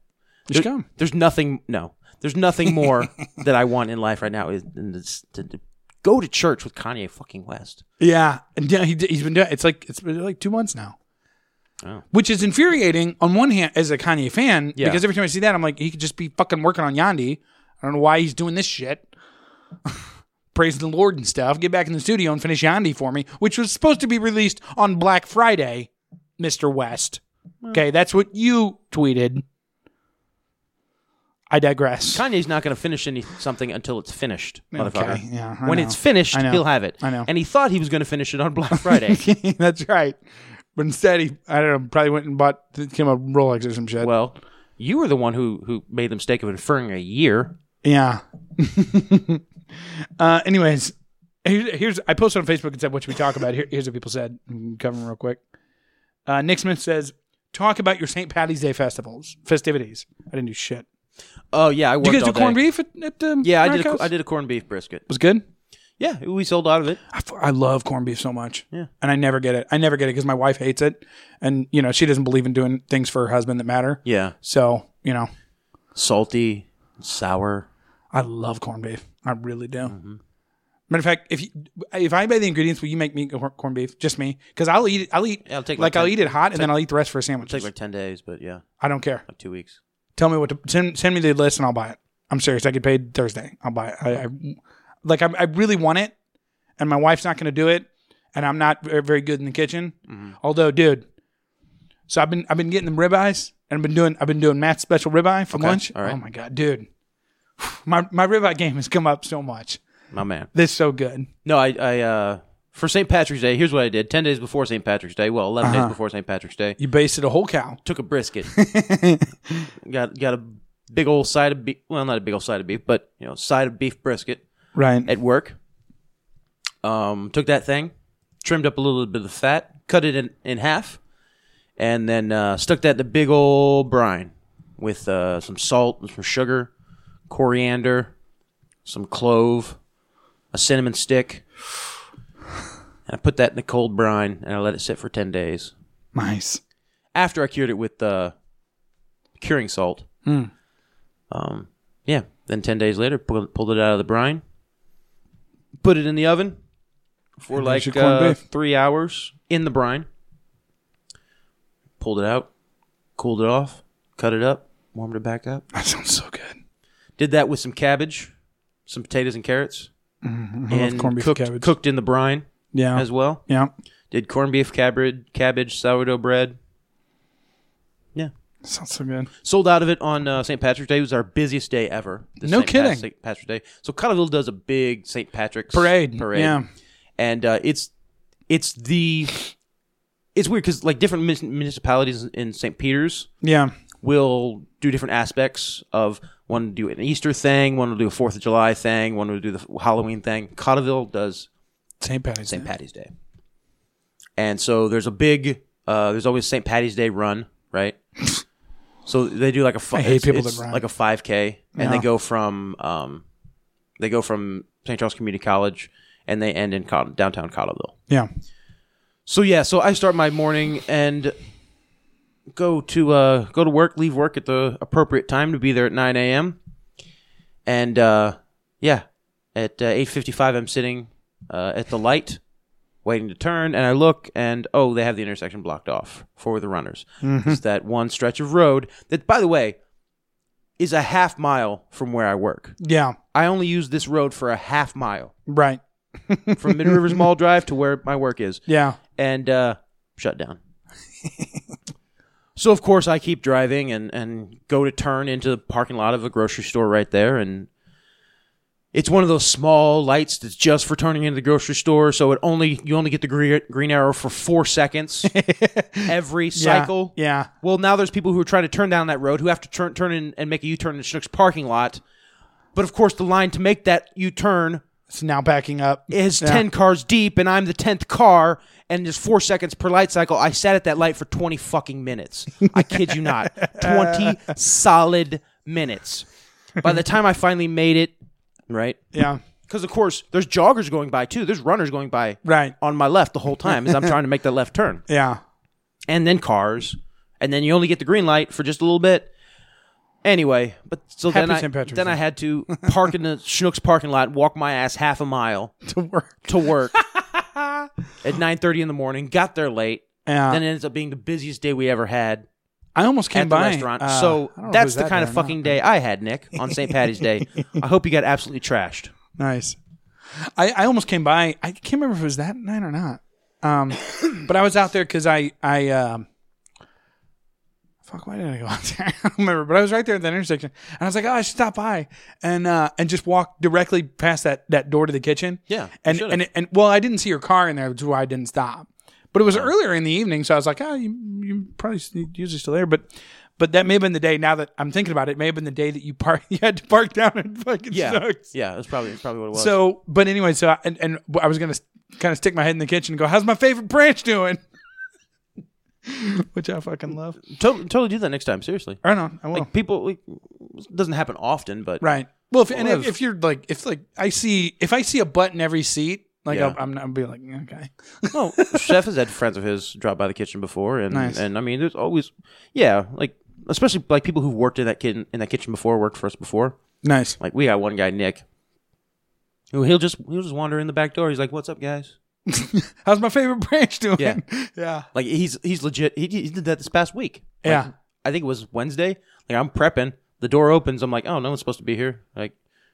B: just
C: There-
B: come
C: There's nothing. No, there's nothing more that I want in life right now is than this- to, to go to church with Kanye fucking West.
B: Yeah, and yeah, he, he's been doing. It's like it's been like two months now,
C: Oh.
B: which is infuriating on one hand as a Kanye fan
C: Yeah.
B: because every time I see that, I'm like, he could just be fucking working on Yandi. I don't know why he's doing this shit. Praise the Lord and stuff. Get back in the studio and finish Yandi for me, which was supposed to be released on Black Friday, Mister West. Okay, that's what you tweeted. I digress.
C: Kanye's not going to finish any something until it's finished, motherfucker.
B: Okay, yeah, I
C: when
B: know.
C: it's finished,
B: I know.
C: he'll have it.
B: I know.
C: And he thought he was going to finish it on Black Friday.
B: that's right. But instead, he I don't know, probably went and bought came a Rolex or some shit.
C: well, you were the one who who made the mistake of inferring a year.
B: Yeah. uh, anyways, here, here's I posted on Facebook and said what should we talk about. Here, here's what people said. We can Cover them real quick. Uh, Nick Smith says, "Talk about your St. Patty's Day festivals festivities." I didn't do shit.
C: Oh yeah, I worked
B: Did you guys
C: all
B: do
C: day.
B: corned beef at, at um,
C: Yeah, I did. A,
B: Narcos?
C: I did a corned beef brisket.
B: Was good.
C: Yeah, we sold out of it.
B: I, f- I love corned beef so much.
C: Yeah.
B: And I never get it. I never get it because my wife hates it, and you know she doesn't believe in doing things for her husband that matter.
C: Yeah,
B: So you know,
C: salty, sour.
B: I love corned beef. I really do.
C: Mm-hmm.
B: Matter of fact, if you, if I buy the ingredients, will you make me cor- corned beef? Just me, because I'll eat it. I'll eat
C: Yeah, I'll take
B: like,
C: like
B: I'll
C: ten-
B: eat it hot, and then I'll eat the rest for a sandwich.
C: Take like ten days, but yeah,
B: I don't care.
C: like two weeks.
B: Tell me what to send. Send me the list, and I'll buy it. I'm serious. I get paid Thursday. I'll buy it. I, I like. I, I really want it, and my wife's not going to do it, and I'm not ve- very good in the kitchen.
C: Mm-hmm.
B: Although, dude, so I've been I've been getting them ribeyes, and I've been doing I've been doing Matt's special ribeye for lunch.
C: all right.
B: Oh my god, dude, my my ribeye game has come up so much.
C: My man.
B: This is so good.
C: No, I, I uh, for St. Patrick's Day, here's what I did. Ten days before St. Patrick's Day, well, 11 days before St. Patrick's Day,
B: You basted a whole cow.
C: took a brisket. got got a big old side of beef. Well, not a big old side of beef, but you know, side of beef brisket
B: Right.
C: at work. Um, took that thing, trimmed up a little bit of the fat, cut it in, in half, and then uh, stuck that in the big old brine with uh, some salt and some sugar, coriander, some clove, a cinnamon stick. And I put that in the cold brine and I let it sit for 10 days.
B: nice.
C: After I cured it with uh, curing salt.
B: Hmm.
C: Um, yeah. Then 10 days later, pull, pulled it out of the brine, put it in the oven for
B: there's
C: like
B: your corned
C: uh,
B: beef.
C: three hours in the brine. Pulled it out, cooled it off, cut it up, warmed it back up.
B: That sounds so good.
C: Did that with some cabbage, some potatoes and carrots.
B: Mm-hmm. love
C: and
B: corned beef
C: cooked,
B: cabbage. Oh.
C: cooked in the brine
B: Yeah.
C: as well.
B: yeah.
C: Did corned beef, cabbage, cabbage, sourdough bread. Yeah,
B: Sounds so good.
C: sold out of it on uh, St. Patrick's Day. It was our busiest day ever. this
B: No
C: St. Pat-
B: kidding.
C: St. Patrick's Day. So Cottleville does a big St. Patrick's
B: Parade,
C: Parade.
B: yeah.
C: and uh, it's it's the it's weird because like different mun- municipalities in St. Peter's
B: Yeah.
C: will do different aspects of one will do an Easter thing, one will do a Fourth of July thing, one will do the Halloween thing. Cottleville does
B: St. Patty's.
C: St.
B: Day.
C: Patty's Day. And so there's a big, uh, there's always St. Patty's Day run, right? so they do like a fi-
B: I hate
C: it's-
B: people that
C: it's
B: run.
C: like a 5K, and they
B: No.
C: go from, um, they go from St. Charles Community College, and they end in Cott- downtown Cottleville.
B: Yeah.
C: So yeah, so I start my morning and go to uh, go to work, leave work at the appropriate time to be there at nine a.m. And uh, yeah, at uh, eight fifty-five, I'm sitting uh, at the light, waiting to turn, and I look, and oh, they have the intersection blocked off for the runners. It's that one stretch of road that, by the way, is a half mile from where I work.
B: Yeah.
C: I only use this road for a half mile
B: Right.
C: from Mid Rivers Mall Drive to where my work is
B: Yeah.
C: and uh, shut down. so of course I keep driving and and go to turn into the parking lot of a grocery store right there, and it's one of those small lights that's just for turning into the grocery store. So it only you only get the green, green arrow for four seconds every
B: Yeah.
C: cycle.
B: Yeah.
C: Well, now there's people who are trying to turn down that road who have to turn turn in and make a U turn in Schnook's parking lot. But of course, the line to make that U turn
B: It's now backing up.
C: is
B: Yeah.
C: 10 cars deep and I'm the 10th car and there's four seconds per light cycle. I sat at that light for 20 fucking minutes. I kid you not. 20 solid minutes. By the time I finally made it, right?
B: Yeah.
C: Because, of course, there's joggers going by too. There's runners going by
B: Right.
C: on my left the whole time as I'm trying to make that left turn.
B: Yeah.
C: And then cars. And then you only get the green light for just a little bit. Anyway, but so then
B: Happy
C: I,
B: St. Patrick's
C: then
B: Day.
C: I had to park in the Schnook's parking lot, walk my ass half a mile
B: To work.
C: to work at 9.30 in the morning got there late
B: Yeah.
C: then it ends up being the busiest day we ever had
B: I almost came
C: at the
B: by.
C: restaurant
B: uh,
C: so
B: I don't know if it
C: that's
B: was
C: the
B: that
C: kind
B: day
C: of
B: or not.
C: fucking day i had nick on st patty's day i hope you got absolutely trashed
B: Nice. I, I almost came by. I can't remember if it was that night or not. Um, but I was out there because I I um, fuck. Why did I go out there? I don't remember. But I was right there at that intersection, and I was like, oh, I should stop by and uh, and just walk directly past that that door to the kitchen.
C: Yeah, you
B: And
C: should've.
B: and and well, I didn't see your car in there, which is why I didn't stop. But it
C: Oh.
B: was earlier in the evening, so I was like, oh, you you probably s- usually still there, but. But that may have been the day. Now that I'm thinking about it, it may have been the day that you park. You had to park down and fucking Snook's.
C: yeah that's probably that's probably what it was
B: So, but anyway, so I, and, and I was gonna kind of stick my head in the kitchen and go, "How's my favorite branch doing?" Which I fucking love.
C: totally, totally do that next time seriously
B: Or no, I will.
C: like people like, it doesn't happen often but
B: Oh. right. Well, if, and
C: Well,
B: if,
C: if-
B: if you're like, if like I see, if I see a button every seat, like
C: Yeah.
B: I'll, I'm, I'll be like, okay,
C: no chef has had friends of his drop by the kitchen before and
B: Nice.
C: and i mean there's always yeah like especially like people who've worked in that kid in that kitchen before worked for us before
B: nice.
C: Like we got one guy, Nick, who he'll just he'll just wander in the back door. He's like, "What's up, guys?"
B: How's my favorite branch doing?
C: Yeah.
B: yeah,
C: Like he's he's legit. He, he did that this past week. Like,
B: Yeah.
C: I think it was Wednesday. Like I'm prepping, the door opens. I'm like, "Oh, no one's supposed to be here." Like,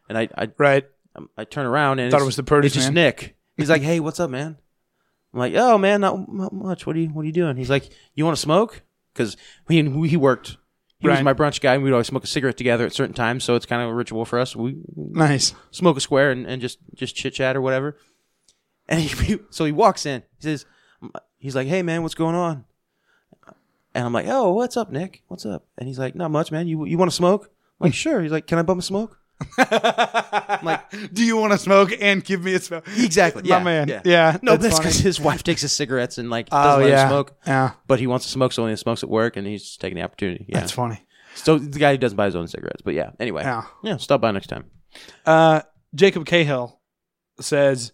C: and I I
B: right.
C: I turn around and
B: Thought it
C: it's-
B: was the produce
C: It's just
B: man.
C: Nick. He's like, "Hey, what's up, man?" I'm like, "Oh man, not, not much. What are you What are you doing?" He's like, "You want to smoke?" Because he he worked. He was
B: Right.
C: my brunch guy, and we'd always smoke a cigarette together at certain times. So it's kind of a ritual for us. We
B: Nice.
C: smoke a square and, and just just chit chat or whatever. And he, so he walks in. He says, he's like, "Hey man, what's going on?" And I'm like, "Oh, what's up, Nick? What's up?" And he's like, "Not much, man. You you want to smoke?" I'm like, "Sure." He's like, "Can I bum a smoke?"
B: Do you want to smoke and give me a smoke?
C: Exactly.
B: My
C: yeah,
B: man.
C: Yeah.
B: Yeah,
C: No,
B: that's
C: that's
B: funny.
C: because his wife takes his cigarettes and like
B: Oh,
C: doesn't let
B: yeah.
C: him smoke.
B: Yeah.
C: But he wants to smoke, so only he smokes at work, and he's just taking the opportunity. Yeah.
B: That's funny.
C: So the guy who doesn't buy his own cigarettes, but yeah. Anyway.
B: Yeah.
C: Yeah. Stop by next time.
B: Uh, Jacob Cahill says,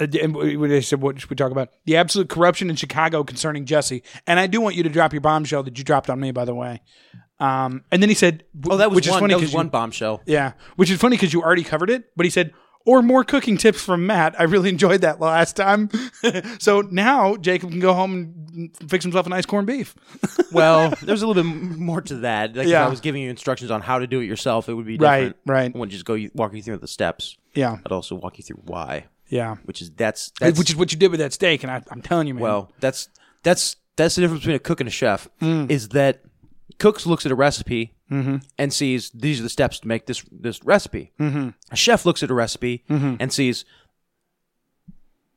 B: uh, and we- we- they said, what should we talk about? The absolute corruption in Chicago concerning Jesse. And I do want you to drop your bombshell that you dropped on me, by the way. Um, and then he said,
C: Oh, that was
B: which
C: one.
B: Is funny
C: that was
B: 'cause you-
C: one bombshell.
B: yeah, which is funny because you already covered it, but he said, or more cooking tips from Matt. I really enjoyed that last time. so now Jacob can go home and fix himself a nice corned beef.
C: Well, there's a little bit m- more to that. Like if
B: Yeah.
C: I was giving you instructions on how to do it yourself, it would be
B: Right,
C: different.
B: right.
C: I would just go you- walk you through the steps.
B: Yeah.
C: I'd also walk you through why,
B: Yeah.
C: which is that's, that's
B: Which is what you did with that steak, and I, I'm telling you, man.
C: well, that's that's that's the difference between a cook and a chef
B: Mm.
C: is that cooks looks at a recipe
B: Mm-hmm.
C: and sees these are the steps to make this this recipe. Mm-hmm. A chef looks at a recipe
B: Mm-hmm.
C: and sees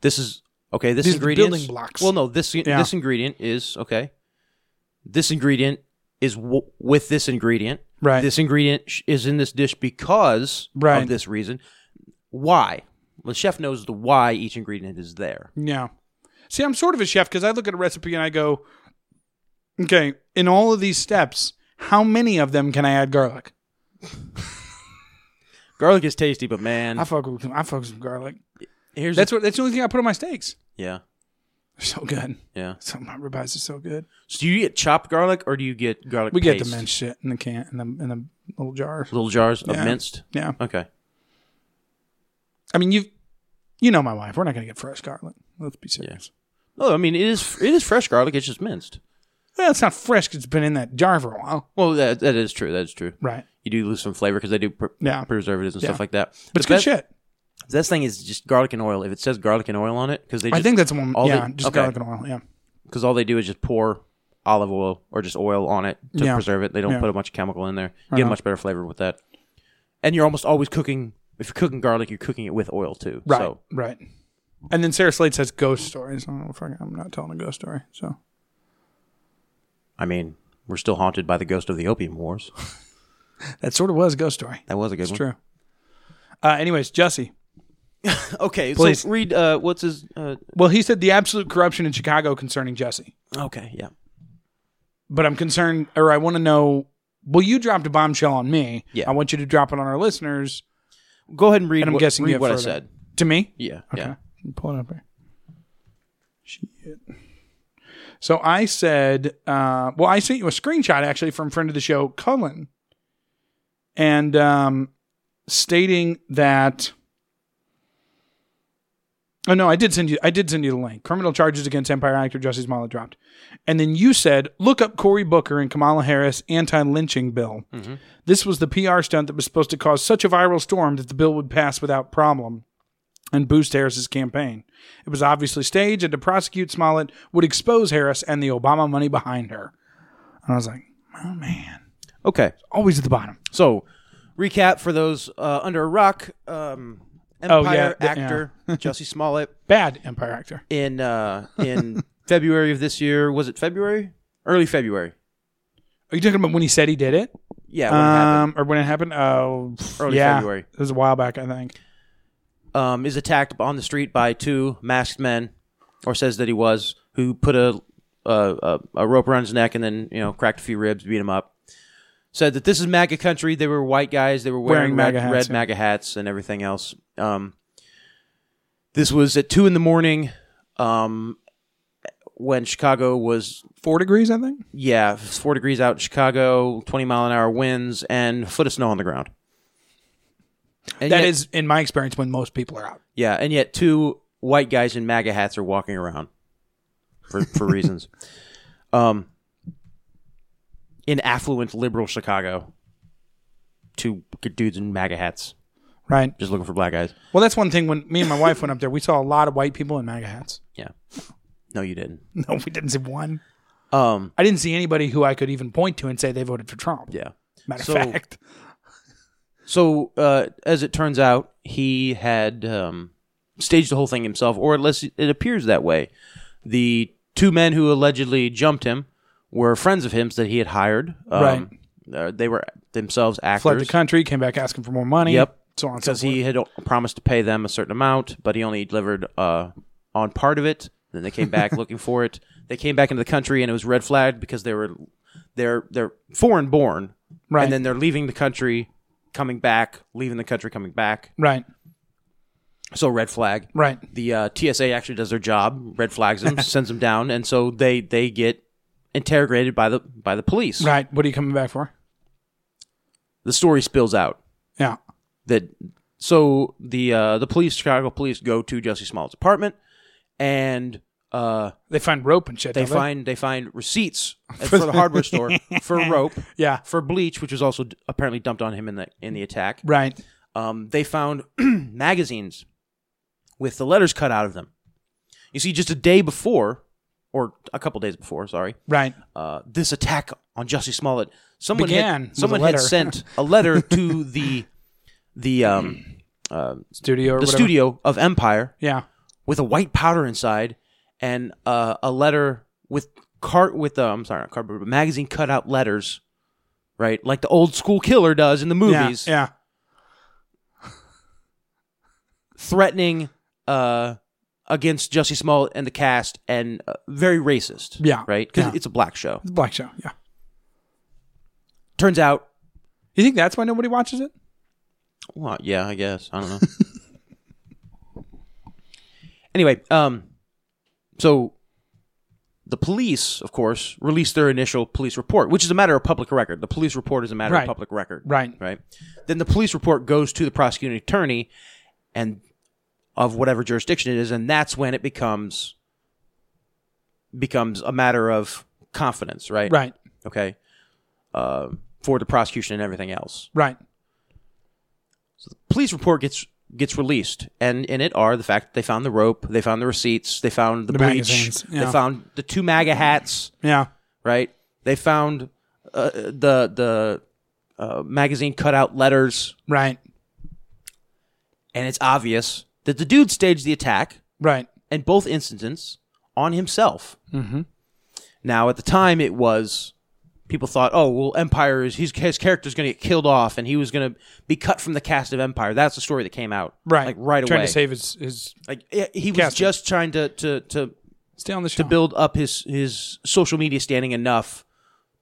C: this is okay. This
B: These are the
C: ingredient
B: building blocks.
C: Well, no, this this ingredient is okay. This ingredient is w- with this ingredient.
B: Right.
C: This ingredient sh- is in this dish because
B: Right.
C: of this reason. Why? Well, the chef knows the why each ingredient is there.
B: Yeah. See, I'm sort of a chef because I look at a recipe and I go, okay, in all of these steps, how many of them can I add garlic?
C: Garlic is tasty, but man,
B: I fuck with I fuck with some garlic.
C: Here's
B: That's what. That's the only thing I put on my steaks.
C: yeah,
B: They're so good.
C: yeah.
B: So my ribeyes are so good.
C: So do you get chopped garlic or do you get garlic?
B: We get the
C: paste?
B: minced shit in the can in the in the little jars.
C: little jars
B: Yeah.
C: of minced.
B: Yeah.
C: Okay,
B: I mean, you you know my wife. We're not gonna get fresh garlic. Let's be serious.
C: no, Oh, I mean it is it is fresh garlic. It's just minced.
B: Well, it's not fresh 'cause it's been in that jar for a while.
C: Well, that that is true. That is true.
B: Right.
C: You do lose some flavor because they do pr-
B: Yeah.
C: preservatives and
B: Yeah.
C: stuff like that.
B: But it's
C: the
B: good
C: best,
B: shit.
C: The best thing is just garlic and oil. If it says garlic and oil on it, because they just,
B: I think that's the one.
C: all
B: Yeah,
C: they-
B: just
C: okay.
B: garlic and oil. Yeah.
C: because all they do is just pour olive oil or just oil on it to
B: Yeah.
C: preserve it. They don't
B: Yeah.
C: put a bunch of chemical in there. You get a
B: Uh-huh.
C: much better flavor with that. And you're almost always cooking. If you're cooking garlic, you're cooking it with oil too.
B: Right.
C: So
B: Right. And then Sarah Slade says ghost stories. I don't know if I- I'm not telling a ghost story. So
C: I mean, we're still haunted by the ghost of the opium wars.
B: that sort of was a ghost story.
C: That was a good
B: It's
C: one.
B: true. Uh, anyways, Jussie.
C: Okay,
B: Please.
C: so read uh, what's his. Uh,
B: Well, he said the absolute corruption in Chicago concerning Jesse.
C: okay, yeah.
B: But I'm concerned, or I want to know. Well, you dropped a bombshell on me.
C: Yeah.
B: I want you to drop it on our listeners.
C: Go ahead and read.
B: And I'm
C: what,
B: guessing you
C: read
B: have
C: what I
B: further.
C: said.
B: To me?
C: Yeah, yeah.
B: Pull it up here. Shit. So I said, uh, well, I sent you a screenshot actually from friend of the show, Cullen, and um, stating that. Oh no, I did send you. I did send you the link. Criminal charges against Empire actor Justice Smollett dropped, and then you said, "Look up Cory Booker and Kamala Harris anti-lynching bill." This was the PR stunt that was supposed to cause such a viral storm that the bill would pass without problem and boost Harris's campaign. It was obviously staged, and to prosecute Smollett would expose Harris and the Obama money behind her. And I was like, oh man,
C: Okay,
B: always at the bottom.
C: so recap for those uh, under a rock. Um,
B: Oh,
C: Empire
B: yeah, th-
C: actor Jesse Smollett
B: Bad Empire actor.
C: in uh, in February of this year. Was it February? Early February.
B: Are you talking about when he said he did it?
C: Yeah. When it happened.
B: Um, or when it happened? Oh,
C: Early
B: yeah.
C: February.
B: It was a while back, I think.
C: um, is attacked on the street by two masked men, or says that he was, who put a a, a, a rope around his neck and then you know cracked a few ribs, beat him up. Said that this is MAGA country. They were white guys. They were wearing,
B: Wearing MAGA
C: red,
B: hats,
C: red
B: yeah.
C: MAGA hats and everything else. Um, this was at two in the morning um, when Chicago was
B: Four degrees, I think.
C: yeah, it's four degrees out in Chicago, twenty mile an hour winds, and a foot of snow on the ground. And
B: That
C: yet-
B: is, in my experience, when most people are out.
C: yeah, and yet two white guys in MAGA hats are walking around for, for reasons. Um, in affluent liberal Chicago, two good dudes in MAGA hats
B: Right.
C: just looking for black guys.
B: Well, that's one thing. When me and my wife went up there, we saw a lot of white people in MAGA hats.
C: Yeah, no, you didn't.
B: No, we didn't see one.
C: Um,
B: I didn't see anybody who I could even point to and say they voted for Trump.
C: yeah.
B: Matter
C: So-
B: of fact.
C: So uh, as it turns out, he had um, staged the whole thing himself, or at least it appears that way. The two men who allegedly jumped him were friends of him that he had hired. Um, right. Uh, they were themselves actors.
B: fled the country, came back asking for more money.
C: Yep.
B: So on and so
C: because
B: forth.
C: he had promised to pay them a certain amount, but he only delivered uh, on part of it. Then they came back looking for it. They came back into the country, and it was red flagged because they were they're they're foreign born,
B: Right.
C: And then they're leaving the country, coming back, leaving the country, coming back.
B: right.
C: So red flag.
B: Right.
C: The uh, TSA actually does their job, red flags them, sends them down, and so they they get interrogated by the by the police.
B: Right. What are you coming back for?
C: The story spills out.
B: Yeah.
C: that so the uh, the police Chicago police go to Jesse Smollett's apartment and uh,
B: They find rope and shit.
C: they
B: don't
C: find they find receipts at- for the hardware store for rope
B: Yeah.
C: for bleach which was also d- apparently dumped on him in the in the attack
B: Right.
C: um, they found magazines with the letters cut out of them. You see, just a day before, or a couple days before, sorry,
B: Right.
C: uh, this attack on Jussie Smollett. Someone
B: Began
C: had,
B: with
C: someone
B: a
C: had
B: letter.
C: sent a letter to the the um,
B: Studio or
C: the
B: whatever.
C: studio of Empire
B: Yeah.
C: with a white powder inside and uh, a letter with cart with uh, I'm sorry, not cardboard, but magazine cutout letters, right? Like the old school killer does in the movies,
B: Yeah. yeah.
C: threatening uh, against Jussie Smollett and the cast, and uh, very racist,
B: Yeah.
C: right? Because
B: Yeah.
C: it's a black show.
B: The Black Show. Yeah.
C: Turns out,
B: You think that's why nobody watches it?
C: well, yeah, I guess I don't know. anyway, um, so the police, of course, released their initial police report, which is a matter of public record. The police report is a matter
B: Right.
C: of public record,
B: Right.
C: Right. Then the police report goes to the prosecuting attorney, and of whatever jurisdiction it is, and that's when it becomes becomes a matter of confidence, right?
B: Right.
C: Okay. Uh, for the prosecution and everything else.
B: Right.
C: police report gets gets released, and in it are the fact that they found the rope, they found the receipts, they found the,
B: The
C: bleach,
B: magazines, yeah.
C: they found the two MAGA hats,
B: Yeah.
C: right? They found uh, the the uh, magazine cutout letters,
B: Right.
C: and it's obvious that the dude staged the attack
B: Right.
C: in both instances on himself. Mm-hmm. Now, at the time, it was people thought, oh, well, Empire is his, his character's going to get killed off, and he was going to be cut from the cast of Empire. That's the story that came out,
B: Right.
C: Like right
B: Trying
C: away.
B: to save his, his
C: Like yeah, he was
B: Casting.
C: just trying to to to
B: stay on the show.
C: to build up his his social media standing enough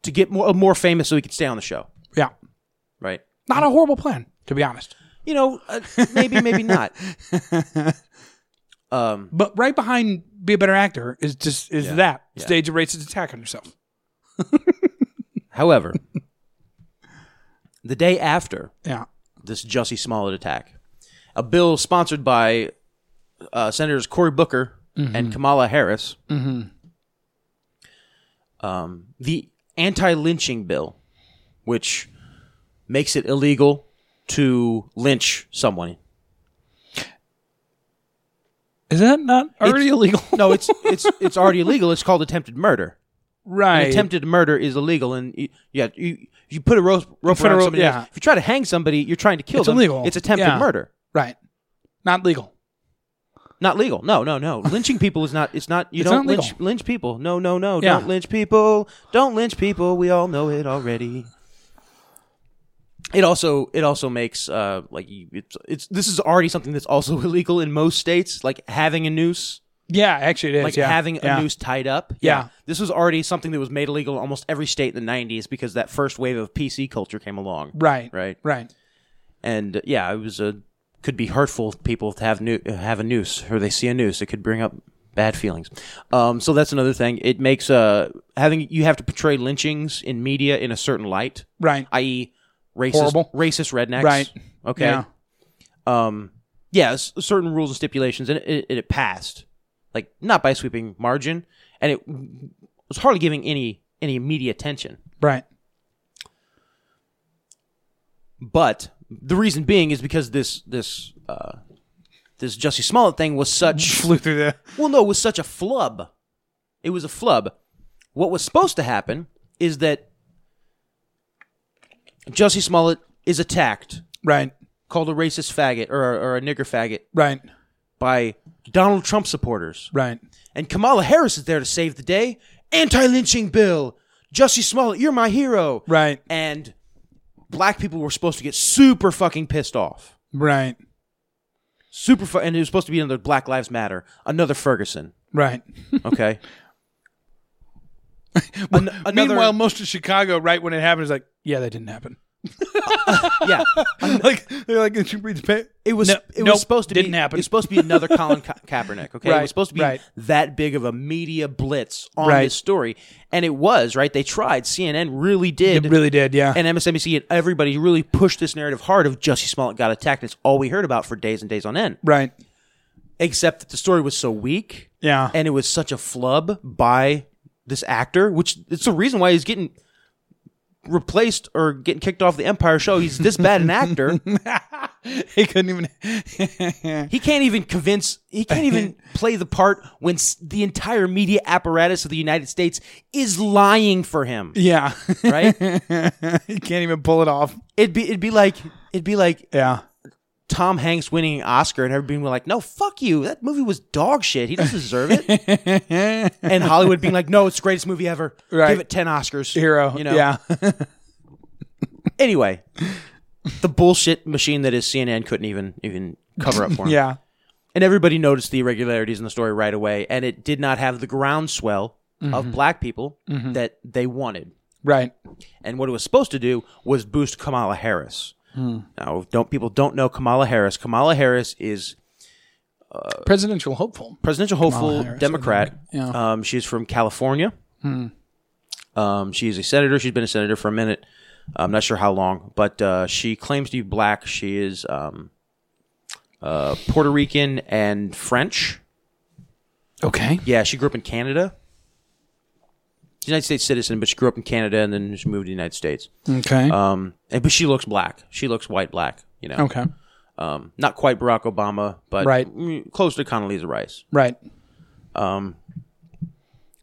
C: to get more more famous so he could stay on the show,
B: Yeah.
C: right?
B: Not a horrible plan, to be honest.
C: You know, uh, maybe maybe not. Um,
B: But right behind be a better actor is just is that
C: Yeah.
B: stage a racist attack on yourself.
C: however, the day after
B: Yeah.
C: this Jussie Smollett attack, a bill sponsored by uh, Senators Cory Booker and Kamala Harris, um, the anti-lynching bill, which makes it illegal to lynch someone.
B: Is that not already illegal?
C: No, it's it's it's already illegal. It's called attempted murder.
B: right.
C: Attempted murder is illegal, and you, yeah, you you put a rope, rope around
B: Federal-
C: somebody.
B: yeah.
C: else. If you try to hang somebody, you're trying to kill
B: It's
C: them.
B: illegal.
C: It's attempted
B: Yeah.
C: murder.
B: right. Not legal.
C: Not legal. No, no, no. Lynching people is not. It's not. You
B: It's
C: don't
B: not legal.
C: lynch, lynch people. No, no, no.
B: Yeah.
C: Don't lynch people. Don't lynch people. We all know it already. It also it also makes uh like you- it's it's this is already something that's also illegal in most states like having a noose
B: Yeah, actually it is.
C: like
B: yeah.
C: having
B: yeah.
C: a noose tied up
B: Yeah.
C: this was already something that was made illegal in almost every state in the 90s because that first wave of PC culture came along
B: Right.
C: right
B: Right.
C: and uh, yeah, it was a could be hurtful to people to have new have a noose or they see a noose. It could bring up bad feelings. Um, so that's another thing. It makes uh having you have to portray lynchings in media in a certain light,
B: Right.
C: i.e., racist
B: Horrible.
C: racist rednecks,
B: Right.
C: Okay,
B: Yeah.
C: um, yeah, s- certain rules and stipulations, and it, it, it passed, like not by a sweeping margin, and it was hardly giving any any media attention.
B: Right.
C: But the reason being is because this this uh, this Jussie Smollett thing was such
B: Flew through the
C: well, no, it was such a flub. It was a flub. What was supposed to happen is that Jussie Smollett is attacked,
B: Right.
C: called a racist faggot or, or a nigger faggot
B: Right.
C: by Donald Trump supporters,
B: Right.
C: and Kamala Harris is there to save the day. Anti-lynching bill, Jussie Smollett, you're my hero,
B: Right.
C: and black people were supposed to get super fucking pissed off.
B: Right.
C: super fu- and it was supposed to be another Black Lives Matter, another Ferguson.
B: Right.
C: Okay. An-
B: Meanwhile, most of Chicago, right when it happened, is like, yeah, that didn't happen.
C: yeah,
B: like they're like, did you read the paper?
C: it was
B: No,
C: it
B: nope,
C: was supposed to
B: didn't
C: be
B: happen.
C: It was supposed to be another Colin Ka- Kaepernick. Okay, it
B: Right,
C: was supposed to be
B: right.
C: that big of a media blitz on
B: Right.
C: this story, and it was right. They tried. CNN really did.
B: it really did, yeah.
C: and MSNBC and everybody really pushed this narrative hard of Jussie Smollett got attacked. It's all we heard about for days and days on end.
B: right.
C: Except that the story was so weak
B: Yeah.
C: and it was such a flub by this actor, which it's the reason why he's getting replaced or getting kicked off the Empire show. He's this bad an actor.
B: he couldn't even.
C: He can't even convince. He can't even play the part when s- the entire media apparatus of the United States is lying for him.
B: Yeah,
C: Right?
B: he can't even pull it off.
C: it'd be it'd be like it'd be like
B: Yeah,
C: Tom Hanks winning an Oscar and everybody being like, "No, fuck you. That movie was dog shit. He doesn't deserve it." and Hollywood being like, "No, it's the greatest movie ever.
B: Right.
C: Give it 10 Oscars."
B: hero.
C: You know.
B: Yeah,
C: Anyway, the bullshit machine that is CNN couldn't even even cover up for him.
B: yeah.
C: And everybody noticed the irregularities in the story right away and it did not have the groundswell of black people that they wanted.
B: Right.
C: and what it was supposed to do was boost Kamala Harris. Now, don't people don't know Kamala Harris? Kamala Harris is
B: Presidential hopeful.
C: presidential hopeful
B: Harris,
C: Democrat.
B: yeah. Hmm.
C: Um, she's from California. Um, she is a senator. She's been a senator for a minute. I'm not sure how long, but uh, she claims to be black. She is um, uh, Puerto Rican and French.
B: Okay.
C: Yeah, she grew up in Canada. She's a United States citizen, but she grew up in Canada and then she moved to the United States.
B: Okay.
C: Um, and, but she looks black. She looks white black. You know,
B: okay.
C: um, not quite Barack Obama, but
B: Right.
C: mm, close to Condoleezza Rice.
B: Right. Um.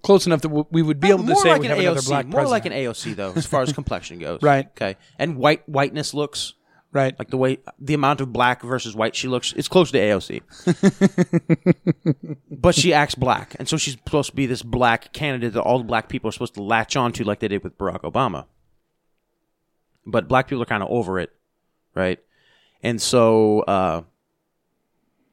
B: Close enough that w- we would be able to
C: more
B: say
C: like
B: we
C: an
B: have another
C: AOC,
B: black
C: more like an
B: president.
C: AOC though, as far as complexion goes.
B: Right.
C: Okay. And white whiteness looks
B: right.
C: like the way the amount of black versus white she looks. It's close to AOC, but she acts black, and so she's supposed to be this black candidate that all the black people are supposed to latch onto, like they did with Barack Obama. But black people are kind of over it, right? And so, uh,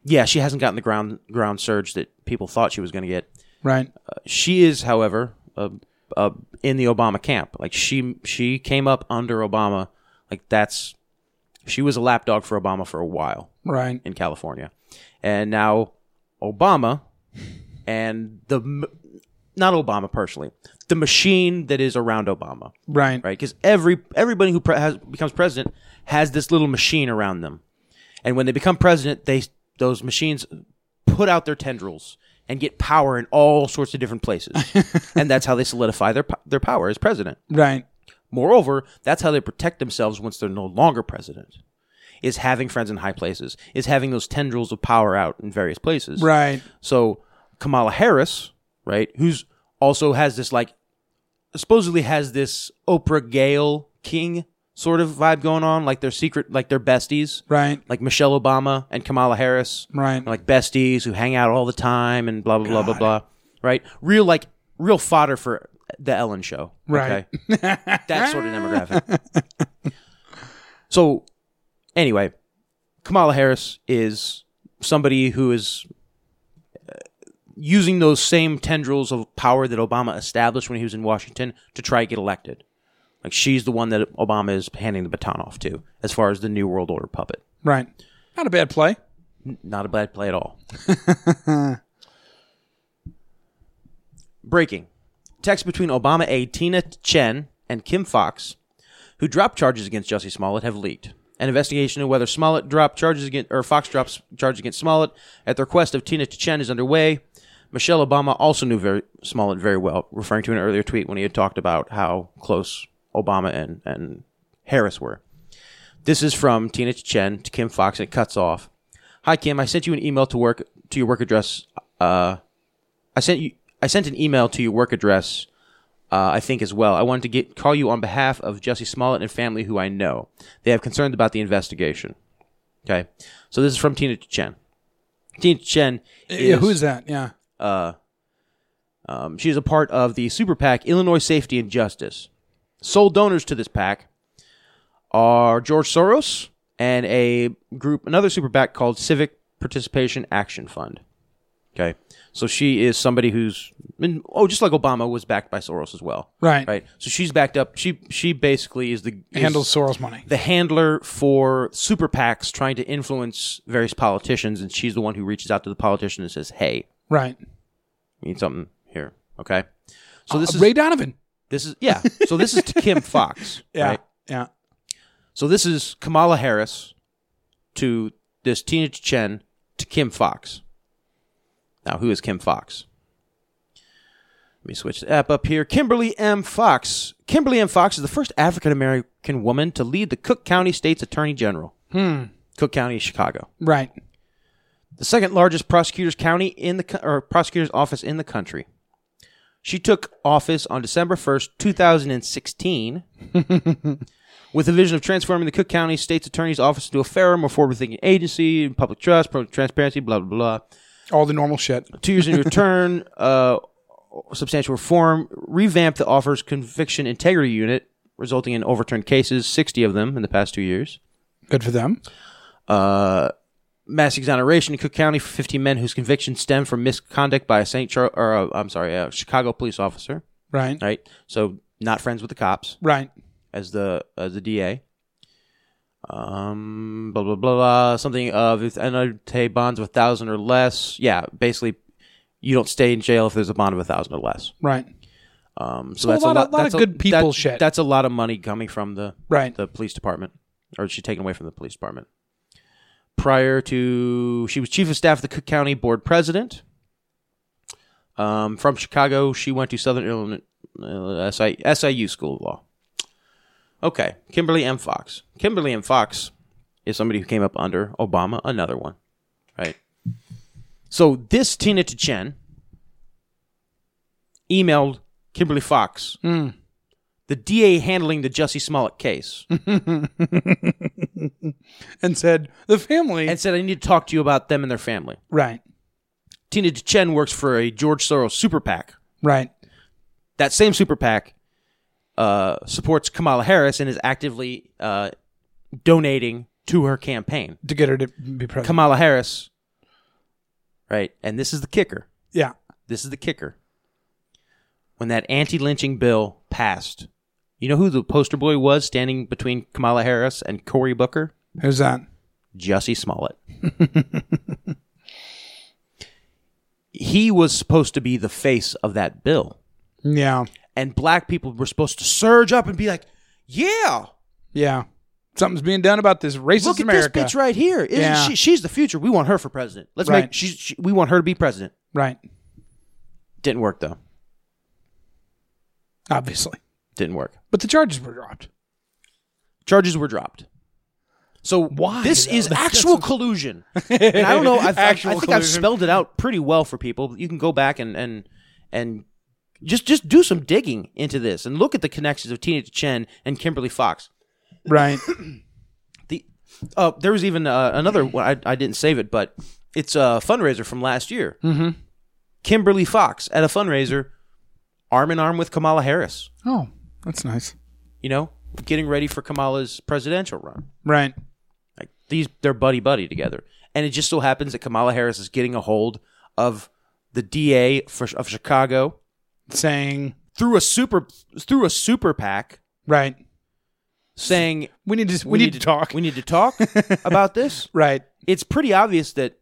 C: yeah, she hasn't gotten the ground ground surge that people thought she was going to get
B: right.
C: she is, however, uh, uh, in the Obama camp. Like she she came up under Obama. Like that's she was a lapdog for Obama for a while
B: Right.
C: in California, and now Obama and the m- not Obama personally, the machine that is around Obama,
B: Right.
C: right? Because every everybody who pre- has, becomes president has this little machine around them, and when they become president, they those machines put out their tendrils and get power in all sorts of different places, and that's how they solidify their po- their power as president.
B: Right.
C: Moreover, that's how they protect themselves once they're no longer president. Is having friends in high places, is having those tendrils of power out in various places.
B: Right.
C: So Kamala Harris, right, who's also has this like supposedly has this Oprah Gale King sort of vibe going on, like they're secret, like they're besties,
B: Right.
C: like Michelle Obama and Kamala Harris,
B: Right.
C: like besties who hang out all the time and blah blah blah blah blah, right? Real like real fodder for the Ellen Show,
B: Right.
C: okay? that sort of demographic. So, anyway, Kamala Harris is somebody who is uh, using those same tendrils of power that Obama established when he was in Washington to try to get elected. Like she's the one that Obama is handing the baton off to, as far as the New World Order puppet.
B: Right. Not a bad play.
C: Not a bad play at all. Breaking. Text between Obama aide Tina Chen and Kim Fox, who dropped charges against Jussie Smollett, have leaked. An investigation of whether Smollett dropped charges against or Fox drops charges against Smollett at the request of Tina Chen is underway. Michelle Obama also knew very, Smollett very well, referring to an earlier tweet when he had talked about how close Obama and, and Harris were. This is from Tina Chen to Kim Fox, and it cuts off. Hi Kim, I sent you an email to work to your work address. Uh, I sent you. I sent an email to your work address. Uh, I think as well. I wanted to get call you on behalf of Jesse Smollett and family, who I know. They have concerns about the investigation. Okay, so this is from Tina Chen. Tina Chen
B: Yeah, who is that? Yeah.
C: um, she is a part of the super PAC Illinois Safety and Justice. Sole donors to this PAC are George Soros and a group, another super PAC called Civic Participation Action Fund. Okay, so she is somebody who's and- oh, just like Obama was backed by Soros as well,
B: Right.
C: Right. So she's backed up. She she basically is the is
B: Handles Soros money.
C: the handler for super PACs trying to influence various politicians, and she's the one who reaches out to the politician and says, "Hey,
B: Right.
C: we need something here." Okay. So this is
B: Uh, Ray Donovan.
C: this is yeah. So this is to Kim Fox.
B: Yeah.
C: Right?
B: Yeah.
C: So this is Kamala Harris to this Tina Chen to Kim Fox. Now who is Kim Fox? Let me switch the app up here. Kimberly M. Fox. Kimberly M. Fox is the first African American woman to lead the Cook County State's Attorney General. Hmm. Cook County, Chicago.
B: Right.
C: the second largest prosecutor's county in the co- or prosecutor's office in the country. She took office on December 1st, 2016, with the vision of transforming the Cook County State's Attorney's Office into a fairer, more forward-thinking agency, public trust, pro- transparency, blah blah blah.
B: All the normal shit.
C: Two years in return, uh, substantial reform revamped the office's conviction integrity unit, resulting in overturned cases, 60 of them in the past two years
B: Good for them.
C: uh, mass exoneration in Cook County for 15 men whose convictions stem from misconduct by a St. Charles, or uh, I'm sorry, a Chicago police officer.
B: Right.
C: Right, so not friends with the cops
B: Right.
C: as the as the DA. Um, blah blah blah blah. Something of if unpaid bonds of a thousand or less. Yeah, basically, you don't stay in jail if there's a bond of a thousand or less.
B: Right.
C: Um, so,
B: a
C: that's
B: lot
C: a lot,
B: of- lot of
C: that's
B: good people
C: that-
B: shit.
C: That's a lot of money coming from the
B: Right.
C: the police department, or is she taken away from the police department? Prior to she was chief of staff of the Cook County Board President. Um, from Chicago, she went to Southern Illinois uh, SI, SIU School of Law. Okay, Kimberly M. Fox. Kimberly M. Fox is somebody who came up under Obama, another one, right? So this Tina Chen emailed Kimberly Fox, the DA handling the Jussie Smollett case,
B: And said the family.
C: and said, I need to talk to you about them and their family.
B: right.
C: Tina Chen works for a George Soros super PAC.
B: Right.
C: That same super PAC uh, supports Kamala Harris and is actively uh, donating to her campaign.
B: To get her to be president.
C: Kamala Harris, right? And this is the kicker.
B: Yeah.
C: This is the kicker. When that anti lynching bill passed, you know who the poster boy was standing between Kamala Harris and Cory Booker?
B: Who's that?
C: Jussie Smollett. he was supposed to be the face of that bill.
B: Yeah.
C: And black people were supposed to surge up and be like, yeah,
B: Yeah. Something's being done about this racist
C: look at
B: America.
C: this bitch right here. Isn't
B: Yeah.
C: she, she's the future. We want her for president. Let's make,
B: Right.
C: she, she, we want her to be president.
B: right.
C: Didn't work, though.
B: Obviously.
C: Didn't work.
B: But the charges were dropped.
C: Charges were dropped. So
B: Why,
C: This
B: though?
C: is
B: That's-
C: actual collusion. And I don't know. I've, I-
B: Actual
C: I think I've
B: collusion.
C: spelled it out pretty well for people. You can go back and and and just just do some digging into this and look at the connections of Tina Chen and Kimberly Fox.
B: Right.
C: The uh, there was even uh, another one. I, I didn't save it, but it's a fundraiser from last year. Mm-hmm. Kimberly Fox at a fundraiser, arm in arm with Kamala Harris.
B: oh, that's nice.
C: You know, getting ready for Kamala's presidential run.
B: Right.
C: Like these, they're buddy buddy together, and it just so happens that Kamala Harris is getting a hold of the DA for, of Chicago
B: Saying,
C: through a super through a super PAC,
B: right.
C: saying
B: We need to we, need, to talk.
C: We need to talk about this.
B: right.
C: It's pretty obvious that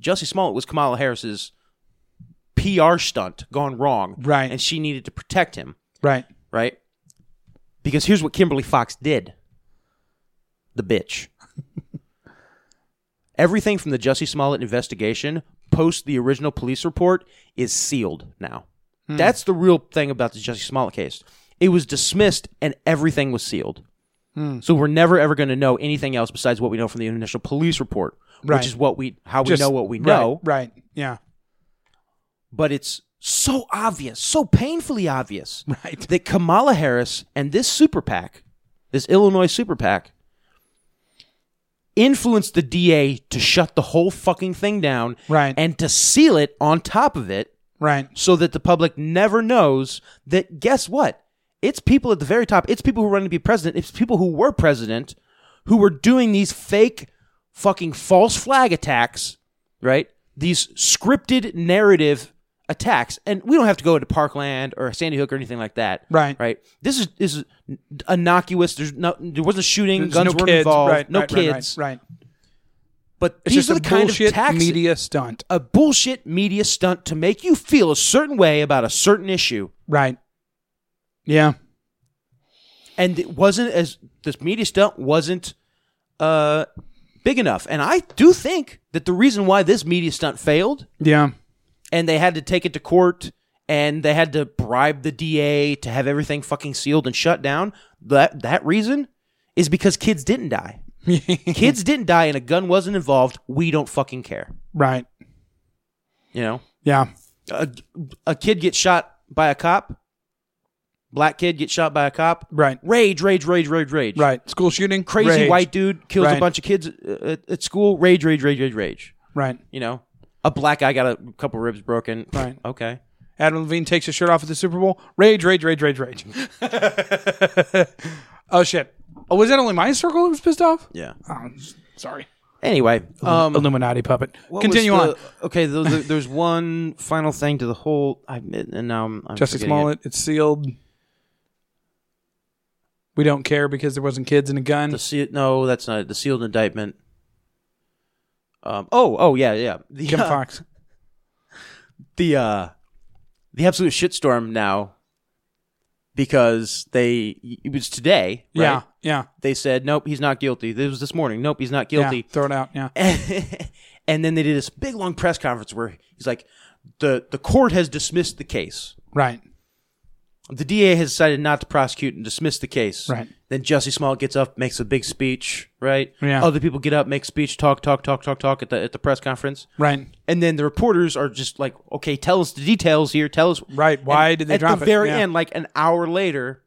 C: Jussie Smollett was Kamala Harris's PR stunt gone wrong,
B: Right.
C: And she needed to protect him,
B: Right.
C: right? Because here's what Kimberly Fox did. The bitch. Everything from the Jussie Smollett investigation post the original police report is sealed now.
B: Hmm.
C: That's the real thing about the Jussie Smollett case. It was dismissed and everything was sealed.
B: Hmm.
C: So we're never ever going to know anything else besides what we know from the initial police report,
B: Right.
C: which is what we how we know what we
B: right,
C: know
B: Right. Yeah.
C: but it's so obvious, so painfully obvious,
B: Right.
C: that Kamala Harris and this super PAC, this Illinois super PAC, influenced the DA to shut the whole fucking thing down,
B: Right.
C: and to seal it on top of it,
B: Right.
C: so that the public never knows that. Guess what? It's people at the very top. It's people who run to be president. It's people who were president who were doing these fake, fucking false flag attacks right? These scripted narrative attacks, and we don't have to go into Parkland or Sandy Hook or anything like that,
B: Right.
C: Right. This is this is innocuous. There's no there wasn't a shooting,
B: There's
C: guns
B: no
C: weren't
B: kids,
C: involved,
B: Right,
C: no
B: right, right, right,
C: kids.
B: Right.
C: But
B: It's
C: these
B: just
C: are the
B: a
C: kind of
B: bullshit
C: attacks,
B: media stunt.
C: a bullshit media stunt to make you feel a certain way about a certain issue,
B: Right. Yeah.
C: and it wasn't as this media stunt wasn't uh big enough. And I do think that the reason why this media stunt failed
B: Yeah.
C: and they had to take it to court and they had to bribe the DA to have everything fucking sealed and shut down. That that reason is because kids didn't die. kids didn't die and a gun wasn't involved. We don't fucking care.
B: Right.
C: You know?
B: Yeah.
C: A, a kid gets shot by a cop. Black kid gets shot by a cop.
B: Right.
C: Rage, rage, rage, rage, rage.
B: Right. School shooting.
C: Crazy
B: Rage.
C: white dude kills
B: Right.
C: a bunch of kids uh, at, at school. Rage, rage, rage, rage, rage.
B: Right.
C: You know? A black guy got a couple ribs broken.
B: Right.
C: Okay.
B: Adam Levine takes his shirt off at the Super Bowl. Rage, rage, rage, rage, rage. oh shit. Oh, was that only my circle that was pissed off?
C: Yeah.
B: Oh, sorry.
C: Anyway, um,
B: Illuminati puppet.
C: what was
B: Continue
C: the-
B: on.
C: Okay, the, the, there's one final thing to the whole. I and now I'm, I'm
B: Justice
C: forgetting it.
B: Smollett. It's sealed. We don't care because there wasn't kids and a gun.
C: The seal, no, that's not it. The sealed indictment. Um, oh, oh yeah, yeah. The,
B: Kim
C: uh,
B: Fox.
C: the uh, the absolute shitstorm now because they it was today. Right?
B: Yeah. Yeah.
C: They said nope, he's not guilty. This was this morning. Nope, he's not guilty.
B: Yeah. Throw it out. Yeah.
C: and then they did this big long press conference where he's like, the the court has dismissed the case.
B: Right.
C: The DA has decided not to prosecute and dismiss the case.
B: Right.
C: Then Jussie Smollett gets up, makes a big speech. Right.
B: Yeah.
C: Other people get up, make speech, talk, talk, talk, talk, talk at the at the press conference.
B: Right.
C: And then the reporters are just like, "Okay, tell us the details here. Tell us
B: Right. Why did they
C: at
B: drop
C: the
B: it?
C: very
B: Yeah.
C: end, like an hour later,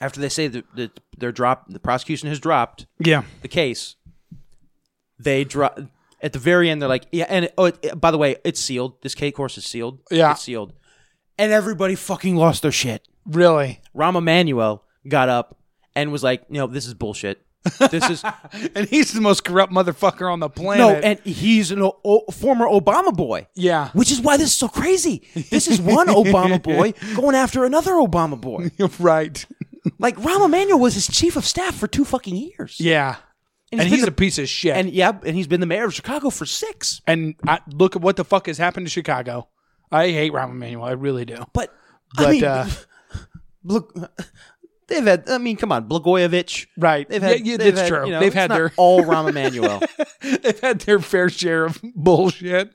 C: after they say that, that they're drop, the prosecution has dropped
B: Yeah.
C: the case. They drop at the very end. They're like, "Yeah, and oh, it, by the way, it's sealed. This K course is sealed.
B: Yeah.
C: it's sealed." And everybody fucking lost their shit.
B: Really.
C: Rahm Emanuel got up and was like, "No, this is bullshit. This is
B: And he's the most corrupt motherfucker on the planet.
C: no." And he's an o- o- former Obama boy.
B: Yeah.
C: Which is why this is so crazy. This is one Obama boy going after another Obama boy.
B: right.
C: Like Rahm Emanuel was his chief of staff for two fucking years.
B: Yeah. And,
C: he's
B: he's
C: been
B: a piece of shit.
C: And yeah, and he's been the mayor of Chicago for six.
B: and I, look at what the fuck has happened to Chicago. I hate Rahm Emanuel. I really do.
C: But
B: But
C: I mean,
B: uh,
C: look, they've had. I mean, come on, Blagojevich.
B: Right.
C: They've had.
B: Yeah, yeah,
C: they've
B: that's
C: had,
B: true.
C: you know,
B: They've
C: it's
B: had
C: not
B: their-
C: all Rahm Emanuel
B: they've had their fair share of bullshit.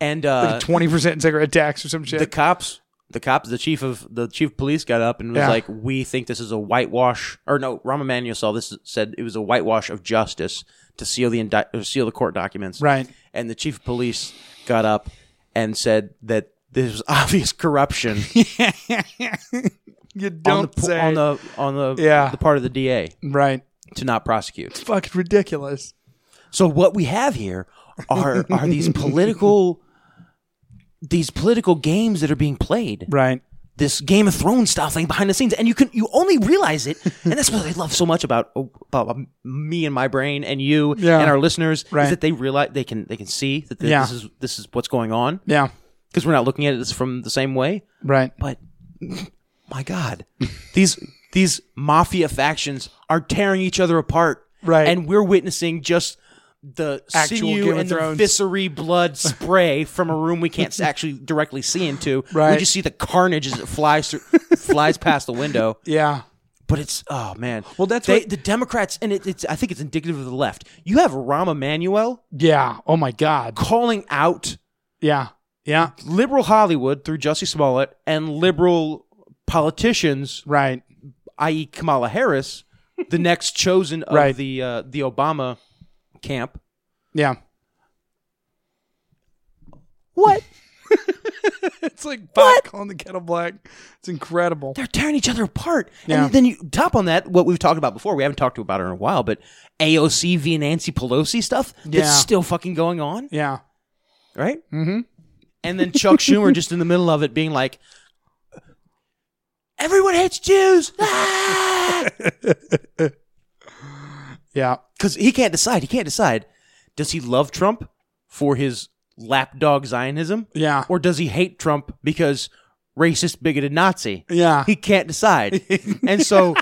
C: and uh,
B: Twenty percent cigarette tax or some shit.
C: the cops. The cops, the chief of the chief of police got up and was
B: Yeah.
C: like, "We think this is a whitewash." Or no, Rahm Emanuel saw this said it was a whitewash of justice to seal the indict or seal the court documents.
B: right.
C: and the chief of police got up and said that this was obvious corruption
B: You
C: on the,
B: don't
C: po-
B: say.
C: on the on the
B: Yeah.
C: the part of the DA
B: right.
C: to not prosecute.
B: Fucking ridiculous.
C: So what we have here are are these political these political games that are being played.
B: Right.
C: This Game of Thrones style thing behind the scenes, and you can you only realize it, and that's what I love so much about about me and my brain and you
B: Yeah.
C: and our listeners
B: Right.
C: is that they realize they can they can see that th-
B: Yeah.
C: this is this is what's going on
B: Yeah.
C: because we're not looking at this from the same way.
B: Right.
C: but my god these these mafia factions are tearing each other apart
B: Right.
C: and we're witnessing just the
B: Actual
C: sinew
B: Game of
C: and the
B: Thrones.
C: viscery blood spray from a room we can't actually directly see into
B: Right.
C: we just see the carnage as it flies through flies past the window
B: Yeah.
C: but it's oh man
B: Well, that's
C: They-
B: what-
C: the democrats and it, it's i think it's indicative of the left you have rahm emanuel
B: Yeah. Oh my god.
C: calling out
B: Yeah. Yeah.
C: liberal hollywood through jussie smollett and liberal politicians
B: Right.
C: i.e. e. Kamala Harris, the next chosen of
B: Right.
C: the uh, the Obama camp.
B: Yeah.
C: What?
B: It's like pot on the kettle black. It's incredible.
C: They're tearing each other apart.
B: Yeah.
C: And then you top on that what we've talked about before. We haven't talked about it in a while, but AOC v Nancy Pelosi stuff that's
B: Yeah.
C: still fucking going on,
B: Yeah.
C: right? Mm-hmm. And then Chuck Schumer just in the middle of it being like, "Everyone hates Jews," because
B: Yeah.
C: he can't decide. He can't decide. Does he love Trump for his lapdog Zionism?
B: Yeah.
C: or does he hate Trump because racist, bigoted Nazi?
B: Yeah.
C: He can't decide. and so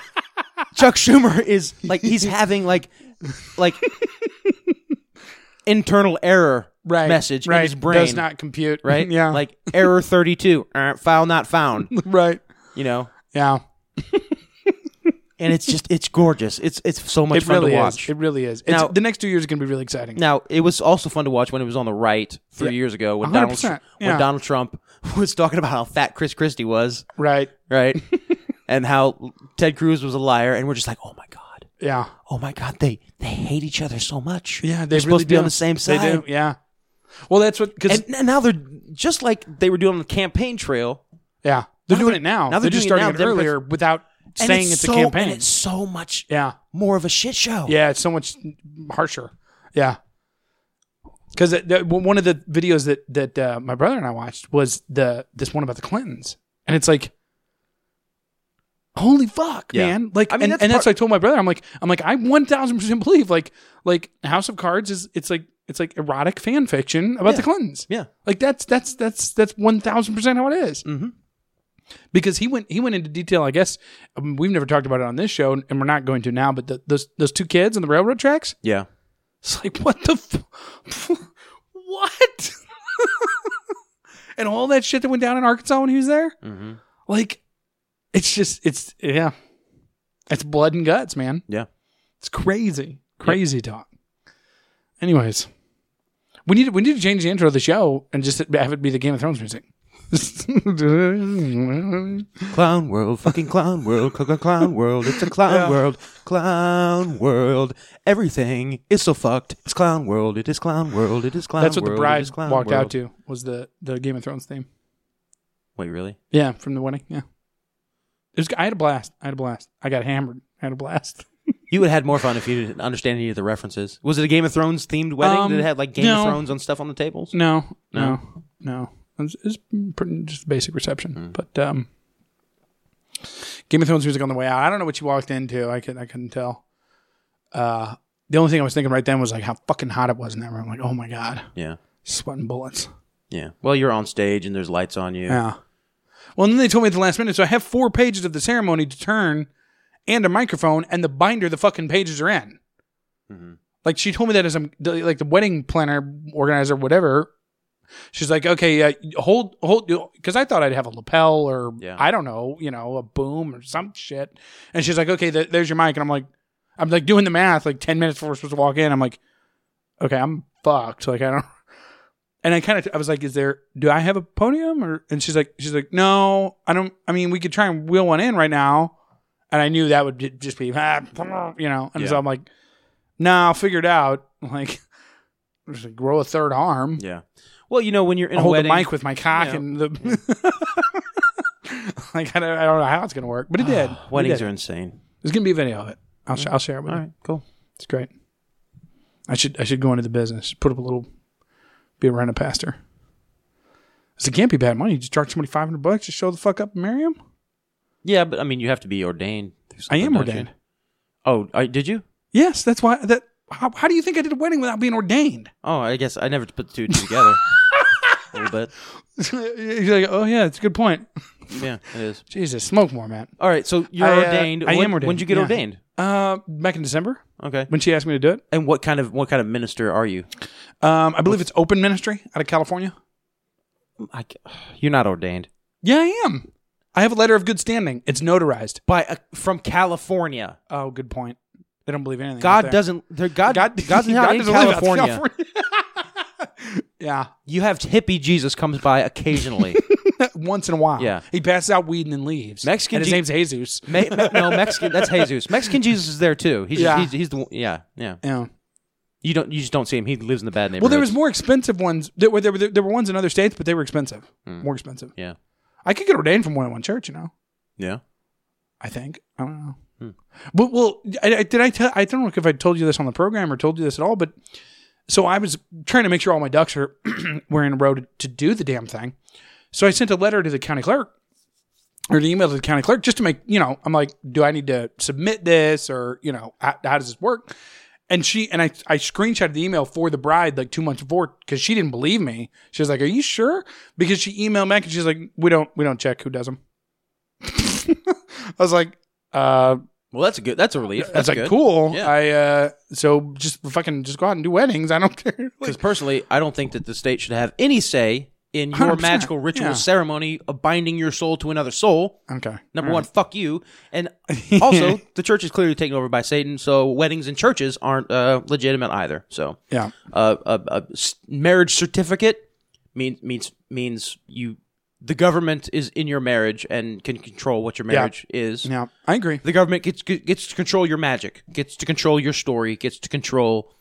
C: Chuck Schumer is like he's having like like internal error
B: Right.
C: message
B: Right.
C: in his brain.
B: does not compute.
C: right?
B: yeah.
C: Like error 32, uh, file not found,
B: right.
C: you know.
B: Yeah.
C: and it's just it's gorgeous. It's it's so much
B: it
C: fun
B: really
C: to
B: is.
C: watch.
B: It really is. It's,
C: Now-
B: the next two years are going to be really exciting.
C: Now it was also fun to watch when it was on the right three
B: Yeah.
C: years ago when Donald
B: 100%,
C: Tr-
B: yeah.
C: when Donald Trump was talking about how fat Chris Christie was,
B: right?
C: right, and how Ted Cruz was a liar, and we're just like, oh my god,
B: Yeah.
C: oh my god, they they hate each other so much.
B: Yeah,
C: they're
B: they
C: supposed
B: really
C: to be
B: do.
C: on the same side.
B: They do. Yeah. Well, that's what because
C: And, and now they're just like they were doing on the campaign trail,
B: yeah, they're doing it now.
C: now they're
B: they're, just
C: doing it
B: starting it
C: now. Democrats-
B: earlier without
C: and
B: saying it's,
C: so,
B: a campaign.
C: And it's so much
B: yeah,
C: more of a shit show.
B: yeah, it's so much harsher. Yeah, because one of the videos that that uh, my brother and I watched was the this one about the Clintons, and it's like. Holy fuck,
C: Yeah.
B: man! Like,
C: I mean,
B: and,
C: that's
B: and that's
C: part-
B: what I told my brother. I'm like, I'm like, I 1,000 percent believe, like, like House of Cards is it's like it's like erotic fan fiction about the Clintons.
C: yeah.
B: Like that's that's that's that's one thousand percent how it is.
C: Mhm.
B: Because he went he went into detail. I guess um, we've never talked about it on this show, and and we're not going to now. But the, those those two kids on the railroad tracks.
C: yeah.
B: It's like what the f- what? and all that shit that went down in Arkansas when he was there.
C: Mhm.
B: Like it's just it's yeah, it's blood and guts, man.
C: Yeah.
B: It's crazy, crazy talk. Anyways, we need we need to change the intro of the show and just have it be the Game of Thrones music.
C: Clown world, fucking clown world, clown, clown world. It's a clown world, clown world. Everything is so fucked. It's clown world. It is clown world. It is clown.
B: That's what
C: world,
B: the
C: it
B: bride
C: is clown
B: walked out
C: world.
B: to was the the Game of Thrones theme.
C: Wait, really?
B: Yeah, from the wedding. Yeah, it was. I had a blast. I had a blast. I got hammered. I had a blast.
C: You would have had more fun if you didn't understand any of the references. Was it a Game of Thrones themed wedding?
B: Um,
C: Did it have like Game
B: no. Mm.
C: of Thrones on stuff on the tables?
B: No, no, no. It's it's pretty just basic reception, but um, Game of Thrones music on the way out. I don't know what you walked into. I could I couldn't tell. Uh, the only thing I was thinking right then was like how fucking hot it was in that room. Like, oh my god,
C: Yeah,
B: sweating bullets.
C: yeah. Well, you're on stage and there's lights on you.
B: Yeah. Well, and then they told me at the last minute, so I have four pages of the ceremony to turn, and a microphone, and the binder the fucking pages are in. Like she told me that as I'm like the wedding planner, organizer, whatever. She's like, okay, uh, hold, hold, because I thought I'd have a lapel or
C: Yeah.
B: I don't know, you know, a boom or some shit. And she's like, okay, th- there's your mic, and I'm like, I'm like doing the math, like ten minutes before we're supposed to walk in. I'm like, okay, I'm fucked. Like I don't. And I kind of, I was like, is there? Do I have a podium? Or and she's like, she's like, no, I don't. I mean, we could try and wheel one in right now. And I knew that would ju- just be, ah, you know. And so
C: Yeah.
B: I'm like, no, nah, I'll figure it out. Like, just like, grow a third arm.
C: yeah. Well, you know when you're in
B: I'll
C: a
B: hold
C: wedding,
B: the mic with my cock
C: Yeah.
B: and the. like I don't, I don't know how it's gonna work, but it did. It
C: weddings
B: did.
C: are insane.
B: There's gonna be a video of it. I'll, sh- I'll share it with you.
C: cool.
B: It's great. I should I should go into the business. Put up a little, be around a pastor. It's it can't be bad money. You just charge somebody five hundred bucks to show the fuck up and marry him.
C: Yeah, but I mean, you have to be ordained. through
B: I
C: something,
B: am
C: don't you?
B: ordained.
C: Oh, I, did you?
B: Yes, that's why. That how, how do you think I did a wedding without being ordained?
C: Oh, I guess I never put the two together. a little bit.
B: You're like, oh yeah, it's a good point.
C: Yeah, it is.
B: Jesus, smoke more, Matt.
C: All right, so you're
B: I, uh,
C: ordained.
B: I am
C: When-
B: ordained,
C: When'd you get
B: yeah.
C: ordained?
B: Uh, back in December
C: Okay.
B: when she asked me to do it.
C: And what kind of what kind of minister are you?
B: Um, I believe it's open ministry out of California.
C: I c you're not ordained
B: Yeah, I am. I have a letter of good standing. It's notarized.
C: by a, from California.
B: Oh, good point. They don't believe anything. out
C: God
B: there.
C: doesn't. there- God,
B: God,
C: God's not in
B: doesn't live out in
C: California.
B: California. yeah,
C: You have hippie Jesus comes by occasionally.
B: once in a while.
C: Yeah.
B: he passes out weed and then leaves.
C: Mexican
B: And his
C: Je-
B: name's Jesus.
C: Me- me- no, Mexican. That's Jesus. Mexican Jesus is there too. He's
B: Yeah.
C: just, he's, he's the one- yeah yeah.
B: Yeah.
C: You don't you just don't see him. He lives in the bad neighborhood.
B: Well, there was more expensive ones. There were there were, there were ones in other states, but they were expensive.
C: Hmm.
B: More expensive.
C: yeah
B: I could get ordained from more than one church. You know.
C: yeah.
B: I think I don't know. But well, I, I, did I tell? I don't know if I told you this on the program or told you this at all. But so I was trying to make sure all my ducks are were in a row to, to do the damn thing. So I sent a letter to the county clerk or an email to the county clerk just to make you know. I'm like, do I need to submit this or you know how, how does this work? And she and I, I screenshotted the email for the bride like two months before because she didn't believe me. She was like, "Are you sure?" Because she emailed back and she's like, "We don't, we don't check who does them." I was like, uh,
C: Well, that's a good. That's a relief.
B: that's, like
C: good.
B: cool.
C: Yeah.
B: I uh, so just fucking just go out and do weddings. I don't care.
C: Because personally, I don't think that the state should have any say in your
B: 100%,
C: magical ritual
B: yeah.
C: ceremony of binding your soul to another soul.
B: Okay.
C: Number one, fuck you. And also, the church is clearly taken over by Satan, so weddings and churches aren't uh, legitimate either. So,
B: Yeah.
C: uh, a, a s- marriage certificate means means means you the government is in your marriage and can control what your marriage is.
B: Yeah. I agree.
C: The government gets gets to control your magic, gets to control your story, gets to control.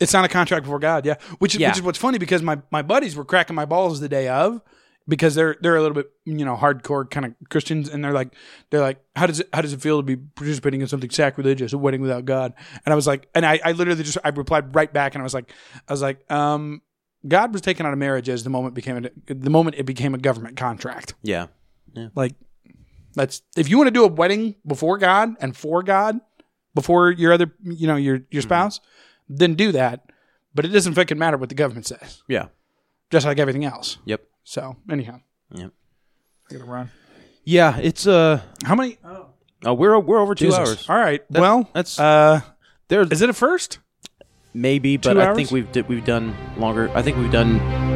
B: It's not a contract before God, yeah. Which is
C: Yeah.
B: which is what's funny because my, my buddies were cracking my balls the day of because they're they're a little bit you know hardcore kind of Christians and they're like they're like how does it how does it feel to be participating in something sacrilegious a wedding without God and I was like and I, I literally just I replied right back and I was like I was like um God was taken out of marriage as the moment became a, the moment it became a government contract
C: Yeah,
B: like that's if you want to do a wedding before God and for God before your other you know your
C: Mm-hmm.
B: your spouse, then do that. But it doesn't fucking matter what the government says,
C: yeah,
B: just like everything else.
C: yep,
B: So anyhow,
C: Yep.
B: I gotta run.
C: yeah. It's uh,
B: How many?
C: uh we're we're over two
B: Jesus.
C: hours.
B: All right. well,
C: that's-
B: that's uh,
C: There's
B: is it a first?
C: maybe, but
B: two
C: I think
B: hours?
C: we've di- we've done longer. I think we've done